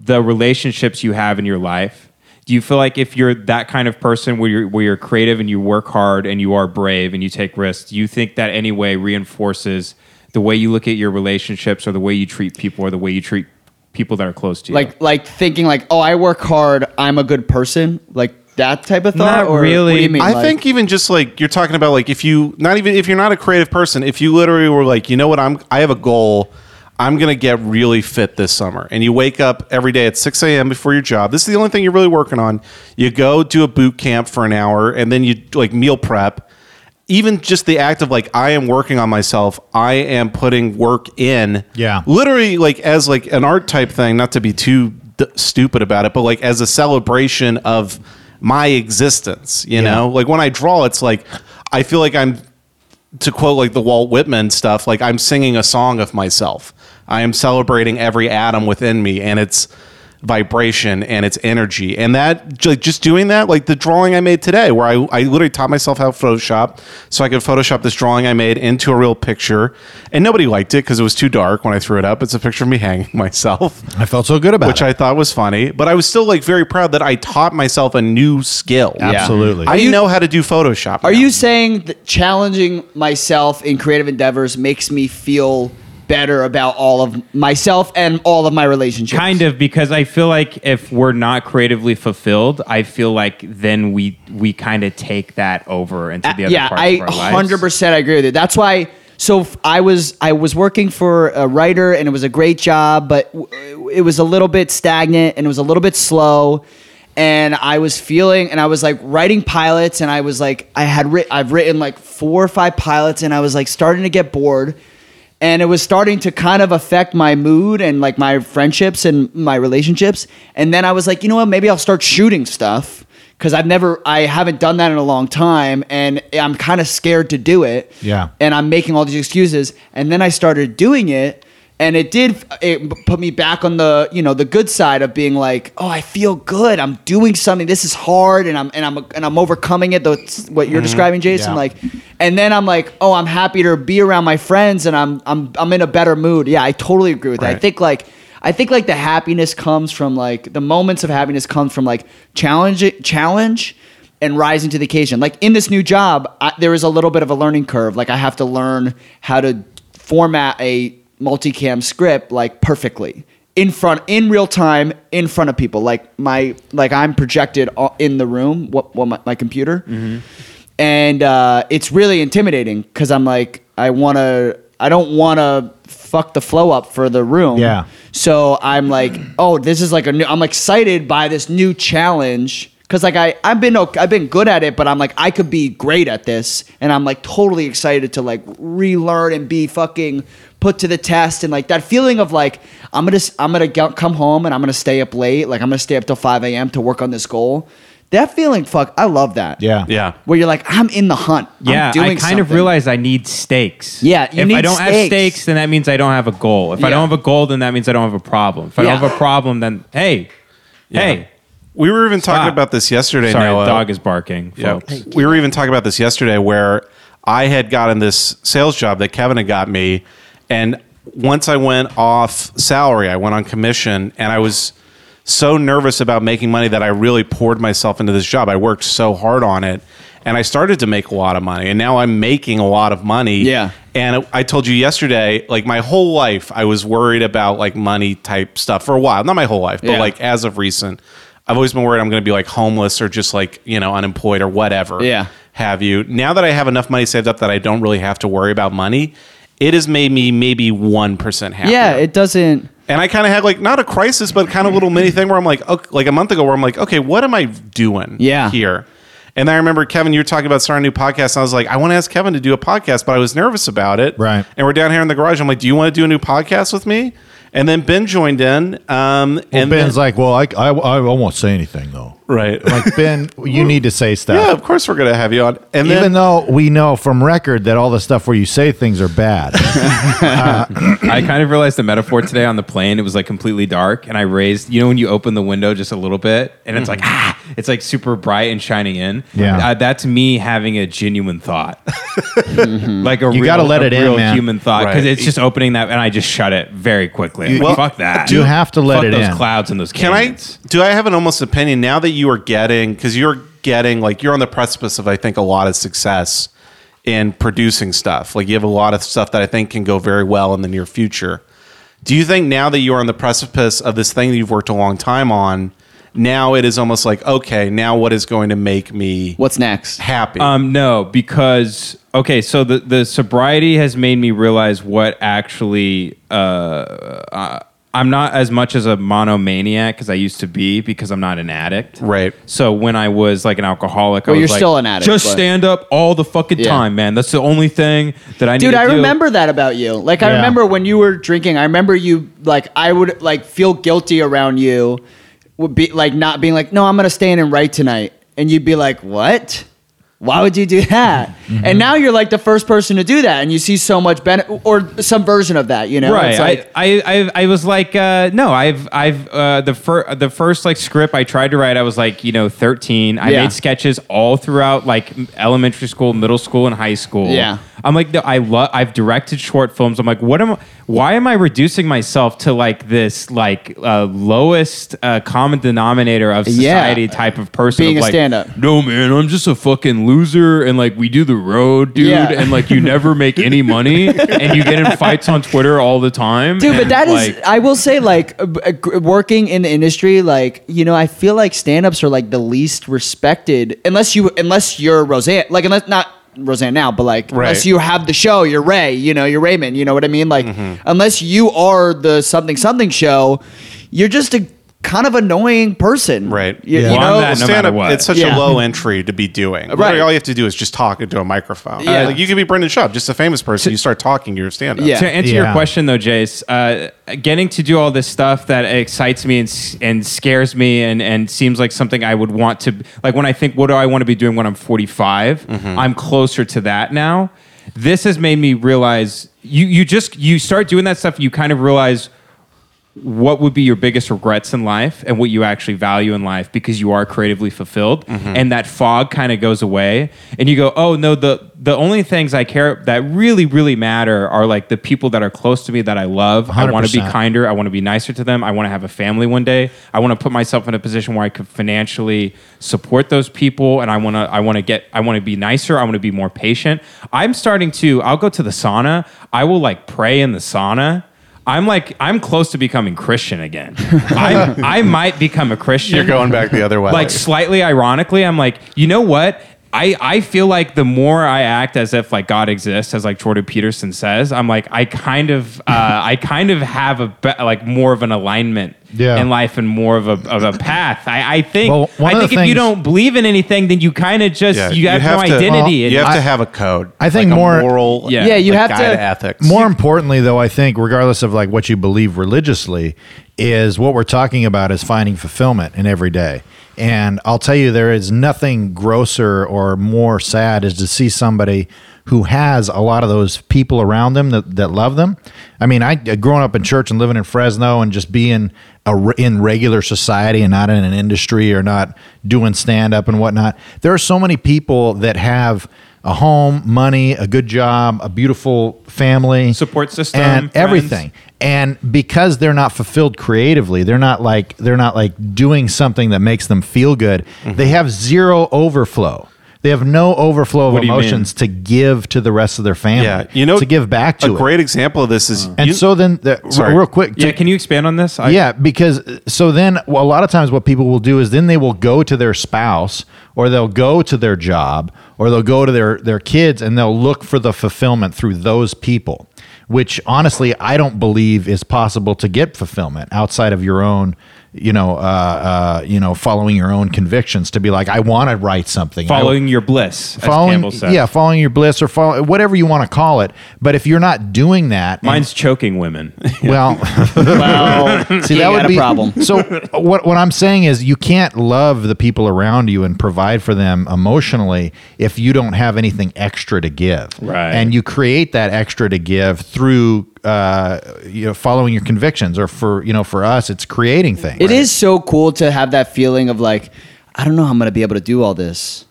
S7: the relationships you have in your life? Do you feel like if you're that kind of person where you're where you're creative and you work hard and you are brave and you take risks, do you think that anyway reinforces the way you look at your relationships or the way you treat people or the way you treat people that are close to you?
S1: like like thinking like oh i work hard i'm a good person like that type of thought
S7: Not
S1: or what do
S7: really.
S1: you mean
S2: I
S1: Like-
S2: think even just like you're talking about like if you not even if you're not a creative person, if you literally were like, you know what, I'm I have a goal. I'm gonna get really fit this summer. And you wake up every day at 6 a.m. before your job. This is the only thing you're really working on. You go do a boot camp for an hour and then you like meal prep. Even just the act of like I am working on myself, I am putting work in.
S3: Yeah.
S2: Literally like as like an art type thing, not to be too d- stupid about it, but like as a celebration of my existence, you
S3: Yeah.
S2: know? Like when I draw, it's like I feel like I'm to quote like the Walt Whitman stuff, like I'm singing a song of myself. I am celebrating every atom within me and its vibration and its energy. And that like just doing that, like the drawing I made today, where I, I literally taught myself how to Photoshop so I could Photoshop this drawing I made into a real picture. And nobody liked it because it was too dark when I threw it up. It's a picture of me hanging myself
S3: I felt so good about
S2: which
S3: it.
S2: I thought was funny. But I was still like very proud that I taught myself a new skill.
S3: Absolutely.
S2: I know how to do Photoshop.
S1: are
S2: now.
S1: you saying that challenging myself in creative endeavors makes me feel better about all of myself and all of my relationships
S7: kind of because I feel like if we're not creatively fulfilled, I feel like then we we kind of take that over into the other
S1: Uh, yeah,
S7: parts of
S1: I
S7: our lives.
S1: hundred percent agree with you. That's why. So f- I was I was working for a writer, and it was a great job, but w- it was a little bit stagnant, and it was a little bit slow. And I was feeling, and I was like writing pilots, and I was like, I had writ- I've written like four or five pilots, and I was like starting to get bored, and it was starting to kind of affect my mood and like my friendships and my relationships. And then I was like, you know what? Maybe I'll start shooting stuff because I've never, I haven't done that in a long time, and I'm kind of scared to do it.
S3: Yeah.
S1: And I'm making all these excuses, and then I started doing it, and it did it p- put me back on the you know the good side of being like, oh, I feel good. I'm doing something. This is hard, and I'm and I'm and I'm overcoming it. Though it's what you're describing, Jason,
S3: Mm-hmm. Yeah.
S1: like, and then I'm like, oh, I'm happy to be around my friends, and I'm I'm I'm in a better mood. Yeah, I totally agree with that. I
S7: Right.
S1: think like. I think like the happiness comes from like the moments of happiness comes from like challenge challenge and rising to the occasion. Like in this new job, I, there is a little bit of a learning curve. Like I have to learn how to format a multicam script like perfectly in front in real time in front of people. Like my like I'm projected o- in the room what what my, my computer. And uh, it's really intimidating cuz I'm like I want to I don't want to fuck the flow up for the room.
S3: Yeah.
S1: So I'm like, oh, this is like a new. I'm excited by this new challenge Cause like I I've been okay, I've been good at it, but I'm like I could be great at this, and I'm like totally excited to like relearn and be fucking put to the test, and like that feeling of like I'm gonna s- I'm gonna go- come home and I'm gonna stay up late, like I'm gonna stay up till 5 a.m. to work on this goal. That feeling, fuck, I love that.
S3: Yeah.
S2: Yeah.
S1: Where you're like I'm in the hunt. I'm
S7: Yeah,
S1: doing
S7: I kind of
S1: something.
S7: realized I need stakes.
S1: Yeah, you
S7: if I
S1: need
S7: don't have
S1: stakes.
S7: stakes, then that means I don't have a goal. If I
S1: Yeah.
S7: don't have a goal, then that means I don't have a problem. If I
S1: Yeah.
S7: don't have a problem, then hey, hey.
S2: We were even talking
S7: Stop.
S2: about this yesterday.
S7: Sorry,
S2: Noah.
S7: the dog is barking.
S2: Yeah.
S7: folks.
S2: We were even talking about this yesterday where I had gotten this sales job that Kevin had got me. And once I went off salary, I went on commission and I was so nervous about making money that I really poured myself into this job. I worked so hard on it and I started to make a lot of money. And now I'm making a lot of money.
S1: Yeah.
S2: And I told you yesterday, like my whole life, I was worried about like money type stuff for a while. Not my whole life, but
S1: Yeah.
S2: like as of recent, I've always been worried I'm going to be like homeless or just like, you know, unemployed or whatever.
S1: Yeah.
S2: Have you. Now that I have enough money saved up that I don't really have to worry about money, it has made me maybe 1% happier.
S1: Yeah, it doesn't.
S2: and I kind of had like not a crisis, but kind of little mini thing where I'm like, okay, like a month ago where I'm like, okay, what am I doing
S1: Yeah.
S2: here? And I remember Kevin, you were talking about starting a new podcast. And I was like, I want to ask Kevin to do a podcast, but I was nervous about it.
S3: Right.
S2: And we're down here in the garage. I'm like, do you want to do a new podcast with me? And then Ben joined in. Um, and
S3: And Ben's
S2: then,
S3: like, well, I, I, I won't say anything though.
S2: right.
S3: Like Ben, you need to say stuff.
S2: yeah, of course we're going to have you on. And then,
S3: Even though we know from record that all the stuff where you say things are bad.
S7: I kind of realized the metaphor today on the plane. It was like completely dark, and I raised. You know when you open the window just a little bit, and it's
S2: Mm.
S7: like ah, it's like super bright and shining in.
S3: Yeah.
S7: uh, that's me having a genuine thought, like a
S3: You
S7: real,
S3: gotta let
S7: a
S3: it in,
S7: real
S3: man.
S7: human thought, because
S2: Mm-hmm. Right.
S7: it's just opening that, and I just shut it very quickly.
S3: You-
S7: Well,
S3: you-
S7: fuck that.
S3: you have to let
S7: Fuck
S3: it
S7: those
S3: in.
S7: clouds and those
S2: Can I?
S7: canyons.
S2: Do I have an almost opinion now that you are getting because you're getting like you're on the precipice of I think a lot of success in producing stuff. Like you have a lot of stuff that I think can go very well in the near future. Do you think now that you are on the precipice of this thing that you've worked a long time on, now it is almost like okay, now what is going to make me
S1: What's next?
S2: happy?
S7: Um, no, because okay, so the the sobriety has made me realize what actually uh, uh I'm not as much as a monomaniac as I used to be because I'm not an addict.
S2: Right.
S7: So when I was like an alcoholic, I
S1: Well,
S7: was
S1: you're
S7: like,
S1: still an addict,
S7: Just
S1: but-
S7: stand up all the fucking
S1: Yeah.
S7: time, man. That's the only thing that I need.
S1: Dude,
S7: to
S1: I
S7: do.
S1: remember that about you. Like, I
S3: Yeah.
S1: remember when you were drinking. I remember you like I would like feel guilty around you, would be like not being like, no, I'm gonna stay in and write tonight, and you'd be like, what? Why would you do that?
S7: Mm-hmm.
S1: And now you're like the first person to do that, and you see so much benefit or some version of that. You know,
S7: Right,
S1: It's like,
S7: I, I, I, I was like, uh, no, I've, I've, uh, the first, the first like script I tried to write, I was like, you know, thirteen. I
S1: Yeah.
S7: made sketches all throughout like m- elementary school, middle school, and high school.
S1: Yeah.
S7: I'm like, no, I love. I've directed short films. I'm like, what am? Why am I reducing myself to like this like uh, lowest uh, common denominator of
S1: Yeah.
S7: society type of person?
S1: Being
S7: of
S1: a
S7: like,
S1: stand-up.
S7: No man, I'm just a fucking loser, and like we do the road, dude,
S1: Yeah.
S7: and like you never make any money, and you get in fights on Twitter all the time
S1: dude but
S7: and,
S1: that is
S7: like,
S1: i will say like uh, b- uh, gr- working in the industry like you know i feel like stand-ups are like the least respected unless you unless you're roseanne like unless not roseanne now but like
S2: Right.
S1: unless you have the show you're ray you know you're raymond you know what i mean like
S7: Mm-hmm.
S1: unless you are the something something show you're just a kind of annoying person
S2: Right.
S1: you,
S3: Yeah.
S1: you
S7: Well, I'm
S1: know
S7: that no
S2: stand
S7: matter
S2: up,
S7: what.
S2: it's such
S1: Yeah.
S2: a low entry to be doing.
S1: Right.
S2: Literally, all you have to do is just talk into a microphone.
S1: Yeah.
S2: Like you could be Brendan Schaub, just a famous person. you start talking, you're stand up.
S1: Yeah.
S7: to answer
S3: Yeah.
S7: your question though, Jace, uh, getting to do all this stuff that excites me and s- and scares me and and seems like something I would want to like when I think what do I want to be doing when I'm 45,
S1: Mm-hmm.
S7: I'm closer to that now. This has made me realize you you just you start doing that stuff, you kind of realize what would be your biggest regrets in life and what you actually value in life because you are creatively fulfilled and that fog kind of goes away and you go oh no the the only things i care that really really matter are like the people that are close to me that i love i want to be
S3: 100%.
S7: kinder i want to be nicer to them i want to have a family one day i want to put myself in a position where i could financially support those people and i want to i want to get i want to be nicer i want to be more patient i'm starting to i'll go to the sauna i will like pray in the sauna I'm like I'm close to becoming Christian again. I I might become a Christian.
S2: You're going back the other way.
S7: Like slightly ironically, I'm like, you know what? I, I feel like the more I act as if like God exists, as like Jordan Peterson says, I'm like I kind of uh, I kind of have a be- like more of an alignment
S3: Yeah.
S7: in life and more of a of a path. I, I think
S3: Well, one
S7: I
S3: of the
S7: think if you
S3: things-
S7: don't believe in anything, then you kind of just
S2: Yeah,
S7: you have, no
S2: to-
S7: identity.
S2: you
S7: and-
S2: have to have a code.
S3: I think
S2: like
S3: more-
S2: a moral.
S7: Yeah.
S1: Yeah, you
S2: like,
S1: have
S2: guide
S1: to-
S2: ethics.
S3: More importantly, though, I think regardless of like what you believe religiously, is what we're talking about is finding fulfillment in every day. And I'll tell you, there is nothing grosser or more sad is to see somebody who has a lot of those people around them that, that love them. I mean, I growing up in church and living in Fresno and just being a, re- in regular society and not in an industry or not doing stand up and whatnot. There are so many people that have a home, money, a good job, a beautiful family,
S7: Support system,
S3: and
S7: friends.
S3: everything. And because they're not fulfilled creatively, they're not like they're not like doing something that makes them feel good.
S7: Mm-hmm.
S3: They have zero overflow. They have no overflow of
S7: What do you mean?
S3: emotions to give to the rest of their family.
S2: Yeah, you know,
S3: to give back to
S2: a
S3: it.
S2: great example of this is
S3: and
S2: you-
S3: so then, the,
S2: Sorry.
S3: real quick, to
S7: yeah, can you expand on this? I,
S3: yeah, because uh, so then well, a lot of times what people will do is then they will go to their spouse or they'll go to their job or they'll go to their their kids and they'll look for the fulfillment through those people, which honestly I don't believe is possible to get fulfillment outside of your own you know uh, uh, you know following your own convictions to be like I want to write something I-
S7: following your bliss, as Campbell
S3: following
S7: said.
S3: yeah following your bliss or follow whatever you want to call it but if you're not doing that and-
S7: mine's choking women.
S3: well
S1: Well,
S3: See,
S1: you
S3: that
S1: got
S3: would
S1: a
S3: be
S1: problem.
S3: So uh, what what I'm saying is, you can't love the people around you and provide for them emotionally if you don't have anything extra to give.
S7: Right.
S3: And you create that extra to give through uh, you know following your convictions, or for you know for us, it's creating things.
S1: It is so cool to have that feeling of like, I don't know how I'm gonna be able to do all this,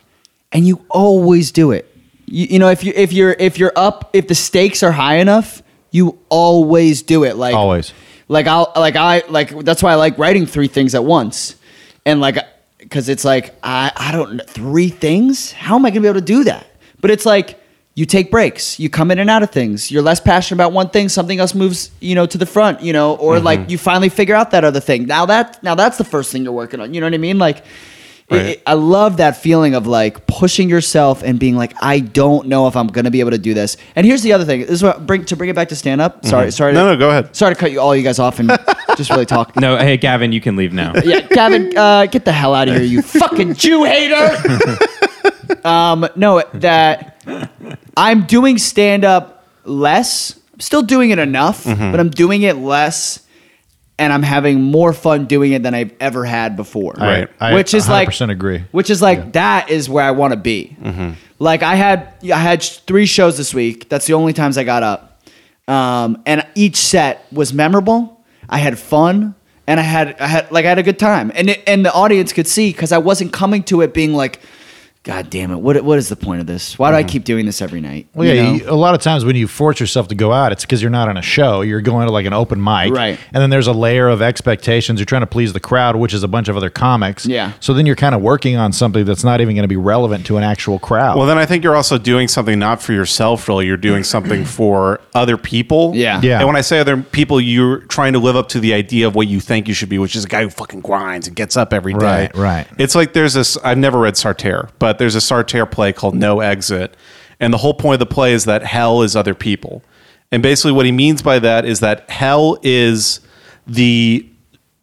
S1: and you always do it. You, you know, if you if you're if you're up, if the stakes are high enough, you always do it. Like
S3: Always.
S1: Like I'll like I like that's why I like writing three things at once, and like because it's like I I don't kn- three things. How am I gonna be able to do that? But it's like. You take breaks. You come in and out of things. You're less passionate about one thing. Something else moves, you know, to the front, you know, or
S2: Mm-hmm.
S1: like you finally figure out that other thing. Now that now that's the first thing you're working on. You know what I mean? Like, it-
S2: Right.
S1: it- I love that feeling of like pushing yourself and being like, I don't know if I'm gonna be able to do this. And here's the other thing. This is what bring to bring it back to stand up. Sorry, sorry.
S2: Mm-hmm. No,
S1: to,
S2: no, go ahead.
S1: Sorry to cut you all you guys off and just really talk.
S7: no, hey Gavin, you can leave now.
S1: Yeah, Gavin, uh, get the hell out of here, you fucking Jew hater. um, no, that I'm doing stand up less. I'm still doing it enough, but I'm doing it less, and I'm having more fun doing it than I've ever had before.
S3: Right. I-
S1: which is like
S3: 100% agree.
S1: Which is like that is where I want to be.
S3: Mm-hmm.
S1: Like I had I had sh- three shows this week. That's the only times I got up, um, and each set was memorable. I had fun, and I had I had like I had a good time, and it, and the audience could see because I wasn't coming to it being like, God damn it, what what is the point of this? Why do I keep doing this every night?
S3: Mm-hmm. Well,
S1: You
S3: yeah,
S1: know?
S3: you- a lot of times when you force yourself to go out, it's because you're not on a show. You're going to like an open mic,
S1: Right.
S3: And then there's a layer of expectations. You're trying to please the crowd, which is a bunch of other comics.
S1: Yeah.
S3: So then you're kind of working on something that's not even going to be relevant to an actual crowd.
S2: Well, then I think you're also doing something not for yourself, really. You're doing something for other people.
S1: Yeah.
S3: Yeah.
S2: And when I say other people, you're trying to live up to the idea of what you think you should be, which is a guy who fucking grinds and gets up every day.
S3: Right, right.
S2: It's like there's this, I've never read Sartre, but there's a Sartre play called No Exit. And the whole point of the play is that hell is other people. And basically, what he means by that is that hell is the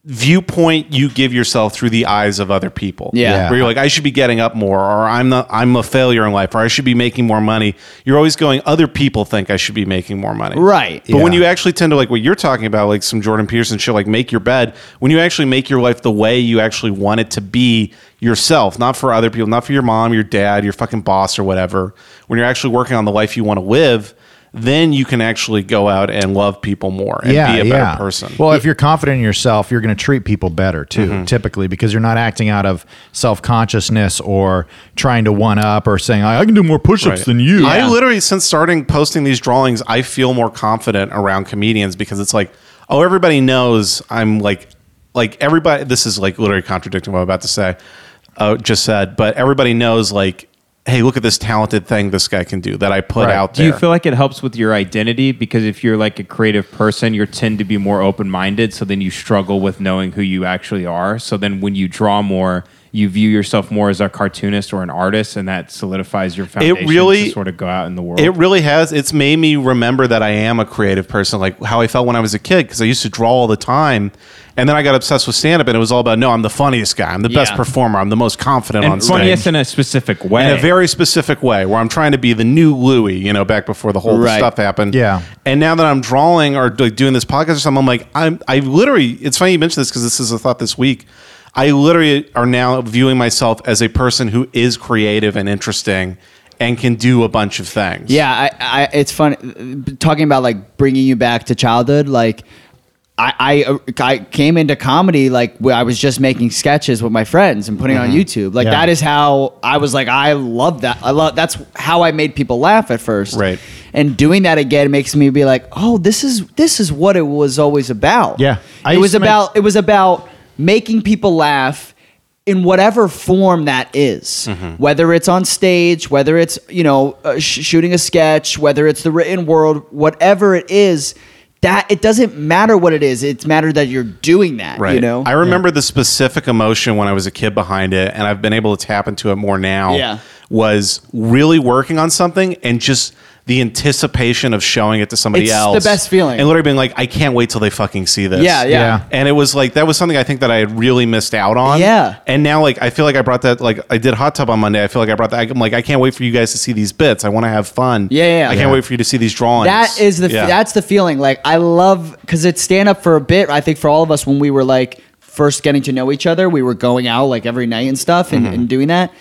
S2: viewpoint you give yourself through the eyes of other people.
S1: Yeah.
S2: Where you're like, I should be getting up more, or I'm not, I'm a failure in life, or I should be making more money. You're always going, other people think I should be making more money.
S1: Right.
S2: But when you actually tend to like what you're talking about, like some Jordan Peterson shit, like make your bed, when you actually make your life the way you actually want it to be yourself, not for other people, not for your mom, your dad, your fucking boss, or whatever, when you're actually working on the life you want to live, then you can actually go out and love people more and be a better person. Mm-hmm.
S3: Well, if you're confident in yourself, you're going to treat people better too, typically, because you're not acting out of self consciousness or trying to one up or saying, I I can do more push ups
S2: Right.
S3: than you.
S2: I literally, since starting posting these drawings, I feel more confident around comedians because it's like, oh, everybody knows I'm like, like everybody. This is like literally contradicting what I'm about to say, uh, just said, but everybody knows like, hey, look at this talented thing this guy can do that I put
S3: Right.
S2: out
S7: Do
S2: there.
S7: you feel like it helps with your identity? Because if you're like a creative person, you tend to be more open minded. So then you struggle with knowing who you actually are. So then when you draw more, you view yourself more as a cartoonist or an artist, and that solidifies your foundation
S2: really-
S7: to sort of go out in the world.
S2: It really has. It's made me remember that I am a creative person, like how I felt when I was a kid, because I used to draw all the time. And then I got obsessed with stand up, and it was all about no, I'm the funniest guy. I'm the best
S7: Yeah.
S2: performer. I'm the most confident on
S7: and
S2: stage.
S7: funniest in a specific way.
S2: in a very specific way where I'm trying to be the new Louis, you know, back before the whole
S1: Right.
S2: stuff happened.
S3: Yeah.
S2: And now that I'm drawing or like doing this podcast or something, I'm like, I'm, I literally, it's funny you mentioned this because this is a thought this week. I literally are now viewing myself as a person who is creative and interesting and can do a bunch of things.
S1: Yeah, I, I, it's fun talking about like bringing you back to childhood. Like, I, I, I came into comedy like where I was just making sketches with my friends and putting it on YouTube. Like
S3: Mm-hmm. Yeah.
S1: that is how I was like, I love that. I love that's how I made people laugh at first.
S2: Right.
S1: And doing that again makes me be like, oh, this is this is what it was always about.
S3: Yeah. I
S1: it
S3: used
S1: was
S3: to make-
S1: about it was about making people laugh in whatever form that is.
S2: Mm-hmm.
S1: whether it's on stage, whether it's you know uh, sh- shooting a sketch, whether it's the written world, whatever it is, that it doesn't matter what it is. It's matter that you're doing that. You know,
S2: I remember the specific emotion when I was a kid behind it, and I've been able to tap into it more now.
S1: Yeah.
S2: Was really working on something and just the anticipation of showing it to somebody
S1: It's the
S2: else.
S1: best feeling.
S2: And literally being like, I can't wait till they fucking see this.
S1: Yeah, yeah.
S3: Yeah.
S2: And it was like that was something I think that I had really missed out on.
S1: Yeah.
S2: And now like I feel like I brought that like I did hot tub on Monday. I feel like I brought that. I'm like I can't wait for you guys to see these bits. I want to have fun.
S1: Yeah, yeah, yeah.
S2: I can't
S1: Yeah.
S2: wait for you to see these drawings.
S1: That is the
S2: Yeah.
S1: that's the feeling. Like I love because it's stand up for a bit. I think for all of us when we were like first getting to know each other, we were going out like every night and stuff and,
S2: Mm-hmm.
S1: and doing that,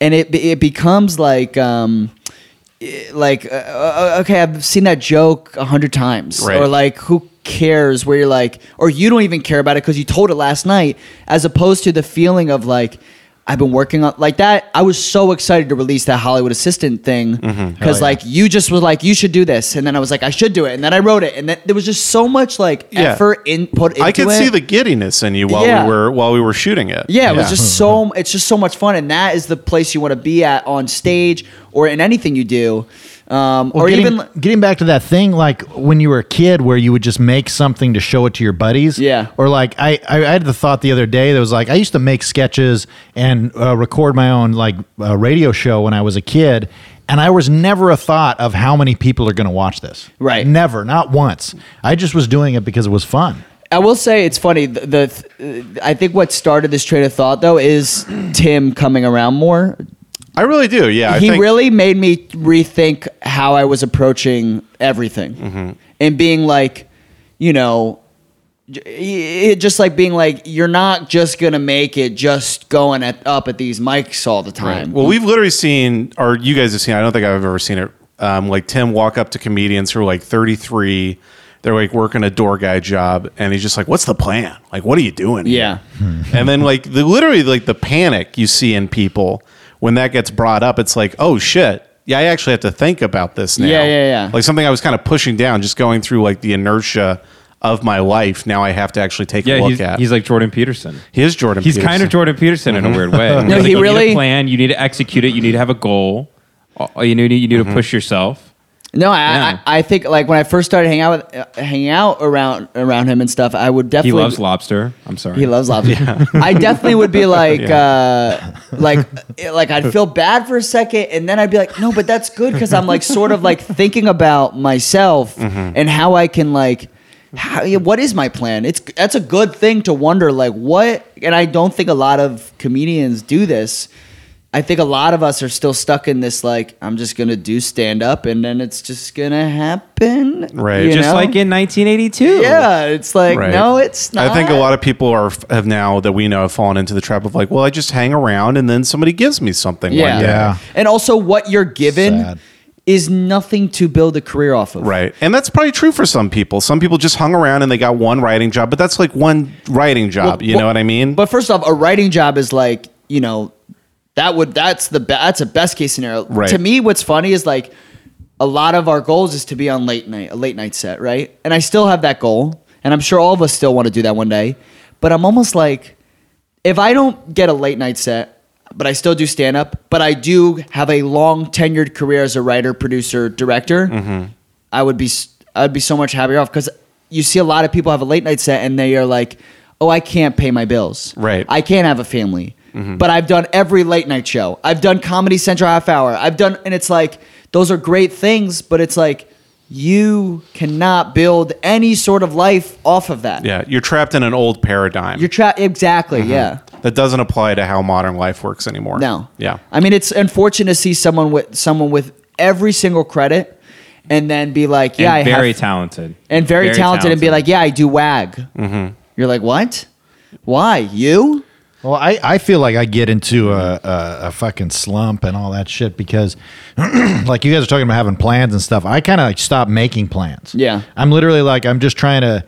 S1: and it be- it becomes like. um eh, like uh, uh, okay i've seen that joke a hundred times
S2: Right.
S1: or like who cares where you're like or you don't even care about it because you told it last night as opposed to the feeling of like i've been working on like that i was so excited to release that hollywood assistant thing
S2: Mm-hmm.
S1: because like you just was like you should do this and then i was like i should do it and then i wrote it and then there was just so much like
S2: Yeah.
S1: effort in put into
S2: I could
S1: it.
S2: see the giddiness in you while
S1: Yeah.
S2: we were while we were shooting it.
S1: Yeah, it was just so it's just so much fun, and that is the place you want to be at on stage or in anything you do, um, or
S3: getting,
S1: even
S3: getting back to that thing, like when you were a kid, where you would just make something to show it to your buddies.
S1: Yeah.
S3: Or like I, I I had the thought the other day that was like I used to make sketches and uh, record my own like uh, radio show when I was a kid, and I was never a thought of how many people are going to watch this.
S1: Right.
S3: Never, not once. I just was doing it because it was fun.
S1: I will say it's funny. The, the th- I think what started this train of thought though is Tim coming around more.
S2: I really do. Yeah, I
S1: he
S2: think-
S1: really made me rethink how I was approaching everything and being like, you know, j- it just like being like you're not just gonna make it just going at, up at these mics all the time.
S2: Well, we've literally seen, or you guys have seen. I don't think I've ever seen it. Um, like Tim walk up to comedians who are like 33. They're like working a door guy job, and he's just like, "What's the plan? Like, what are you doing?"
S1: yeah.
S2: here?" and then like the literally like the panic you see in people when that gets brought up it's like oh shit yeah i actually have to think about this now
S1: Yeah, yeah, yeah.
S2: like something i was kind of pushing down just going through like the inertia of my life now i have to actually take a
S7: yeah,
S2: look
S7: he's,
S2: at
S7: he's like Jordan Peterson.
S2: he is jordan
S7: He's kind of
S2: Peterson.
S7: Jordan Peterson in a weird way.
S1: No,
S7: He's
S1: he
S7: you need a
S1: really-
S7: plan. You need to execute it. You need to have a goal. Uh, You need you need
S2: Mm-hmm.
S7: to push yourself.
S1: No, I,
S7: Yeah.
S1: I I think like when I first started hanging out with, uh, hanging out around around him and stuff, I would
S7: He
S1: definitely
S7: loves lobster. I'm sorry.
S1: He loves lobster. I definitely would be like, uh, like, like I'd feel bad for a second, and then I'd be like, no, but that's good because I'm like sort of like thinking about myself
S2: Mm-hmm.
S1: and how I can like, how, yeah, what is my plan? It's that's a good thing to wonder, like what. And I don't think a lot of comedians do this. I think a lot of us are still stuck in this like I'm just gonna do stand up and then it's just gonna happen,
S2: Right.
S1: you
S7: just
S1: know?
S7: like in 1982.
S1: yeah, it's like
S2: Right.
S1: no, it's not.
S2: I think a lot of people are have now that we know have fallen into the trap of like, well, I just hang around and then somebody gives me something. one
S1: Yeah.
S2: day.
S3: Yeah.
S1: And also, what you're given
S3: Sad.
S1: is nothing to build a career off of.
S2: Right. And that's probably true for some people. Some people just hung around and they got one writing job, but that's like one writing job. you know
S1: Well,
S2: what I mean?
S1: But first off, a writing job is like you know that would that's the be- that's a best case scenario.
S2: Right.
S1: To me, what's funny is like a lot of our goals is to be on late night, a late night set, right? And I still have that goal, and I'm sure all of us still want to do that one day. But I'm almost like, if I don't get a late night set, but I still do stand up, but I do have a long tenured career as a writer, producer, director,
S2: Mm-hmm.
S1: I would be s- I'd be so much happier off because you see a lot of people have a late night set and they are like, oh, I can't pay my bills,
S2: Right. Mm-hmm.
S1: I can't have a family. but I've done every late night show. I've done Comedy Central half hour. I've done, and it's like those are great things, but it's like you cannot build any sort of life off of that.
S2: Yeah, Mm-hmm. you're trapped in an old paradigm
S1: You're trapped exactly. Yeah.
S2: that doesn't apply to how modern life works anymore.
S1: No.
S2: Yeah.
S1: I mean, it's unfortunate to see someone with someone with every single credit, and then be like, "Yeah,
S7: and
S1: I
S7: very
S1: have,
S7: talented.
S1: and very, talented, and be like, "Yeah, I do wag." You're like, "What? Why you?"
S3: Well, I, I feel like I get into a, a, a fucking slump and all that shit because, like, you guys are talking about having plans and stuff. I kind of like stop making plans.
S1: Yeah.
S3: I'm literally like, I'm just trying to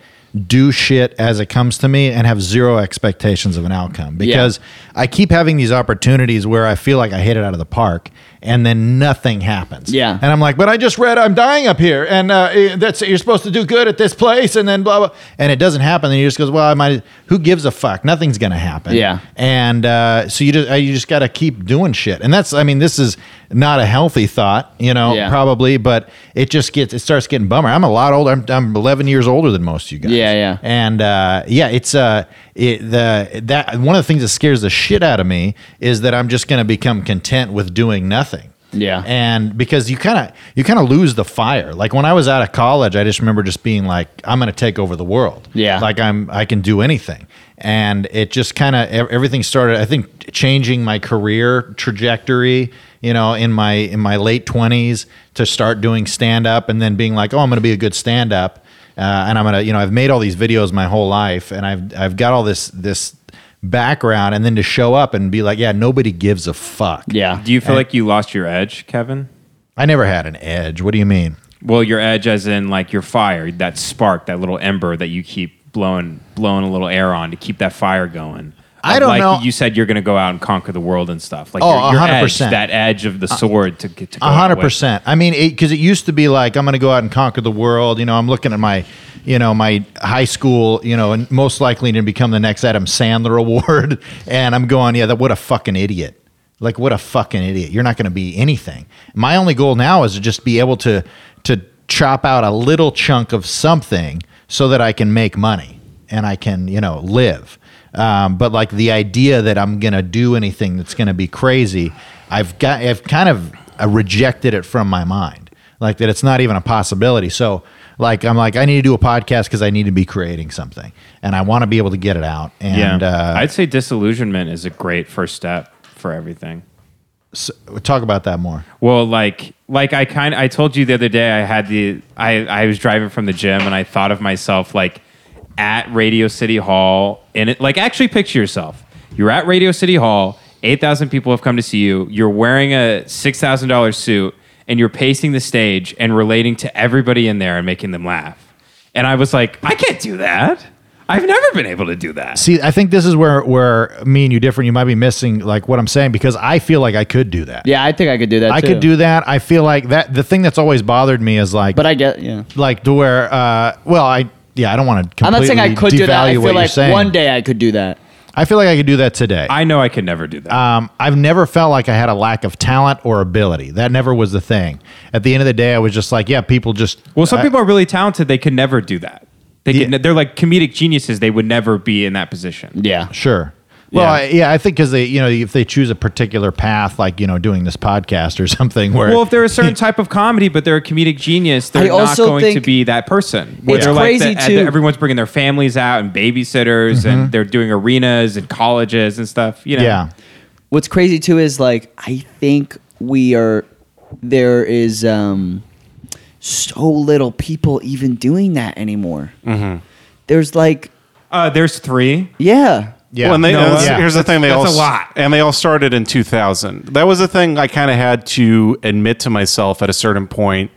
S3: do shit as it comes to me and have zero expectations of an outcome because I keep having these opportunities where I feel like I hit it out of the park and then nothing happens.
S1: Yeah.
S3: And I'm like, but I just read I'm dying up here and uh, eh, that's you're supposed to do good at this place and then blah, blah. And it doesn't happen. Then you just goes, well, I might, who gives a fuck? Nothing's going to happen.
S1: Yeah.
S3: And uh, so you just, uh, you just got to keep doing shit. And that's, I mean, this is not a healthy thought, you know,
S1: Yeah.
S3: probably, but it just gets, it starts getting bummer. I'm a lot older. I'm, I'm 11 years older than most of you guys.
S1: Yeah, yeah.
S3: And uh, yeah, it's uh, it, the that one of the things that scares the shit out of me is that I'm just going to become content with doing nothing.
S1: Yeah.
S3: And because you kind of you kind of lose the fire. Like when I was out of college, I just remember just being like, I'm going to take over the world.
S1: Yeah.
S3: Like I'm I can do anything. And it just kind of everything started. I think changing my career trajectory. You know, in my in my late twenties to start doing stand up, and then being like, oh, I'm going to be a good stand up uh, and I'm gonna, you know, I've made all these videos my whole life, and I've I've got all this this background, and then to show up and be like, yeah, nobody gives a fuck.
S1: Yeah.
S7: Do you feel like you lost your edge, Kevin?
S3: I never had an edge. What do you mean?
S7: Well, your edge, as in like your fire, that spark, that little ember that you keep blowing, blowing a little air on to keep that fire going.
S3: I
S7: Of,
S3: don't
S7: like,
S3: know.
S7: You said you're going to go out and conquer the world and stuff. Like
S3: Oh,
S7: your, your edge,
S3: 100%.
S7: that edge of the sword to get to. go
S3: A
S7: that way.
S3: hundred percent. I mean, because it, used to be like I'm going to go out and conquer the world. You know, I'm looking at my, you know, my high school. You know, and most likely to become the next Adam Sandler award. And I'm going, yeah, that what a fucking idiot. Like what a fucking idiot. You're not going to be anything. My only goal now is to just be able to to chop out a little chunk of something so that I can make money and I can you know live. Um, but like the idea that I'm gonna do anything that's gonna be crazy, I've got I've kind of uh, rejected it from my mind, like that it's not even a possibility. So like I'm like I need to do a podcast because I need to be creating something and I want to be able to get it out. And uh,
S7: I'd say disillusionment is a great first step for everything.
S3: we'll talk about that more.
S7: Well, like like I kind I told you the other day I had the I I was driving from the gym and I thought of myself like at Radio City Hall and it like actually picture yourself. You're at Radio City Hall, 8,000 people have come to see you. You're wearing a $6,000 suit and you're pacing the stage and relating to everybody in there and making them laugh. And I was like, I can't do that. I've never been able to do that.
S3: See, I think this is where where me and you different. You might be missing like what I'm saying because I feel like I could do that.
S1: Yeah, I think I could do that.
S3: I could
S1: too.
S3: do that. I feel like that. The thing that's always bothered me is like,
S1: but I get yeah.
S3: like to where uh well i yeah i don't want to
S1: I'm not saying I could do that. I feel like
S3: saying.
S1: one day I could do that.
S3: i feel like i could do that today
S7: I know I could never do that.
S3: um, I've never felt like I had a lack of talent or ability. That never was the thing. At the end of the day, I was just like, yeah, people just.
S7: Well, some
S3: I-
S7: people are really talented. They could never do that. They could,
S3: Yeah.
S7: ne- they're like comedic geniuses. They would never be in that position.
S1: Yeah.
S3: Sure. Well,
S7: Yeah.
S3: I, yeah, I think because they, you know, if they choose a particular path, like you know, doing this podcast or something, where
S7: Well, if they're a certain type of comedy, but they're a comedic genius, they're
S1: I
S7: not
S1: also
S7: going to
S1: think
S7: be that person.
S1: it's
S7: they're
S1: crazy,
S7: the-
S1: too.
S7: Everyone's bringing their families out and babysitters, and they're doing arenas and colleges and stuff. You know,
S3: yeah,
S1: What's crazy too is like I think we are there is um so little people even doing that anymore. There's like
S7: Uh, there's three.
S1: yeah.
S3: yeah.
S2: Well, and they,
S7: No,
S2: that's-
S3: yeah.
S2: Here's the thing: they
S7: that's
S2: all
S7: a
S2: s-
S7: lot.
S2: and they all started in 2000. That was a thing I kind of had to admit to myself at a certain point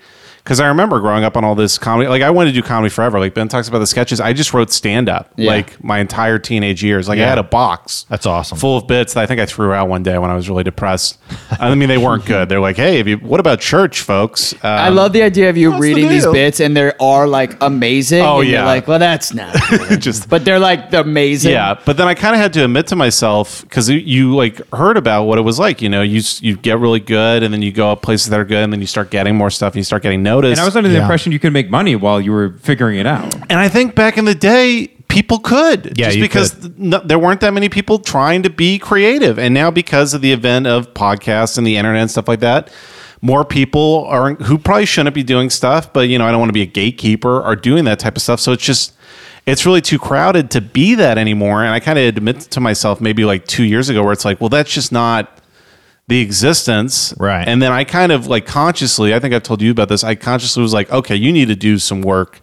S2: because I remember growing up on all this comedy. Like I wanted to do comedy forever. Like Ben talks about the sketches. I just wrote stand up
S1: Yeah.
S2: like my entire teenage years. Like I had a box.
S3: That's awesome.
S2: Full of bits that I think I threw out one day when I was really depressed. I mean, they weren't good. They're like, hey, if you, what about church, folks? Um,
S1: I love the idea of you
S2: what's the
S1: reading these
S2: deal?
S1: bits and they are like amazing.
S2: Oh,
S1: and you're
S2: yeah.
S1: like, well that's not
S2: just
S1: but they're like amazing.
S2: Yeah, but then I kind of had to admit to myself because you like heard about what it was like. You know, you s- you get really good, and then you go up places that are good, and then you start getting more stuff, and you start getting noticed.
S7: And I was under the
S3: Yeah.
S7: impression you could make money while you were figuring it out.
S2: And I think back in the day, people could
S3: Yeah,
S2: just
S3: you
S2: because
S3: could.
S2: th- no- there weren't that many people trying to be creative and now because of the event of podcasts and the internet and stuff like that more people are who probably shouldn't be doing stuff but you know i don't want to be a gatekeeper or doing that type of stuff so it's just it's really too crowded to be that anymore and i kind of admit to myself maybe like two years ago where it's like well that's just not the existence
S3: Right.
S2: and then i kind of like consciously i think i've told you about this i consciously was like okay you need to do some work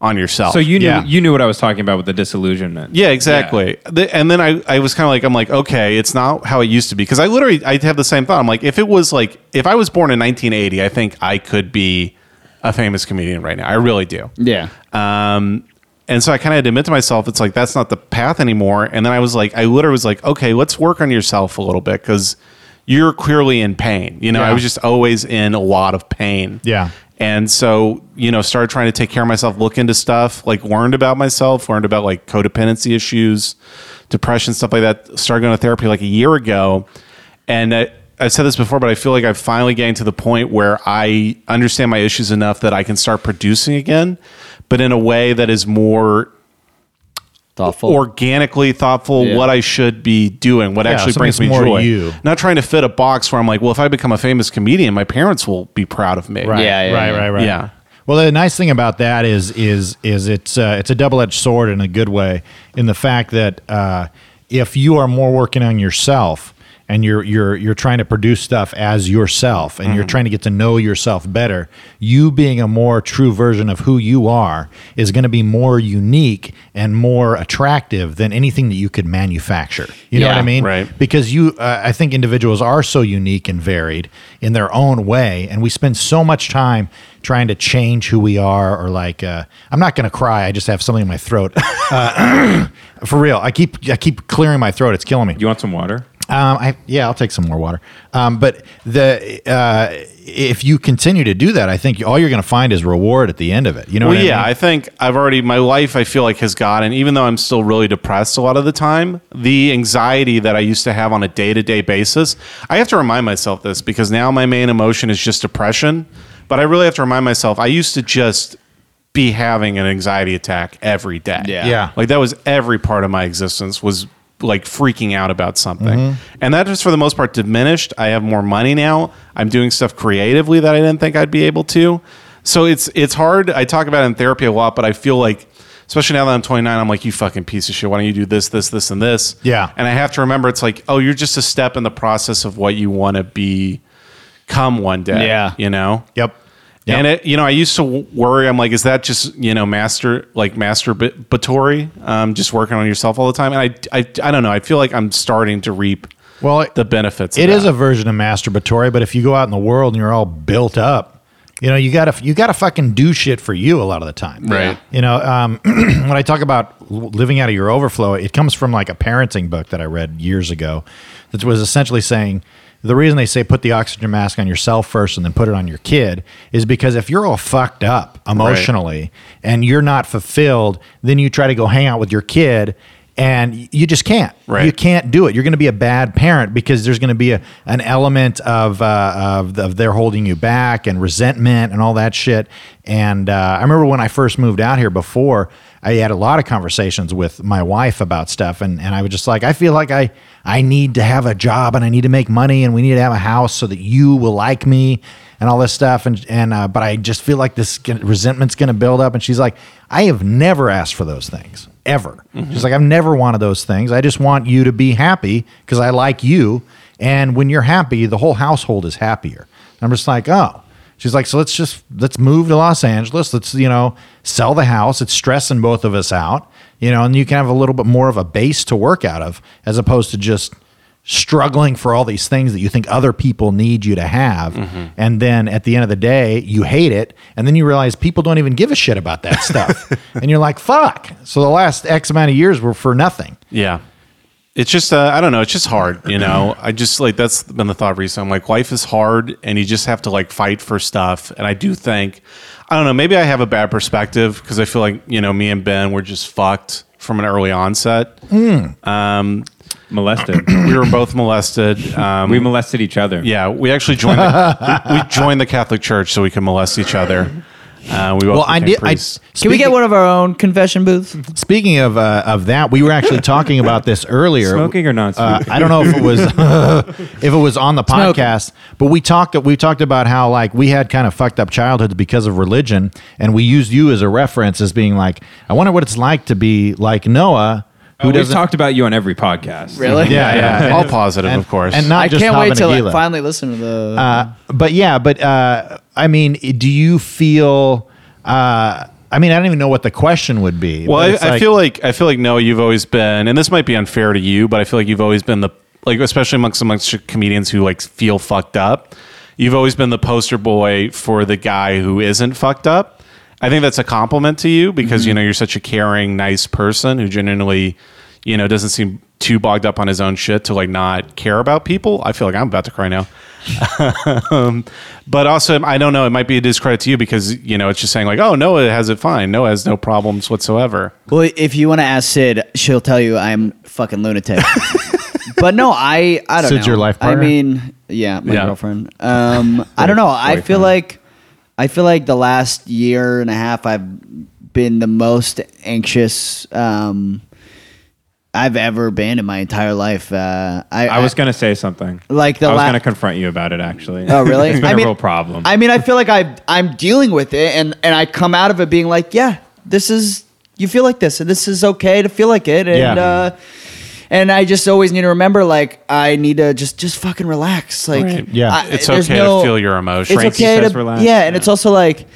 S2: on yourself
S7: So you knew
S3: Yeah.
S7: you knew what I was talking about with the disillusionment.
S2: yeah, exactly. The- and then I, I was kind of like, I'm like, okay, it's not how it used to be. Because I literally, I have the same thought. I'm like, if it was like, if I was born in 1980, I think I could be a famous comedian right now. I really do.
S1: Yeah.
S2: Um, and so I kind of admit to myself, it's like, that's not the path anymore. And then I was like, I literally was like, okay, let's work on yourself a little bit because you're clearly in pain. You know, I was just always in a lot of pain.
S3: Yeah.
S2: And so, you know, started trying to take care of myself, look into stuff, like learned about myself, learned about like codependency issues, depression, stuff like that. Started going to therapy like a year ago. And I, I said this before, but I feel like I'm finally getting to the point where I understand my issues enough that I can start producing again, but in a way that is more
S1: Thoughtful.
S2: organically thoughtful
S1: Yeah.
S2: what I should be doing, what actually
S3: something
S2: brings me
S3: that's more
S2: joy.
S3: you.
S2: Not trying to fit a box where I'm like, well, if I become a famous comedian, my parents will be proud of me.
S3: Right.
S1: Yeah, yeah,
S3: right,
S1: yeah.
S3: right, right.
S2: Yeah.
S3: Well, the nice thing about that is is is it's uh, it's a double edged sword in a good way, in the fact that uh, if you are more working on yourself and you're you're you're trying to produce stuff as yourself and you're
S1: Mm-hmm.
S3: trying to get to know yourself better, you being a more true version of who you are is going to be more unique and more attractive than anything that you could manufacture. You know what
S1: Yeah,
S3: I mean?
S2: right.
S3: because you uh, i think individuals are so unique and varied in their own way and we spend so much time trying to change who we are or like uh, i'm not going to cry i just have something in my throat uh, for real i keep i keep clearing my throat it's killing me
S7: You want some water?
S3: um, I yeah, I'll take some more water. Um, but the uh, if you continue to do that, I think all you're going to find is reward at the end of it. You know,
S2: Well,
S3: what I
S2: yeah,
S3: mean?
S2: I think I've already my life. I feel like has gotten even though I'm still really depressed a lot of the time. The anxiety that I used to have on a day to day basis, I have to remind myself this because now my main emotion is just depression. But I really have to remind myself I used to just be having an anxiety attack every day.
S1: Yeah.
S3: Yeah.
S2: like that was every part of my existence was like freaking out about something and that is for the most part diminished i have more money now i'm doing stuff creatively that i didn't think i'd be able to so it's it's hard i talk about it in therapy a lot but i feel like especially now that i'm 29 i'm like you fucking piece of shit why don't you do this this this and this
S3: Yeah.
S2: and i have to remember it's like oh you're just a step in the process of what you want to be come one day
S1: Yeah.
S2: you know
S3: Yep. Yep.
S2: and it, you know, I used to w- worry. I'm like, is that just you know, master like masturbatory, um, just working on yourself all the time? And I, I, I don't know. I feel like I'm starting to reap
S3: well, it-
S2: the benefits.
S3: It
S2: of
S3: is
S2: that.
S3: a version of masturbatory, but if you go out in the world and you're all built up, you know, you gotta you gotta fucking do shit for you a lot of the time,
S2: Right.
S3: You know, um, when I talk about l- living out of your overflow, it comes from like a parenting book that I read years ago, that was essentially saying the reason they say put the oxygen mask on yourself first and then put it on your kid is because if you're all fucked up emotionally and you're not fulfilled, then you try to go hang out with your kid. And y- you just can't.
S2: Right.
S3: You can't do it. You're going to be a bad parent because there's going to be a, an element of, uh, of of their holding you back and resentment and all that shit. And uh, I remember when I first moved out here before, I had a lot of conversations with my wife about stuff, and and I was just like, I feel like I I need to have a job and I need to make money and we need to have a house so that you will like me and all this stuff and and uh, but I just feel like this gonna- resentment's going to build up. And she's like, I have never asked for those things ever. She's like, I've never wanted those things. I just want you to be happy because I like you. And when you're happy, the whole household is happier. And I'm just like, oh. She's like, so let's just let's move to Los Angeles. Let's you know sell the house. It's stressing both of us out, you know, and you can have a little bit more of a base to work out of as opposed to just struggling for all these things that you think other people need you to have.
S2: Mm-hmm.
S3: And then at the end of the day, you hate it. And then you realize people don't even give a shit about that stuff. and you're like, fuck. So the last X amount of years were for nothing.
S2: yeah. It's just, uh, I don't know. It's just hard, you know. I just like that's been the thought recently. I'm like, life is hard, and you just have to like fight for stuff. And I do think, I don't know. Maybe I have a bad perspective because I feel like you know, me and Ben were just fucked from an early onset. Um,
S7: Molested.
S2: we were both molested. Um,
S7: we molested each other.
S2: Yeah, we actually joined. The, we joined the Catholic Church so we could molest each other. Uh, we both
S3: Well, I
S2: became
S3: did- I-
S2: priests.
S1: Can we get one of our own confession booths?
S3: Speaking of uh, of that, we were actually talking about this earlier.
S7: Smoking or not
S3: Uh,
S7: smoking?
S3: I don't know if it was if it was on the podcast, but we talked we talked about how like we had kind of fucked up childhoods because of religion, and we used you as a reference as being like, I wonder what it's like to be like Noah, who
S7: Who We've
S3: doesn't.
S7: talked about you on every podcast.
S1: Really?
S3: yeah, yeah,
S2: All positive,
S3: and,
S2: of course.
S3: and not
S1: I
S3: just
S1: can't wait till I
S3: Habanagila.
S1: finally listen to the.
S3: Uh, but yeah, but uh, I mean, do you feel? Uh, I mean, I don't even know what the question would be.
S2: Well,
S3: but
S2: I,
S3: it's
S2: I feel like I feel like Noah, you've always been, and this might be unfair to you, but I feel like you've always been the like, especially amongst amongst comedians who like feel fucked up. You've always been the poster boy for the guy who isn't fucked up. I think that's a compliment to you because
S3: Mm-hmm.
S2: you know you're such a caring, nice person who genuinely, you know, doesn't seem too bogged up on his own shit to like not care about people. I feel like I'm about to cry now. Um, but also, I don't know. It might be a discredit to you because you know it's just saying like, "Oh, Noah has it fine. Noah has no problems whatsoever."
S1: Well, if you want to ask Sid, she'll tell you I'm fucking lunatic. but no, I I don't
S3: Sid's
S1: know.
S3: your life partner?
S1: I mean, yeah, my
S2: Yeah.
S1: girlfriend. Um, I don't know. I feel like I feel like the last year and a half I've been the most anxious um, I've ever been in my entire life. Uh, I,
S7: I was going to say something.
S1: Like the
S7: I was
S1: la-
S7: going to confront you about it, actually.
S1: Oh, really?
S7: it's been
S1: I
S7: a
S1: mean-
S7: real problem.
S1: I mean, I feel like I I'm dealing with it, and and I come out of it being like, yeah, this is you feel like this, and this is okay to feel like it, and
S3: Yeah.
S1: uh, and I just always need to remember, like, I need to just just fucking relax, like,
S3: Yeah.
S1: I-
S2: It's
S1: there's
S2: okay to feel your emotions.
S1: It's
S2: Frankie
S1: okay
S7: says
S1: to
S7: relax,
S1: yeah, and
S7: yeah.
S1: it's also like.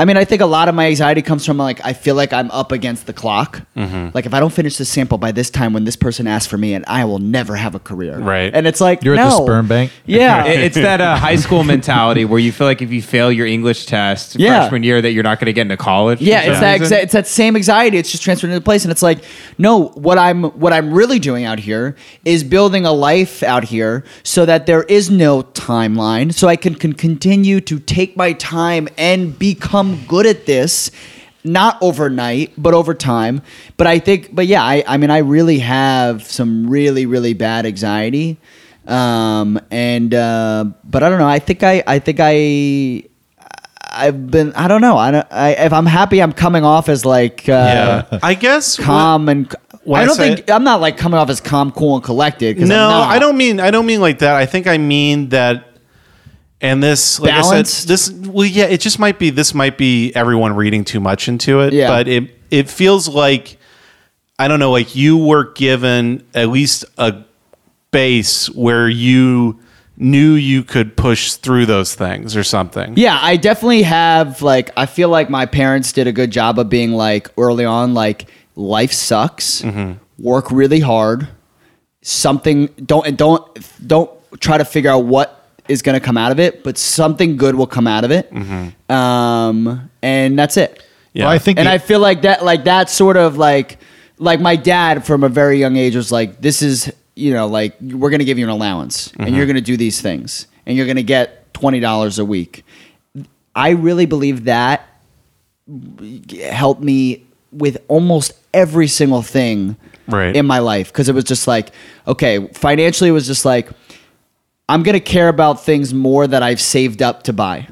S1: I mean, I think a lot of my anxiety comes from like I feel like I'm up against the clock. Like if I don't finish this sample by this time, when this person asks for me, and I will never have a career.
S2: Right.
S1: And it's like
S3: You're at
S1: no.
S3: the sperm bank?
S1: Yeah.
S7: It- it's that uh, high school mentality where you feel like if you fail your English test
S1: Yeah.
S7: freshman year that you're not going to get into college. for
S1: Yeah, it's
S7: some
S1: that
S7: reason.
S1: exa- it's that same anxiety. It's just transferred into place, and it's like, no, what I'm what I'm really doing out here is building a life out here, so that there is no timeline, so I can, can continue to take my time and become good at this, not overnight, but over time. But I think, but yeah, I, I mean, I really have some really really bad anxiety, um, and uh, but I don't know. I think I I think I I've been. I don't know. I don't. I, if I'm happy, I'm coming off as like uh,
S2: I guess.
S1: calm and.
S2: When
S1: I
S2: I
S1: don't
S2: say
S1: think I'm not like coming off as calm, cool, and collected. 'cause I'm
S2: No,
S1: not.
S2: I don't mean. I don't mean like that. I think I mean that. And this, like
S1: Balanced?
S2: I said, this. Well, yeah, it just might be. This might be everyone reading too much into it.
S1: Yeah.
S2: But it it feels like I don't know. Like you were given at least a base where you knew you could push through those things or something.
S1: Yeah, I definitely have. Like, I feel like my parents did a good job of being like early on. Like, life sucks.
S2: Mm-hmm.
S1: Work really hard. Something don't and don't don't try to figure out what is going to come out of it, but something good will come out of it.
S2: Mm-hmm.
S1: Um, and that's it.
S2: Yeah.
S3: Well, I think
S1: and
S3: the-
S1: I feel like that, like that sort of like, like my dad from a very young age was like, this is, you know, like we're gonna give you an allowance, and you're gonna do these things, and you're gonna get twenty dollars a week. I really believe that helped me with almost every single thing
S2: Right.
S1: in my life because it was just like, okay, financially it was just like, I'm gonna care about things more that I've saved up to buy.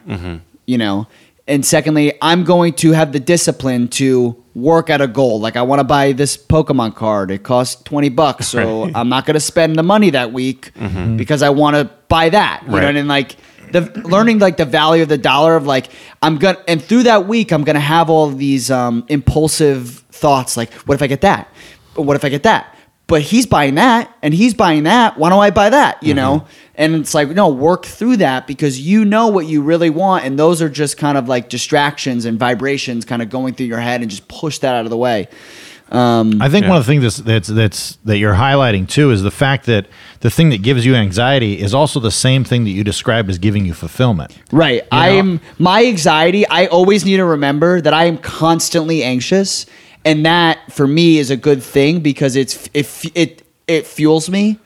S1: You know? And secondly, I'm going to have the discipline to work at a goal. Like I wanna buy this Pokemon card. It costs twenty bucks. So I'm not gonna spend the money that week because I wanna buy that. You know,
S2: Right.
S1: and then, like the learning like the value of the dollar of like I'm gonna and through that week I'm gonna have all these um impulsive thoughts like what if I get that? What if I get that? But he's buying that and he's buying that. Why don't I buy that? You know? And it's like, no, work through that because you know what you really want. And those are just kind of like distractions and vibrations kind of going through your head and just push that out of the way.
S3: I think one of the things that's, that's that's that you're highlighting too is the fact that the thing that gives you anxiety is also the same thing that you described as giving you fulfillment.
S1: Right. I am my anxiety, I always need to remember that I am constantly anxious and that for me is a good thing because it's it it it fuels me.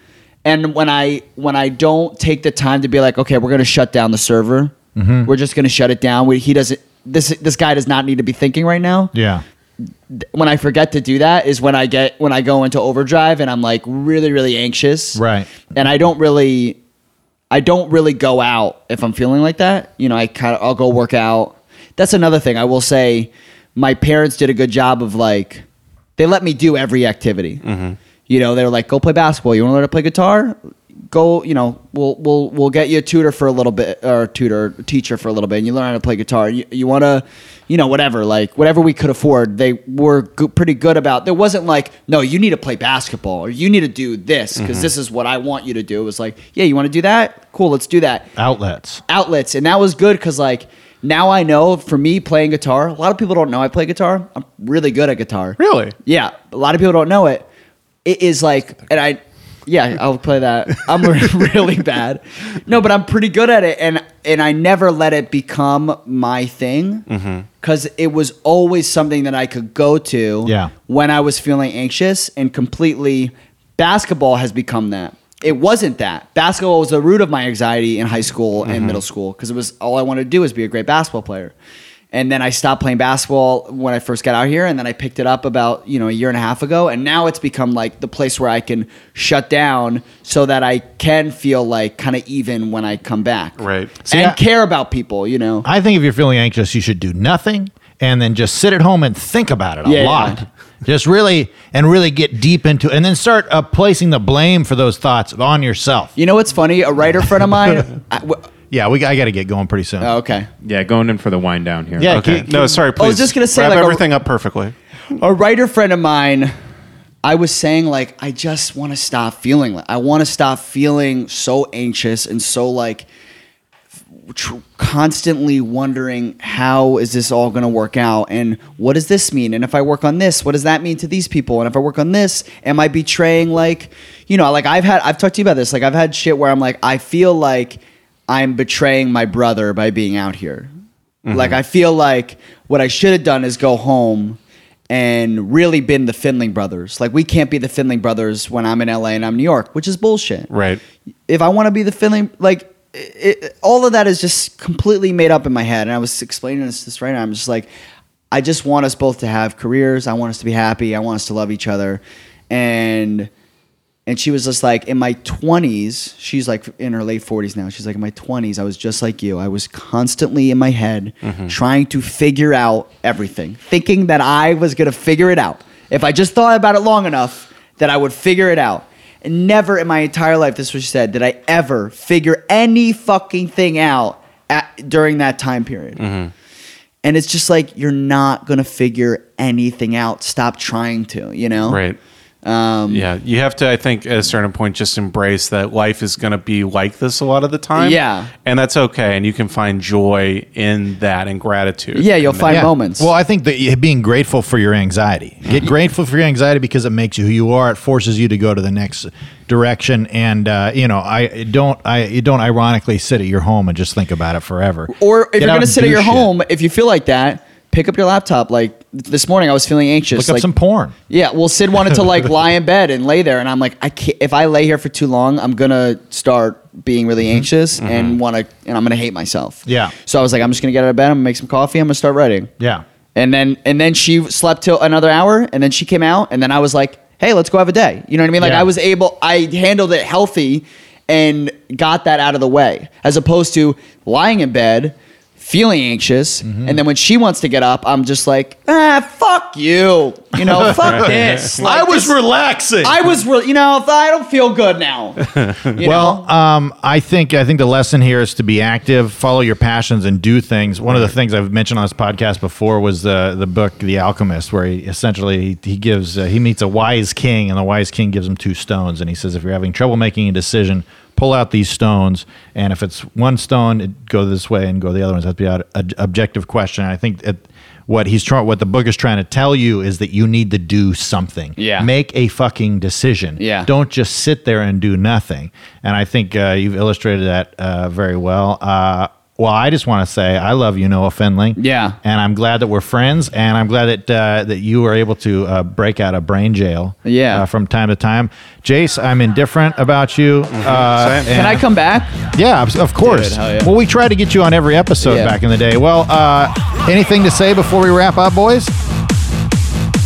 S1: And when I when I don't take the time to be like, okay, we're going to shut down the server. We're just going to shut it down. We, he doesn't this this guy does not need to be thinking right now
S3: Yeah.
S1: when I forget to do that is when I get when I go into overdrive and I'm like really really anxious.
S3: Right.
S1: And I don't really I don't really go out if I'm feeling like that. You know, I kind of I'll go work out. that's another thing I will say. My parents did a good job of like they let me do every activity. You know, they were like, "Go play basketball. You want to learn to play guitar? Go. You know, we'll we'll we'll get you a tutor for a little bit, or a tutor teacher for a little bit, and you learn how to play guitar. You, you want to, you know, whatever. Like whatever we could afford, they were go- pretty good about. There wasn't like, no, you need to play basketball, or you need to do this because this is what I want you to do. It was like, yeah, you want to do that? Cool, let's do that
S3: Outlets.
S1: outlets and that was good because like now i know for me playing guitar a lot of people don't know i play guitar i'm really good at guitar
S2: Really?
S1: yeah a lot of people don't know it it is like and i yeah i'll play that i'm really bad no but i'm pretty good at it and and i never let it become my thing because it was always something that i could go to
S3: Yeah.
S1: when i was feeling anxious and completely basketball has become that it wasn't that basketball was the root of my anxiety in high school and middle school because it was all i wanted to do was be a great basketball player and then i stopped playing basketball when i first got out here and then i picked it up about you know a year and a half ago and now it's become like the place where i can shut down so that i can feel like kind of even when i come back
S2: Right.
S1: and
S3: I-
S1: care about people you know
S3: I think if you're feeling anxious, you should do nothing and then just sit at home and think about it a
S1: Yeah, yeah.
S3: lot. Just really and really get deep into and then start uh, placing the blame for those thoughts on yourself.
S1: you know what's funny a writer friend of mine I, w-
S3: Yeah, we I got to get going pretty soon.
S1: oh, okay
S7: Yeah, going in for the wind down here.
S3: yeah,
S2: Okay.
S3: keep-
S2: No, sorry. Please.
S1: I was just gonna say,
S2: wrap
S1: like, a-
S2: everything up perfectly.
S1: a writer friend of mine i was saying like i just want to stop feeling like i want to stop feeling so anxious and so like tr- constantly wondering how is this all going to work out and what does this mean and if i work on this what does that mean to these people and if i work on this am i betraying like you know like i've had i've talked to you about this like i've had shit where i'm like i feel like i'm betraying my brother by being out here like i feel like what i should have done is go home and really been the Finling brothers. Like we can't be the Finling brothers when I'm in LA and I'm New York, which is bullshit
S2: Right.
S1: if I want to be the Finley, like it, it- all of that is just completely made up in my head. And I was explaining this this right now. I'm just like, I just want us both to have careers. I want us to be happy. I want us to love each other. And and she was just like in my 20s she's like in her late 40s now she's like in my 20s i was just like you i was constantly in my head trying to figure out everything thinking that i was going to figure it out if i just thought about it long enough that i would figure it out and never in my entire life this was said did i ever figure any fucking thing out at, during that time period and it's just like you're not going to figure anything out stop trying to you know
S2: Right.
S1: um,
S2: Yeah. You have to, I think, at a certain point, just embrace that life is going to be like this a lot of the time.
S1: Yeah.
S2: And that's okay. And you can find joy in that and gratitude.
S1: yeah you'll find
S3: Yeah.
S1: moments
S3: Well, I think that you- being grateful for your anxiety. Get grateful for your anxiety because it makes you who you are. It forces you to go to the next direction. And uh, you know, I don't, I you don't ironically sit at your home and just think about it forever.
S1: Or if
S3: Get
S1: you're
S3: out
S1: going to
S3: and
S1: sit at
S3: do
S1: your
S3: shit.
S1: home, if you feel like that, pick up your laptop. Like th- this morning, I was feeling anxious.
S3: look up
S1: like-
S3: some porn.
S1: Yeah, well, Sid wanted to like lie in bed and lay there, and I'm like, I can't. If I lay here for too long, I'm gonna start being really anxious and want to, and I'm gonna hate myself.
S3: Mm-hmm. Yeah.
S1: So I was like, I'm just gonna get out of bed. I'm gonna make some coffee. I'm gonna start writing.
S3: Yeah.
S1: And then and then she slept till another hour, and then she came out, and then I was like, "Hey, let's go have a day." You know what I mean? Like
S3: Yeah.
S1: I was able, I handled it healthy, and got that out of the way, as opposed to lying in bed, feeling anxious,
S3: Mm-hmm.
S1: and then when she wants to get up, I'm just like, "Ah, fuck you," you know, "Fuck this." Like, this-
S3: relaxing.
S1: I was, re- you know, I don't feel good now. You know?
S3: Well, um, I think I think the lesson here is to be active, follow your passions, and do things. One of the things I've mentioned on this podcast before was the the book The Alchemist, where he essentially he gives uh, he meets a wise king, and the wise king gives him two stones, and he says, if you're having trouble making a decision, pull out these stones, and if it's one stone, it go this way, and go the other one. That's be an objective question. I think that what he's trying, what the book is trying to tell you is that you need to do something.
S1: Yeah.
S3: make a fucking decision.
S1: Yeah.
S3: Don't just sit there and do nothing. And I think uh, you've illustrated that uh, very well. Uh, well, I just want to say I love you, Noah Finley.
S1: Yeah.
S3: And I'm glad that we're friends, and I'm glad that uh, that you were able to uh, break out of brain jail.
S1: Yeah.
S3: uh, from time to time, Jace, I'm indifferent about you. Uh,
S1: Can I come back?
S3: yeah, of- of course.
S1: hell yeah.
S3: Well, we tried to get you on every episode
S1: Yeah.
S3: back in the day. Well, uh, anything to say before we wrap up, boys?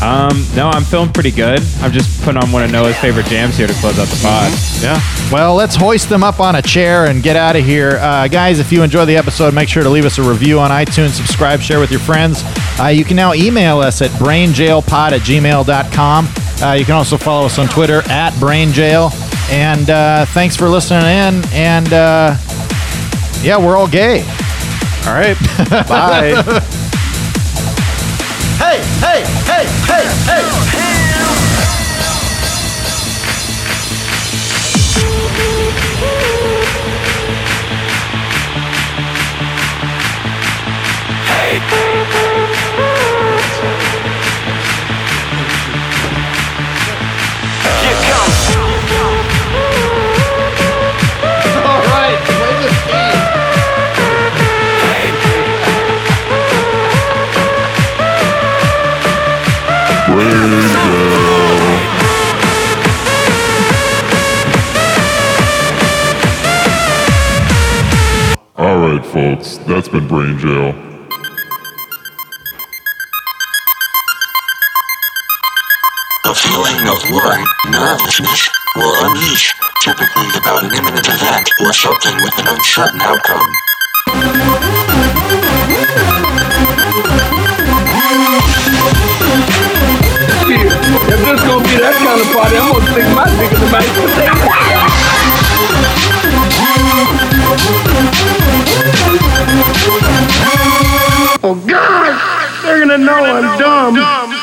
S7: Um, no, I'm feeling pretty good. I'm just putting on one of Noah's favorite jams here to close out the pod.
S2: Yeah.
S3: Well, let's hoist them up on a chair and get out of here. Uh, guys, if you enjoyed the episode, make sure to leave us a review on iTunes, subscribe, share with your friends. Uh, you can now email us at brainjailpod at gmail.com. Uh, you can also follow us on Twitter at brainjail. And uh, thanks for listening in. And uh, yeah, we're all gay.
S2: All right. Bye.
S3: Hey, hey, hey, hey, hey. All right, play this game.
S6: All right, folks, that's been Brain Jail.
S4: A feeling of worry, nervousness, will unleash, typically about an imminent event or something with an uncertain outcome.
S5: Shit, If this gonna be that kind of party, I'm gonna stick my dick in the mashed potato. Oh God! They're gonna know I'm dumb.